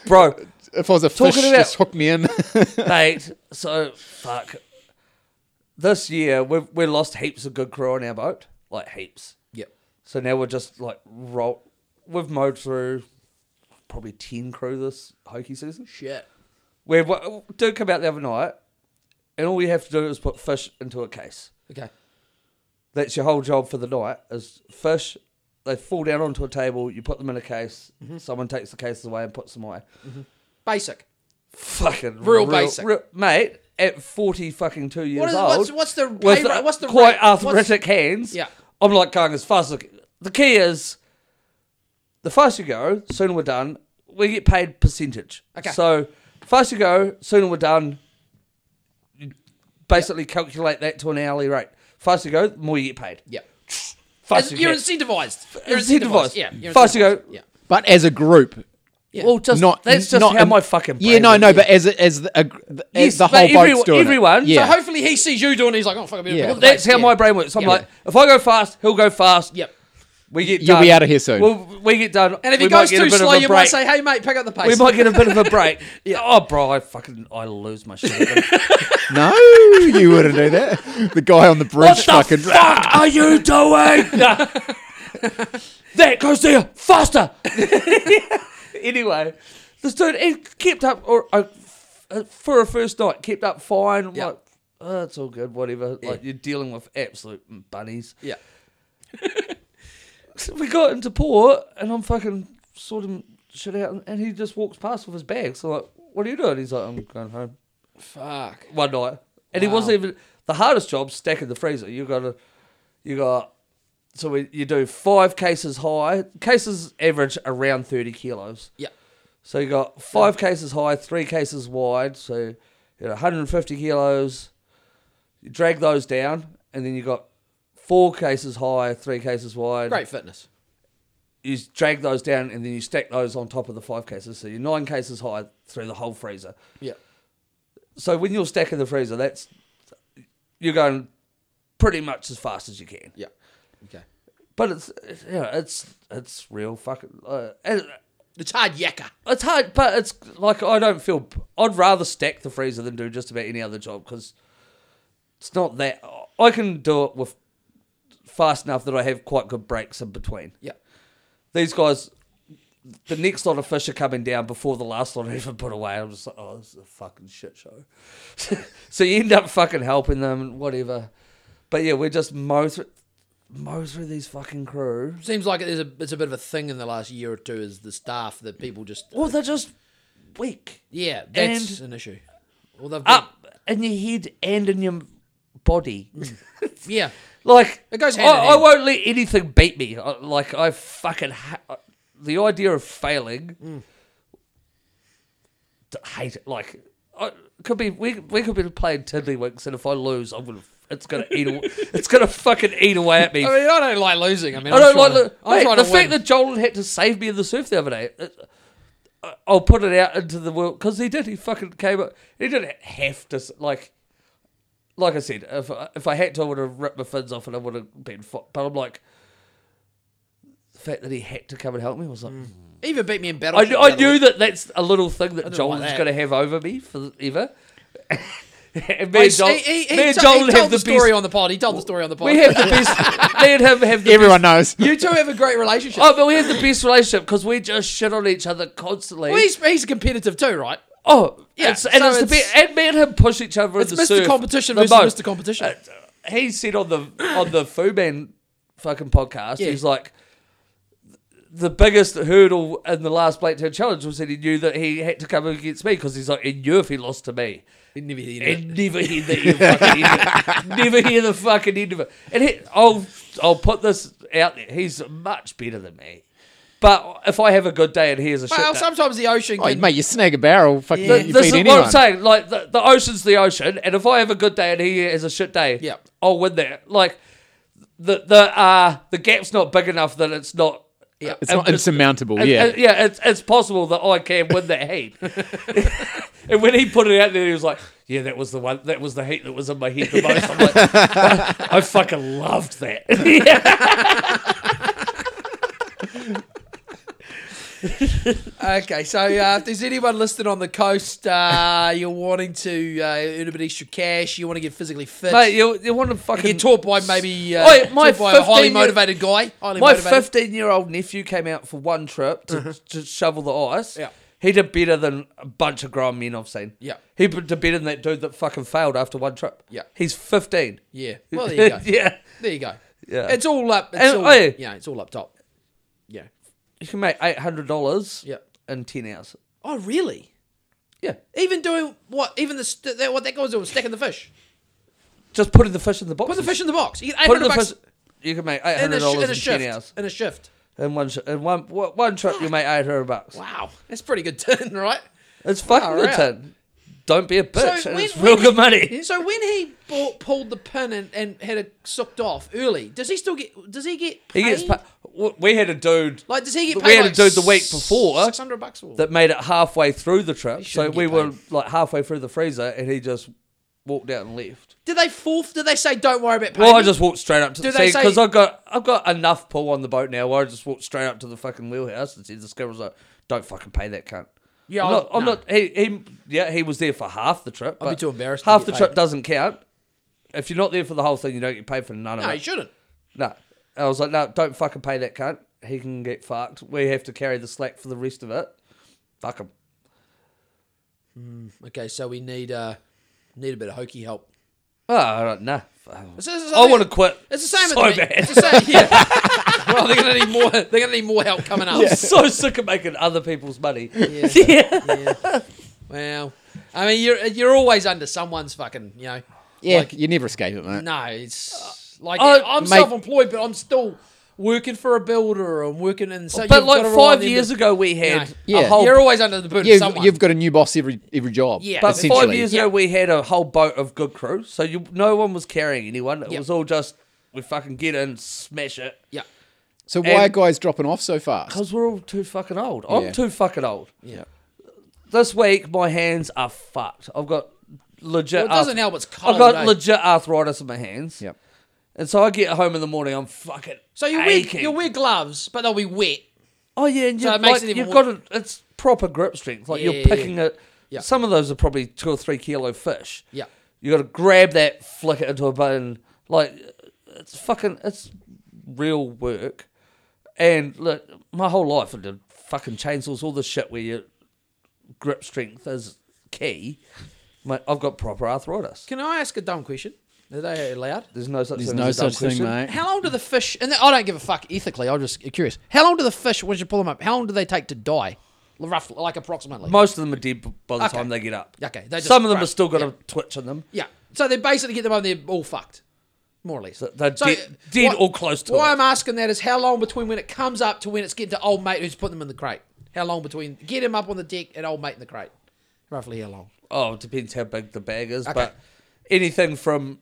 Bro, if I was a fish, Talking about- just hook me in. mate, so fuck. This year, we've we lost heaps of good crew on our boat. Like heaps. yep, So now we're just like roll. We've mowed through probably ten crew this hokey season. shit. Where w- dude come out the other night, and all you have to do is put fish into a case. Okay, That's your whole job for the night. Is fish? They fall down onto a table. You put them in a case. Mm-hmm. Someone takes the cases away and puts them away. basic. Fucking Real basic. mate. At forty fucking two years is- old, what's- what's the with pay rate- uh, what's the quite rate- what's- arthritic hands? Yeah. I'm like going as fast as I can. the key is. The faster you go, sooner we're done. We get paid percentage. Okay. So faster you go, sooner we're done. You Basically, calculate that to an hourly rate. Faster you go, the more you get paid. Yep. Faster you're get. incentivized. You're Incentivized. incentivized. Yeah. You're Faster incentivized. go. Yeah. But as a group. yeah. Well, just Not, that's just not how in- my fucking brain Yeah, no, works. no, but as a, as the, a, gr- the, Yes, as the but whole every- boat's doing it. everyone, so Yeah. So hopefully he sees you doing. it, He's like, oh fuck, I better Yeah. pick up Well, the That's pace. how Yeah. my brain works. I'm Yeah. like, if I go fast, he'll go fast. Yep. We get You'll done. be outta here soon. We'll, we get done. And if he we might goes get too a bit of slow, a you might break. say, hey mate, pick up the pace. we might get a bit of a break. Oh, bro, I fucking I lose my shit. No, you wouldn't do that. The guy on the bridge what fucking. the fuck are you doing? that goes there faster. anyway, this dude he kept up or uh, for a first night kept up fine. Yeah. Like, oh, it's all good, whatever. Like you're dealing with absolute bunnies. yeah. So we got into port, and I'm fucking sorting shit out, and- and he just walks past with his bag. So like, what are you doing? He's like, I'm going home Fuck. one night, and he wasn't even the hardest job stacking the freezer. You got to, you got. So we, you do five cases high. Cases average around thirty kilos. Yeah. So you got five cases high, three cases wide. So you got 150 kilos. You drag those down, and then you got four cases high, three cases wide Great fitness. you drag those down and then you stack those on top of the five cases. So you're nine cases high through the whole freezer. Yeah. So when you're stacking the freezer, that's you're going pretty much as fast as you can. Yeah. Okay. But it's you know, it's it's real fucking. Uh, and It's hard yakka. it's hard, but it's like I don't feel. I'd rather stack the freezer than do just about any other job because it's not that I can do it with fast enough that I have quite good breaks in between. Yeah. These guys, the next lot of fish are coming down before the last lot are even put away. I'm just like, oh, this is a fucking shit show. so you end up fucking helping them and whatever. But yeah, we just mow through, mow through these fucking crew. Seems like there's a it's a bit of a thing in the last year or two is the staff that people just Well, Oh, they're just weak. yeah that's an issue. Well, they've been, up in your head and in your body. yeah. like It goes hand I, in I hand. won't let anything beat me. I- Like I fucking ha- the idea of failing. Mm. D- Hate it. Like I could be we we could be playing tiddlywinks, and if I lose, I'm gonna it's gonna eat aw- it's gonna fucking eat away at me. I mean, I don't like losing. I mean, I I'm don't trying like to- the, I'm Mate, trying the to win. fact that Joel had to save me in the surf the other day. it- I- I'll put it out into the world because he did. He fucking came up. He didn't have to s- like. Like I said, if I, if I had to, I would have ripped my fins off and I would have been. Fo- but I'm like, the fact that he had to come and help me was like, Mm. He even beat me in battle. I, kn- I knew that that's a little thing that didn't Joel like was that. going to have over me forever. and me He, and Joel, he, he, me he, and to- Joel he have told the, the story best- on the pod. He told the story on the pod. We have the best. me and him have the best Everyone knows. you two have a great relationship. Oh, but we have the best relationship because we just shit on each other constantly. well, he's, he's competitive too, right? oh, Yeah, it's, and so it's, the it's- best. And me and him push each other It's in the Mr. surf Competition the versus most. uh, Mr. Competition. He said on the on the Foo Man fucking podcast, Yeah. he's like, the biggest hurdle in the last Blake Turn Challenge was that he knew that he had to come against me because he's like, he knew if he lost to me, He never did it. and never hear the end fucking end of it. Never hear the fucking end of it. And he, I'll I'll put this out there. He's much better than me. But if I have a good day and he has a shit Well, day, sometimes the ocean Oh, can. mate, you snag a barrel, fucking Yeah. you this beat is anyone. what I'm saying. Like the, the ocean's the ocean, and if I have a good day and he has a shit day, Yeah. I'll win that. Like the the uh the gap's not big enough that it's not. Yeah, It's not insurmountable, yeah. uh, yeah, it's, it's possible that I can win that heat. and when he put it out there, he was like, "Yeah, that was the one. That was the heat that was in my head the most." I'm like, I fucking loved that. Okay, so uh, if there's anyone listed on the coast, uh, you're wanting to uh, earn a bit extra cash, you want to get physically fit, Mate, you you want to fucking get taught by maybe uh, Oi, my taught by a highly 15 motivated guy. Highly My motivated. 15 year old nephew came out for one trip to, to shovel the ice. Yeah. He did better than a bunch of grown men I've seen. Yeah. He b- did better than that dude that fucking failed after one trip. Yeah. He's 15. Yeah. Well, there you go. yeah. There you go. Yeah. It's all up. It's And- oh, all, oi. yeah, it's all up top. Yeah. You can make $800 Yeah. in 10 hours. Oh, really? Yeah. Even doing what? Even the st- that, what that guy was doing, stacking the fish. Just putting the fish in the box. Put the fish in the box. You get Put 800 in the bucks fish. You can make in a, $800 sh- in, in a 10 shift. hours. In a shift. In one, sh- in one, w- one trip, you make 800 bucks. Wow, that's pretty good tin, right? It's fucking Far good out. tin. Don't be a bitch. and when- it's real when- good money. So when he bought, pulled the pin and, and had it sucked off early, does he still get? Does he get? Paid? He gets pa- w- we had a dude Like, does he get But paid? we had like a dude the week before six hundred bucks. Or? that made it halfway through the trip. So shouldn't we get were like halfway through the freezer and he just walked out and left. did they forfeit? Did they say don't worry about paying? Well, I me?" just walked straight up to Do the they sea because say- I've got I've got enough pull on the boat now where I just walked straight up to the fucking wheelhouse and said the skipper's like, Don't fucking pay that cunt. Yeah, I'm I'll- not, I'm no. not he, he yeah, he was there for half the trip. I'd be but too embarrassed to Half get the trip paid. doesn't count. If you're not there for the whole thing, you don't get paid for none no, of it. you shouldn't. No. I was like, no, don't fucking pay that cunt. He can get fucked. We have to carry the slack for the rest of it. Fuck him. Okay, so we need uh need a bit of hokey help. Oh, all right, nah. It's- it's- I want to quit. It's the same so with me. bad. It's the same. Yeah. well, they're gonna need more. They're gonna need more help coming up. I'm so sick of making other people's money. Yeah. Well, I mean, you're you're always under someone's fucking. You know. Yeah, Like, you never escape it, mate. No, it's like oh, I'm mate- self-employed, but I'm still working for a builder. I'm working in. So But you've like gotta rely on five them years to- ago, we had No, a Yeah. whole. you're always under the boot of You've, someone. you've got a new boss every every job. Yeah. but essentially. five years ago, we had a whole boat of good crew, so you no one was carrying anyone. It Yep. was all just we fucking get in, smash it, yeah, so why are and- guys dropping off so fast? because we're all too fucking old. Yeah. I'm too fucking old. yeah. This week, my hands are fucked. I've got legit. Well, it doesn't arth- help. It's cold. I've got eh? legit arthritis in my hands. Yep. And so I get home in the morning, I'm fucking. So you wear, aching. you wear gloves, but they'll be wet. Oh yeah, and So you're, it makes like, it even you've wor- got a, it's proper grip strength. Like Yeah, you're yeah, picking yeah. it. Yeah. Some of those are probably two or three kilo fish. Yeah. You got to grab that, flick it into a bone. Like it's fucking it's real work. And look, my whole life I did fucking chainsaws, all this shit where your grip strength is key. Mate, I've got proper arthritis. Can I ask a dumb question? Are they allowed? There's no such There's thing. no as a dumb such thing, question. mate. How long do the fish? And I don't give a fuck ethically. I'm just curious. How long do the fish? Once you pull them up, how long do they take to die? Roughly, like approximately. Most of them are dead b- by the Okay. time they get up. Okay, they just Some of them crash. have still got Yeah. a twitch in them. yeah. So they basically get them up. They're all fucked, more or less. they're dead- dead or close to Why it. I'm asking that is how long between when it comes up to when it's getting to old mate who's putting them in the crate. How long between get him up on the deck and old mate in the crate? Roughly how long? Oh, it depends how big the bag is, Okay. but anything from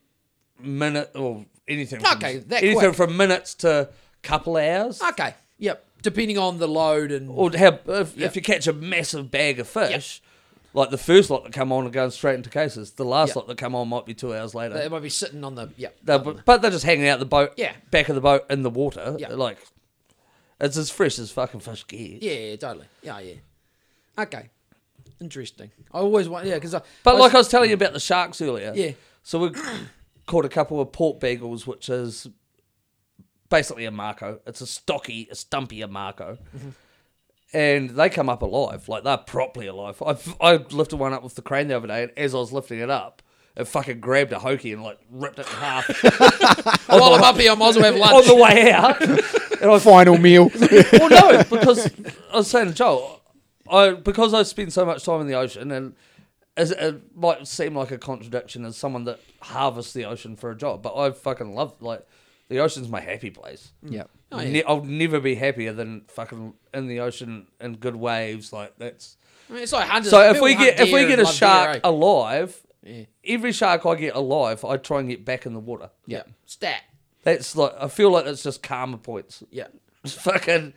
minute or anything. Okay, from, that anything quick. from minutes to couple of hours, Okay. Yep. Depending on the load and or how if, Yeah. if you catch a massive bag of fish, like the first lot that come on are going straight into cases. The last Yeah. lot that come on might be two hours later. they might be sitting on the yep. They're- but they're just hanging out the boat, Yeah. back of the boat in the water, Yeah. like it's as fresh as fucking fish gets. Yeah, yeah, totally. Yeah, yeah. Okay. Interesting. I always want, yeah, because I. But I like I was telling you about the sharks earlier. Yeah. So we caught a couple of port bagels, which is basically a Marco. It's a stocky, a stumpy a Marco. Mm-hmm. And they come up alive, like they're properly alive. I I lifted one up with the crane the other day, and as I was lifting it up, it fucking grabbed a hokey and like ripped it in half while I'm up here, I might as well have on lunch. the way out. Final meal. well, no, because I was saying to Joel, I because I spend so much time in the ocean, and as it might seem like a contradiction as someone that harvests the ocean for a job, but I fucking love like the ocean's my happy place. yep. Oh, yeah. Ne- I'll never be happier than fucking in the ocean and good waves. Like that's I mean, it's like hundreds. so. If people we hunt get if deer we get and a love shark deer, eh? alive, every shark I get alive, I try and get back in the water. yeah, stat. That's like I feel like that's just karma points. Yeah. It's fucking.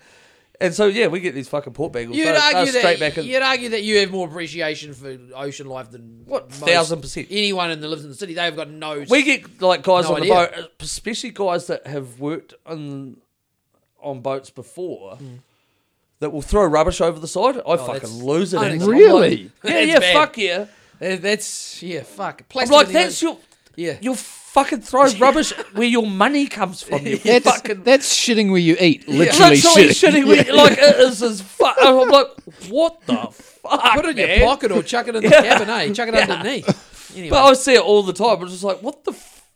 And so yeah, we get these fucking port bagels. You'd They're- they're argue uh, straight that back in. you'd argue that you have more appreciation for ocean life than what thousand percent. anyone in the lives in the city. They've got no. we get like guys No on the idea. boat, especially guys that have worked on on boats before, that will throw rubbish over the side. I Hmm. Oh, that's fucking lose it. unacceptable. Really? Yeah, That's yeah, bad. fuck yeah. Uh, that's yeah, fuck. I'm Plastic like in the that's ocean. your Yeah. You'll fucking throw rubbish where your money comes from. You That's, fucking that's shitting where you eat. Literally, literally shitting. shitting. where- Like it is as fuck. I'm like, what the fuck? Put it in man? your pocket or chuck it in the cabin, eh? Chuck it underneath. Anyway. But I see it all the time. It's just like, what the? F-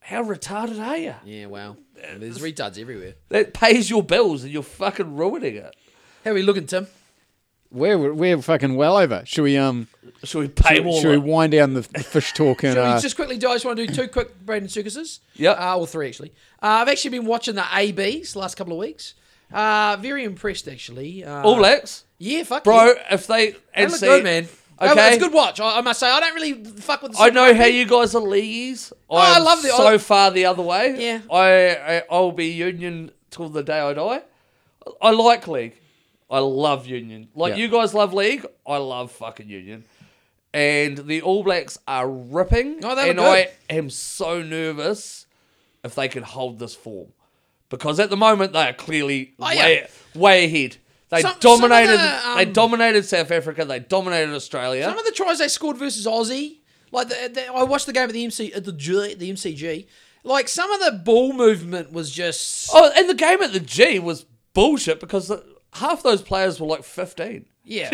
how retarded are you? yeah, wow. There's retards everywhere. That pays your bills and you're fucking ruining it. How are we looking, Tim? We're, we're fucking well over. Should we um? Should we pay more? Should we wind down the fish talk and Shall we uh, just quickly do? I just want to do two quick Brandon Circuses. Yep. Uh, or three, actually. Uh, I've actually been watching the ABs the last couple of weeks. Uh, very impressed, actually. Uh, All Blacks, Yeah, fuck bro. yeah. If they They and look see, good, man. Okay. Okay, it's a good watch. I, I must say, I don't really fuck with the I know Super how Rugby. you guys are leagues. Oh, I I, love love the- the so far the other way. Yeah. I, I I'll be union till the day I die. I like league. I love union. Like Yeah. you guys love league. I love fucking union. And the All Blacks are ripping. Oh, they were and good. I am so nervous if they can hold this form. Because at the moment they are clearly Oh, yeah. way, way ahead. They Some- some of the, dominated they um, dominated South Africa, they dominated Australia. Some of the tries they scored versus Aussie, like the, the, I watched the game at the MC at the G, the MCG. Like some of the ball movement was just Oh, and the game at the G was bullshit because the, half those players were like 15. yeah.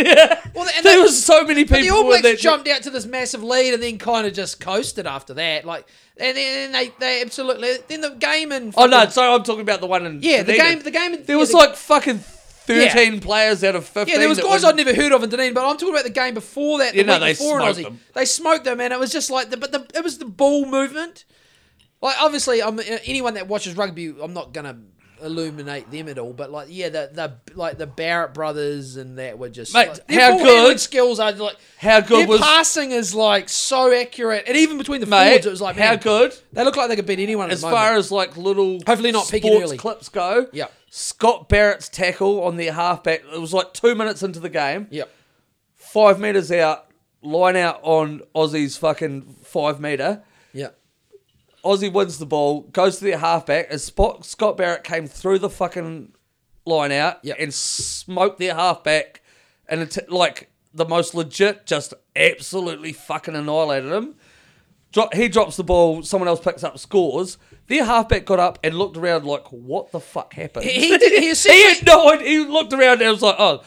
Well, and there they- was so many people. But the All Blacks that- jumped out to this massive lead and then kind of just coasted after that. Like, and then they, they absolutely then the game in Oh no, fucking- sorry, I'm talking about the one in. Yeah, the Dunedin. game- the game in- There yeah, was the- like fucking 13 players out of 15. yeah, there was that guys were- I'd never heard of in Dunedin, but I'm talking about the game before that. The Yeah, no, week they before in smoked Aussie. them. they smoked them, and it was just like the but the it was the ball movement. Like obviously, I'm anyone that watches rugby, I'm not gonna illuminate them at all. But like, yeah, the the like the Barrett brothers and that were just Mate, like, their how ball handling good- skills are like How good their was- passing is like so accurate, and even between the Mate, forwards, it was like how man, good? They look like they could beat anyone. As far as like little Hopefully not peaking sports early. clips go, Yep. Scott Barrett's tackle on their halfback. It was like two minutes into the game. yep, Five meters out, line out on Aussie's fucking five meter. yep. Aussie wins the ball, goes to their halfback, and Spot, Scott Barrett came through the fucking line out Yep. and smoked their halfback, and it, like the most legit, just absolutely fucking annihilated him. Dro- he drops the ball, someone else picks up, scores. Their halfback got up and looked around like, "What the fuck happened?" He- he did- he essentially- had no idea. He looked around and was like, "Oh."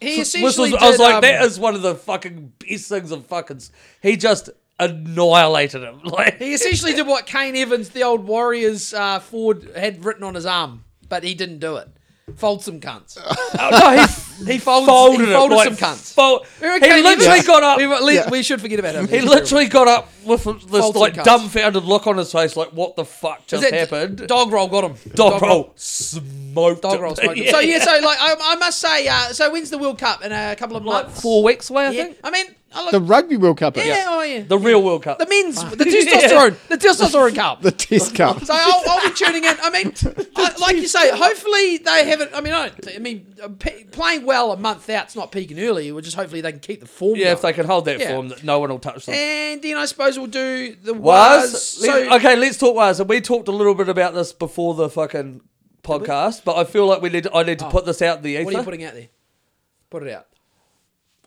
He So- essentially whistles- I was did, like, um, that is one of the fucking best things of fucking. s- He just annihilated him. Like He essentially did what Kane Evans, the old Warriors uh, forward, had written on his arm, but he didn't do it. Fold some cunts. Oh, no, he, He folds, folded, he folded it, like, some cunts. Fold, he Remember Kane literally Evans? got up. We, were- le- Yeah. we should forget about him. he literally got up with this some like cunts. dumbfounded look on his face, like what the fuck Is just that- happened. Dog roll got him. Dog roll smoked. Dog him. roll smoked him. So yeah, so like I, I must say, uh, so when's the World Cup in a couple of like months? four weeks away, I Yeah. think. I mean, I look, The Rugby World Cup is yeah, oh yeah. The real World Cup. The men's, the testosterone, the testosterone cup. the Test Cup. So I'll, I'll be tuning in. I mean, I, like you say, hopefully they haven't. I mean, I, don't, I mean, uh, pe- playing well a month out's not peaking early. We're just hopefully they can keep the form. yeah, if they going. can hold that Yeah. form, that no one will touch them. And then I suppose we'll do the was. Was Let- okay. Let's talk was. And we talked a little bit about this before the fucking podcast, but I feel like we need. I need to put this out in the ether. Oh. What are you putting out there? Put it out.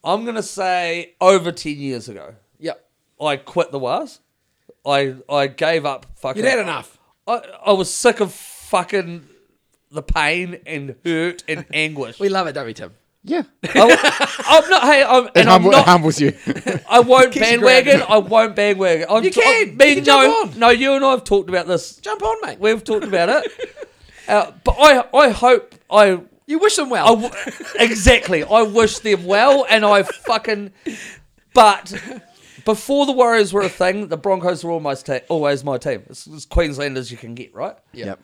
I'm gonna say over ten years ago, Yep. I quit the was. I I gave up fucking. You'd had enough. I I was sick of fucking the pain and hurt and anguish. We love it, don't we, Tim? Yeah. I, am not. Hey, I'm, It, and I'm humble- it not. humbles you. I won't Keeps you bandwagon. I won't bandwagon. I'm You t- can. I, You me, can no, jump on. no. You and I have talked about this. Jump on, mate. We've talked about it. Uh, but I, I hope I, you wish them I well. w- exactly. I wish them well, and I fucking. But before the Warriors were a thing, the Broncos were almost ta- always my team. It's as Queensland as you can get, right? yep.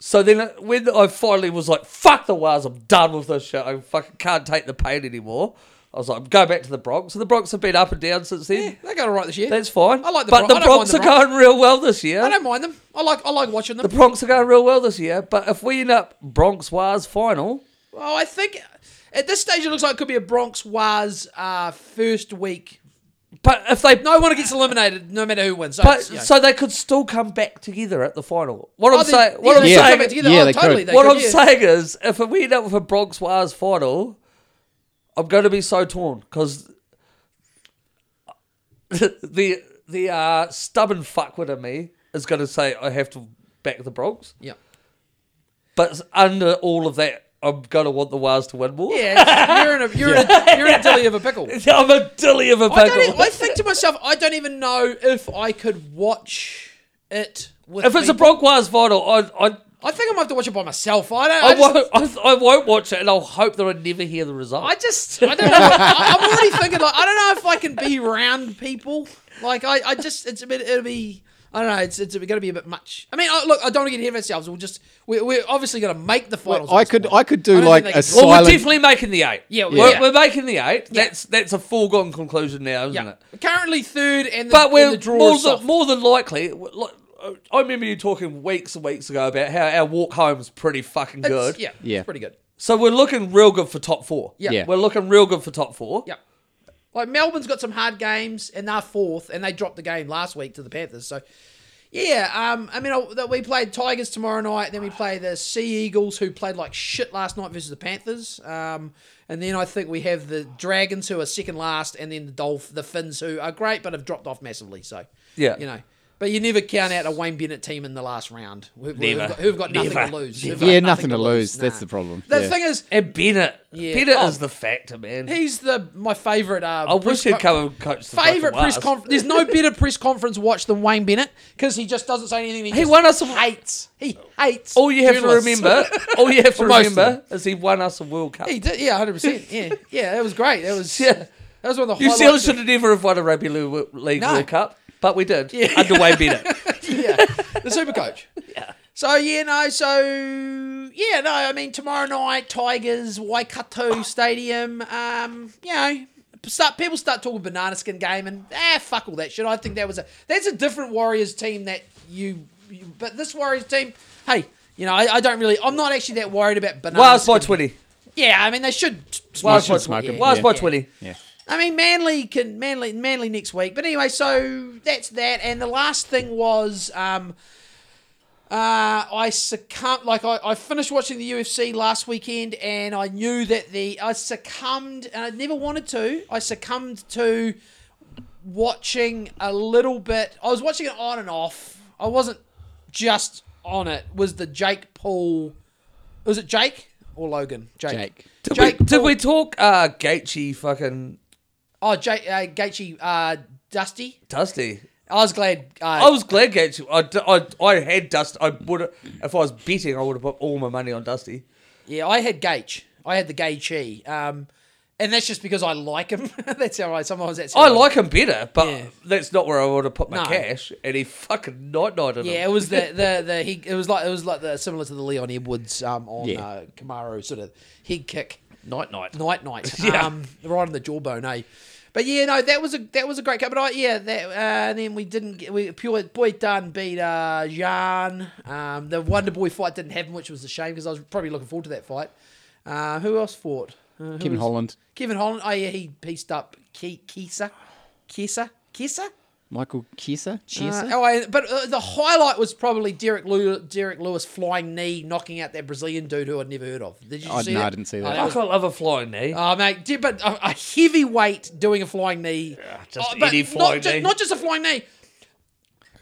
So then, uh, when I finally was like, "Fuck the Wars, I'm done with this shit. I fucking can't take the pain anymore." I was like, "I'm going back to the Bronx." And the Bronx have been up and down since then. yeah, they got it right this year. That's fine. I like the but Bron- the I don't mind Bronx the are Bronx. going real well this year. I don't mind them. I like I like watching them. The Bronx are going real well this year. But if we end up Bronx Wars final, Oh, I think at this stage it looks like it could be a Bronx was uh, first week. but if they No one gets eliminated, no matter who wins. So, But it's, you know. so they could still come back together at the final. What Oh, I'm they- saying, what yeah, I'm they Yeah. could come back saying, together. Yeah, Oh, they totally. could. They what could, I'm yeah. saying is, if we end up with a Bronx Wars final, I'm going to be so torn because the the uh, stubborn fuckwit in me is going to say I have to back the Bronx, Yeah. but under all of that, I'm going to want the Wars to win more. Yeah, you're in a you're in a, you're in a dilly of a pickle. I'm a dilly of a I, don't pickle. e- I think to myself, I don't even know if I could watch it. With if it's a people. Bronx Wars final, I I I think I'm gonna have to watch it by myself. I don't. I, I just, won't, I, I won't watch it, and I'll hope that I never hear the result. I just, I don't know. I, I'm already thinking like, I don't know if I can be around people. Like, I, I just, it's a bit, it'll be, I don't know. It's, it's going to be a bit much. I mean, I, look, I don't want to get ahead of ourselves. We'll just, we're, we're obviously going to make the finals. I could I could do don't like think a they can- well, we're silent. definitely making the eight. Yeah, we- we're, yeah. we're making the eight. Yeah. That's that's a foregone conclusion now, isn't yeah. it? Currently third, and the, But we're and the draw more is soft. than, more than likely. Like, I remember you talking weeks and weeks ago about how our walk home's pretty fucking It's- good. Yeah, Yeah. it's pretty good. So we're looking real good for top four. Yeah. Yeah. We're looking real good for top four. Yeah. Like Melbourne's got some hard games, and they're fourth, and they dropped the game last week to the Panthers. So, yeah, um, I mean, I, that we played Tigers tomorrow night, then we play the Sea Eagles, who played like shit last night versus the Panthers. Um, and then I think we have the Dragons, who are second last, and then the Dolph, the Finns, who are great but have dropped off massively. So, Yeah. you know. But you never count out a Wayne Bennett team in the last round. Who, who've Never. got, who've got nothing Never. to lose. Who've Yeah, got nothing to lose. That's the problem. The Yeah. thing is, And Bennett. Yeah. Bennett Oh. is the factor, man. he's the my favourite. Uh, I wish he'd come and coach the favorite fucking press Wars. conference. There's no better press conference watch than Wayne Bennett because he just doesn't say anything. He, He just won us a- Oh. hates. He hates. All you have journalists. to remember, all you have to Most of remember is he won us a World Cup. he did. Yeah, hundred percent. Yeah, yeah. That was great. That was. Yeah. That was one of the New highlights. Zealand should of- have never have won a rugby Lu- league No. World Cup, but we did. Underway better. yeah, the super coach. Yeah. So yeah, no. So yeah, no. I mean, tomorrow night, Tigers, Waikato Stadium. Um, you know. Start, people start talking banana skin game and ah fuck all that shit. I think that was a that's a different Warriors team that you, you but this Warriors team, hey, you know I, I don't really I'm not actually that worried about banana. Wales by skin. twenty. Yeah, I mean they should. Wales should by smoke twenty. him, Wales yeah. by twenty. Yeah. I mean, Manly can Manly Manly next week. But anyway, so that's that. And the last thing was, um, uh, I succumbed. Like I, I finished watching the UFC last weekend, and I knew that the I succumbed, and I never wanted to. I succumbed to watching a little bit. I was watching it on and off. I wasn't just on it. Was the Jake Paul? Was it Jake or Logan? Jake. Jake. Did, Jake we, did Paul- we talk uh, Gaethje fucking Oh, Jake, uh, Gaethje, uh, Dusty. Dusty? I was glad. Uh, I was glad Gaethje. I, d- I, I had Dust. I would if I was betting, I would have put all my money on Dusty. yeah, I had Gage. I had the Gaethje. Um, and that's just because I like him. that's all right. Sometimes that's. I like him better, but Yeah. that's not where I would have put my No. cash. And he fucking night nighted Yeah, him. it was the the, the he. It was like it was like the similar to the Leon Edwards um, on Yeah. uh, Camaro sort of head kick. Night night. Night night. Yeah. Um, right on the jawbone, eh? But yeah, no, that was a that was a great cup. But I, yeah, that uh, and then we didn't get we pure boy Dunn beat uh Jan. Um, the Wonder Boy fight didn't happen, which was a shame because I was probably looking forward to that fight. Uh, who else fought? Uh, who Kevin was- Holland, Kevin Holland. Oh yeah, he pieced up Ke- Kesa, Kesa, Kesa. Michael Chiesa. Uh, oh, I- but uh, the highlight was probably Derek Lew- Derek Lewis flying knee knocking out that Brazilian dude who I'd never heard of. Did you Oh, see no, that? I didn't see Oh, that. I can't love a flying knee. Oh, mate, di- but a, a heavyweight doing a flying knee. Oh, just but any flying not, ju- knee. not just a flying knee.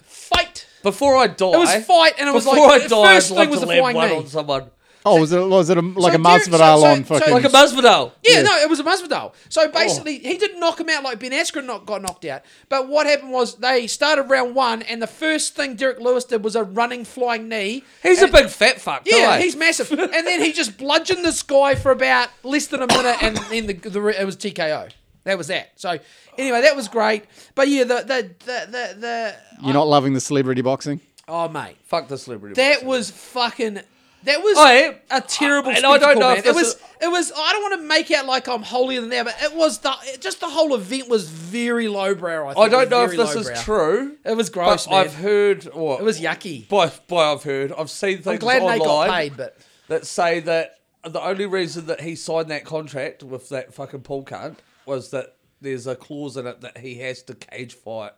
Fight. Before I die, It was fight, and it was before like I the die, I'd first love thing was to the land flying one knee. on someone Oh, was it was it a, like so a Derek- so- Masvidal so- on so- fucking? like a Masvidal. Yeah, no, it was a Masvidal. Oh. So basically, he didn't knock him out like Ben Askren not, got knocked out. But what happened was they started round one, and the first thing Derek Lewis did was a running flying knee. He's And- a big fat fuck. don't Yeah, he? he's massive. And then he just bludgeoned this guy for about less than a minute, and then the, the re- it was TKO. That was that. So anyway, that was great. But yeah, the the the the, the You're not loving the celebrity boxing. oh mate, fuck the celebrity. that boxer. was fucking. That was I- a terrible. and I spectacle, don't know if man. it this was. is- It was. I don't want to make out like I'm holier than that, but it was the it- just the whole event was very lowbrow. I, I think. don't It was know if very this lowbrow. is true. It was gross, but man. I've heard. What It was yucky. By, by I've heard, I've seen things I'm glad online they got paid, but that say that the only reason that he signed that contract with that fucking Paul cunt was that there's a clause in it that he has to cage fight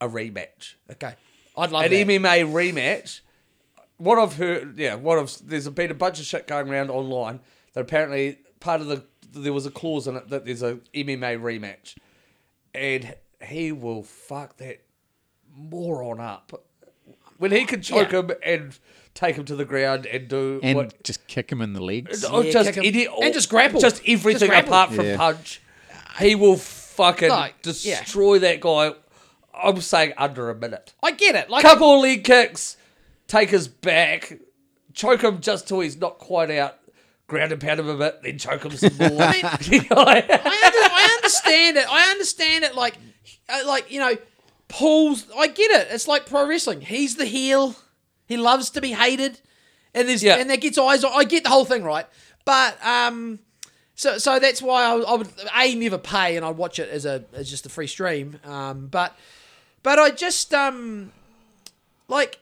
a rematch, okay. I'd love an that. MMA rematch. What I've heard, yeah, what I've there's been a bunch of shit going around online that apparently part of the there was a clause in it that there's a MMA rematch, and he will fuck that moron up when he can choke Yeah. him and take him to the ground and do and what just kick him in the legs. Oh, Yeah, just kick him. idiot. And just grapple. Just everything Just grapple. apart from Yeah. punch. He will fucking Like, yeah. destroy that guy. I'm saying under a minute. I get it. Like Couple leg kicks, take his back, choke him just till he's not quite out, ground and pound him a bit, then choke him some more. I, under, I understand it. I understand it. Like, uh, like you know, Paul's. I get it. It's like pro wrestling. He's the heel. He loves to be hated, and there's Yeah. and that gets eyes. on I get the whole thing right, but um, so so that's why I, I would a never pay, and I'd watch it as a as just a free stream. Um, but but I just um, like.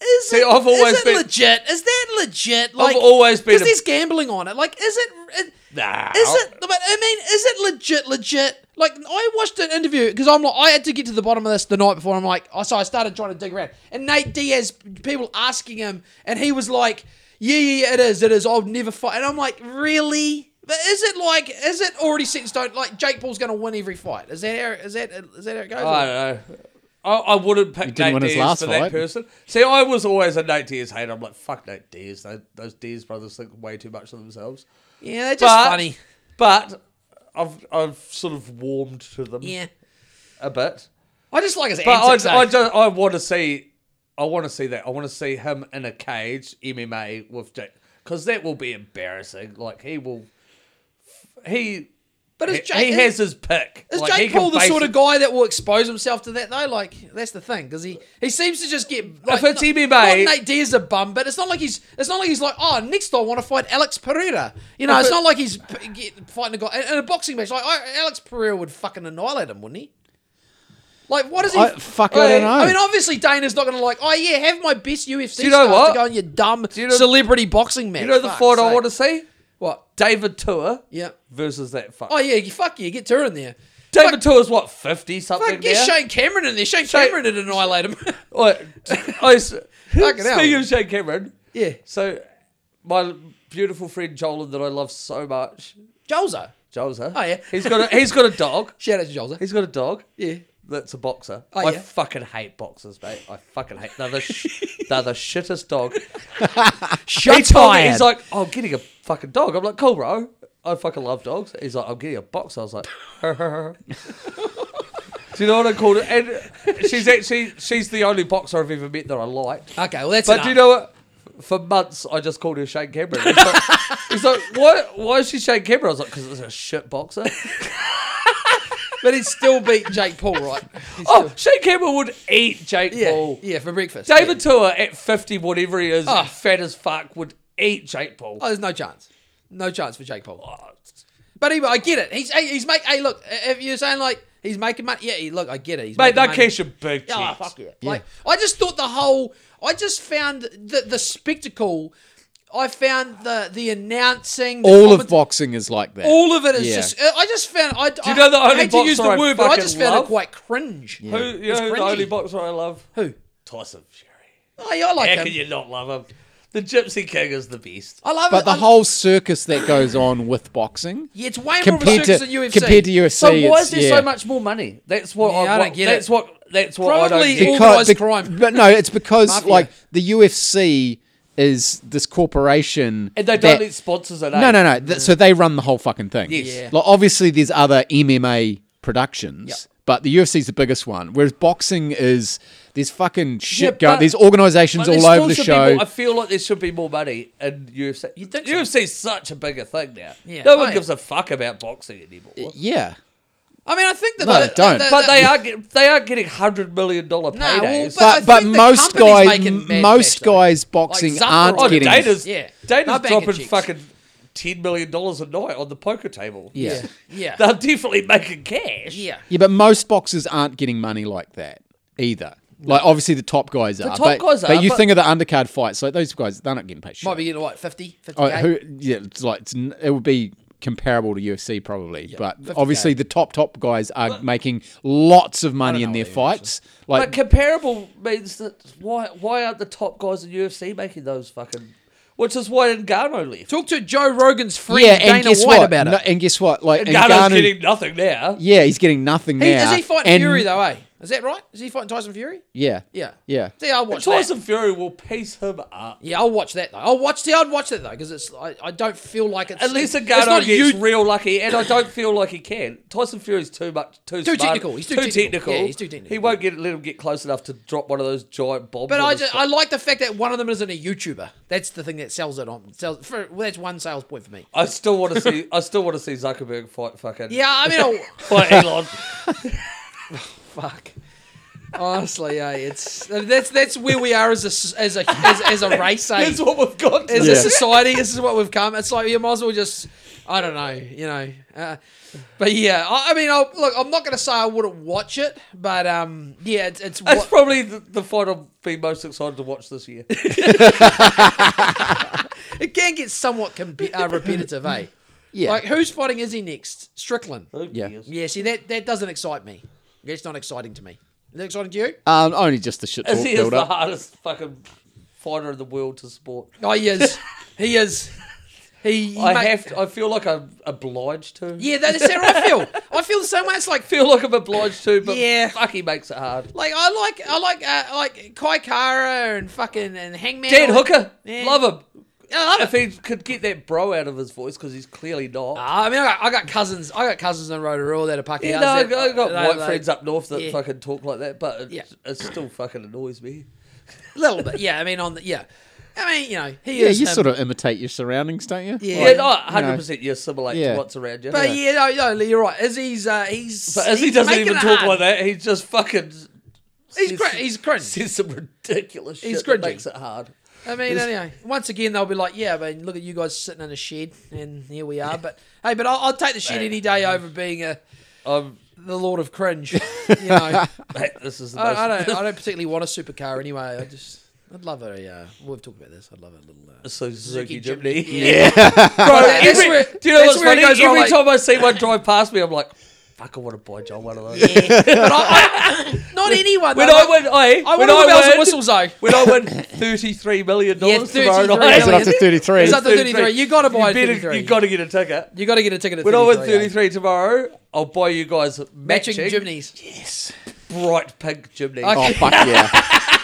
Is it, I've always is it been- legit? Is that legit? Like, always been because a- there's gambling on it. Like, is it? it Nah. is it? But I mean, is it legit? Legit? Like I watched an interview because I'm like, I had to get to the bottom of this the night before. I'm like, oh, so I started trying to dig around, and Nate Diaz, people asking him, and he was like, yeah, yeah, yeah, it is, it is. I'll never fight. And I'm like, really? But is it like, is it already set in stone? Like Jake Paul's going to win every fight? Is that how? Is that is that how it goes? I don't know. I, I wouldn't pick didn't Nate win his Diaz last for fight. that person. See, I was always a Nate Diaz hater. I'm like, fuck Nate Diaz. They, those Diaz brothers think way too much of themselves. yeah, they're just but, funny. But I've I've sort of warmed to them Yeah, a bit. I just like his But I, antics. eh? I, just, I want to see I want to see that I want to see him in a cage MMA with Jake because that will be embarrassing. Like he will he but he, is Jake, he has his pick. Is Like, he Jake can Paul the base sort it- of guy that will expose himself to that though? Like that's the thing because he he seems to just get. Like, it's not- MMA not Nate Diaz a bum, but it's not like he's it's not like he's like oh next I want to fight Alex Pereira. You know, it's it- not like he's p- get, fighting a guy in a boxing match. Like I, Alex Pereira would fucking annihilate him, wouldn't he? Like what is he? I, fuck, I don't know. I mean, obviously Dana's not going to like. Oh yeah, have my best UFC you know stars what? to go in your dumb you know- celebrity boxing match. you know the Fuck's fight I sake. want to see What? David Tour Yeah. versus that fuck. Oh yeah, you, fuck you, get Tua in there. David Tour's what fifty something Fuck, get now. Shane Cameron in there. Shane, Shane- Cameron would annihilate him. Wait, I s- Fucking hell. Speaking of Shane Cameron, yeah, so my beautiful friend Jolan that I love so much, Jolzo. Joel's huh? Oh, yeah. he's got a, he's got a dog. Shout out to Jolzo. He's got a dog. Yeah. That's a boxer. Oh, I yeah. fucking hate boxers, mate. I fucking hate. They're the, sh- they're the shittest dog. Shut He's told me- He's like, oh, I'm getting a fucking dog. I'm like, cool, bro. I fucking love dogs. He's like, I'm getting a boxer. I was like, do you know what I called it? And she's actually she's the only boxer I've ever met that I liked. okay, well that's But enough. do you know what? For months, I just called her Shane Cameron. He's like, he's like, why, why is she Shane Cameron? I was like, because it's a shit boxer. But he'd still beat Jake Paul, right? He'd oh, still- Shane Cameron would eat Jake yeah, Paul. yeah, for breakfast. David Yeah. Tour at 50, whatever he is, Oh. fat as fuck, would eat Jake Paul. Oh, there's no chance. No chance for Jake Paul. But he, I get it. He's hey, he's make. Hey, look, uh, if you're saying like he's making money, yeah, he- look, I get it. He's Mate, making that money. cash a big check. Oh, fuck it. Like, I just thought the whole. I just found the the spectacle. I found the the announcing. the All of commenta- boxing is like that. All of it is Yeah. just. uh, I just found. I, Do you know the only hate to use boxer the I word, but I fucking just found love? it quite cringe. Who, you It's know who the cringy. only boxer I love? Who? Tyson Fury. Oh, yeah, I like How him. can you not love him? The Gypsy King is the best. I love it. but the I- whole circus that goes on with boxing Yeah, it's way more of a compared circus to than UFC. compared to UFC, So why is it's- there yeah. so much more money? That's what Yeah, I, I don't what- get That's it. what. That's what Probably I don't get. all- because Organised crime. But no, it's because Mafia. like the UFC is this corporation And they that- don't need sponsors at No, no, no. Th- So they run the whole fucking thing. Yes. Yeah. Like, obviously, there's other MMA productions, Yep. but the UFC's the biggest one. Whereas boxing is there's fucking shit Yeah, going. but- There's organizations But there all over still the should be show. more- I feel like there should be more money in UFC. You think so? UFC is such a bigger thing now. Yeah. no Oh, one yeah. gives a fuck about boxing anymore. yeah. I mean, I think that. No, the- don't. the- But the- they are get, they are getting hundred million dollar well, paydays. But I But but think the most company's guys making mad most cash, though. guys boxing Zuckerberg- aren't Oh, oh, getting Data's Yeah. Not Data's banging dropping chicks. fucking ten million dollars a night on the poker table. yeah. Yeah. they're definitely making cash. yeah. Yeah, but most boxers aren't getting money like that either. Like obviously the top guys are, top but, guys but are, you but- think of the undercard fights, like those guys, they're not getting paid. Shit. Might be getting like 50, 50 Oh, who, yeah, it's like it's, n- it would be comparable to UFC probably, but obviously the top top guys are making lots of money in their fights. Like, But comparable means that why why aren't the top guys in UFC making those fucking? Which is why Ngannou left. Talk to Joe Rogan's friend yeah, Dana and guess White what? about it. No, and guess what? Like, Ngannou's Ngannou, getting nothing now. yeah, he's getting nothing He- now. Is he fighting and- Fury though? Eh? Is that right? Is he fighting Tyson Fury? Yeah, Yeah. yeah. See, I'll watch Tyson that. Fury will piece him up. Yeah, I'll watch that though. I'll watch. See, I'd watch that though because it's. I, I don't feel like it's. At least it's it's Ngannou not gets you. real lucky, and I don't feel like he can. Tyson Fury's too much, too Too smart, technical. He's too technical. Yeah, he's too technical. He won't get let him get close enough to drop one of those giant bombs. But on I his just fa- I like the fact that one of them isn't a YouTuber. That's the thing that sells it on. Sells for, well, that's one sales point for me. I still want to see. I still want to see Zuckerberg fight fucking. Yeah, I mean, I'll- Fight Elon. fuck. Honestly, eh, it's that's that's where we are as a s- as a as, as a race. Eh? That's what we've got. as To. a Yeah. society, this is what we've come. It's like you might as well just, I don't know, you know. Uh, but yeah, I, I mean, I'll, look, I'm not going to say I wouldn't watch it, but um, yeah, it's it's. That's what- probably the, the fight I'll be most excited to watch this year. it can get somewhat com- uh, repetitive, eh? Yeah. Like who's fighting Izzy next? Strickland. Yeah. Yeah, see that that doesn't excite me. It's not exciting to me. Is it exciting to you? Um, only just the shit talk As he is build the up. hardest fucking fighter in the world to support. Oh, he is. he is. He. he I ma- have. To, I feel like I'm obliged to. Yeah, that's how I feel. I feel the same way. It's like feel like I'm obliged to, but Yeah. fuck, he makes it hard. Like I like I like uh, like Kai Kara and fucking and Hangman. Dan Hooker, Yeah. love him. Yeah, I love If it. he could get that bro out of his voice, because he's clearly not. I mean, I got, I got cousins. I got cousins in Rotorua that are Pākehās. yeah, no, I got, I got They- white they- friends up north that yeah. fucking talk like that, but it, Yeah. it still fucking annoys me. A little bit, yeah. I mean, on the yeah. I mean, you know, he Yeah, is um, you him. sort of imitate your surroundings, don't you? Yeah. Yeah, oh, no, 100% you, assimilate Yeah. to what's around you. But yeah, no, no, you're right. Izzy's uh, he's But as he he's doesn't making even it talk hard. like that, he just fucking He's cr- he's cringe. says some ridiculous shit He's that cringy. makes it hard. I mean, anyway, once again they'll be like, yeah, but look at you guys sitting in a shed, and here we are. But hey, but I'll, I'll take the shed any day over being a Um, the Lord of Cringe. You know. mate, this is the I, most, I don't. I don't particularly want a supercar anyway. I just I'd love a. Uh, we've talked about this. I'd love a little. Uh, So Suzuki Jimny. Jimny. Yeah. Bro, That's every, where- do you know that's what's where it funny? goes wrong, Every like- time I see one drive past me, I'm like, fuck, I want to buy John one of those. not anyone. When though, I like- went, I, I when want all the bells and I went, whistles though. when I went $33 million Yeah, tomorrow 33 night. Is it up Really? to 33? It's up to 33. You gotta buy a better- 33. You got to get a ticket. You got to get a ticket at When I went 33. eh? 33 tomorrow, I'll buy you guys Matching matching, chimneys. bright pink chimneys. Oh fuck yeah!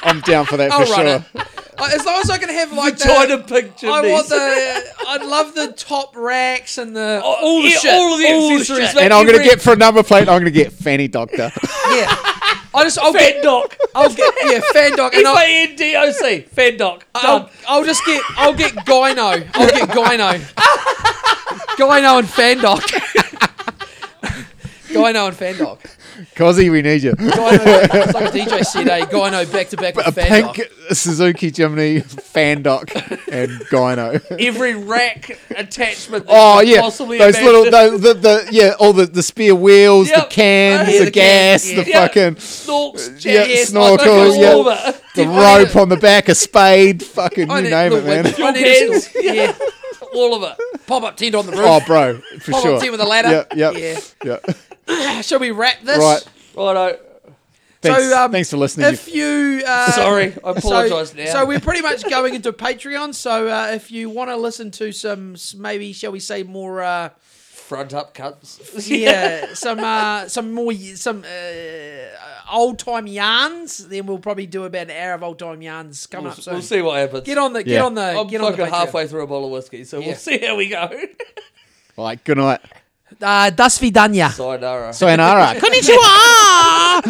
I'm down for that I'll for run sure. it. Uh, As long as I can have like Vagina the, pink I chimneys. want the. I'd love the top racks and the Oh, all the yeah, shit, all of the all accessories, shit. mate. And I'm gonna Every- get for a number plate. I'm gonna get Fanny Yeah, Doctor. I just I'll Fan get doc. I'll get yeah fan dog and F I'll, A N D O C. Fan doc. Done. I'll, I'll just get I'll get Gyno. I'll get Gyno. Gyno and Fandoc. Gyno and Fandoc. Cosy, we need you. Gyno, it's like DJ said, eh? Gyno back to back with A Fandoc. pink Suzuki Jimny, Fan Doc, and Gyno. Every rack attachment. that Oh you could yeah, Possibly those imagine. little, those, the, the yeah, all the, the spear wheels, Yep. the cans, Oh, yeah, the, the gas, cans, yeah. the Yeah. fucking snorks, yeah, jazz, snorkel, like, yeah. all that. the I need rope on the back, a spade, fucking I you need- name look, it, man. I need Your a still- yeah. all of it. Pop up tent on the roof. Oh, bro, for Pop sure. up tent with a ladder. Yep, yep, Yeah. yep. Shall we wrap this? Right. Righto. Thanks, um, thanks for listening. If you uh, Sorry, I so- apologise now. So we're pretty much going into Patreon. So uh, if you want to listen to some, s- maybe shall we say more, uh, Front up cunts. yeah, some uh, some more y- some uh, old time yarns, then we'll probably do about an hour of old time yarns coming We'll, up soon. we'll see what happens. Get on the get Yeah. on the I'm get on the fucking Patreon. halfway through a bottle of whiskey, so Yeah. we'll see how we go. you, like, good night. Uh, das vidanya. Sayonara. Sayonara. Konnichiwa.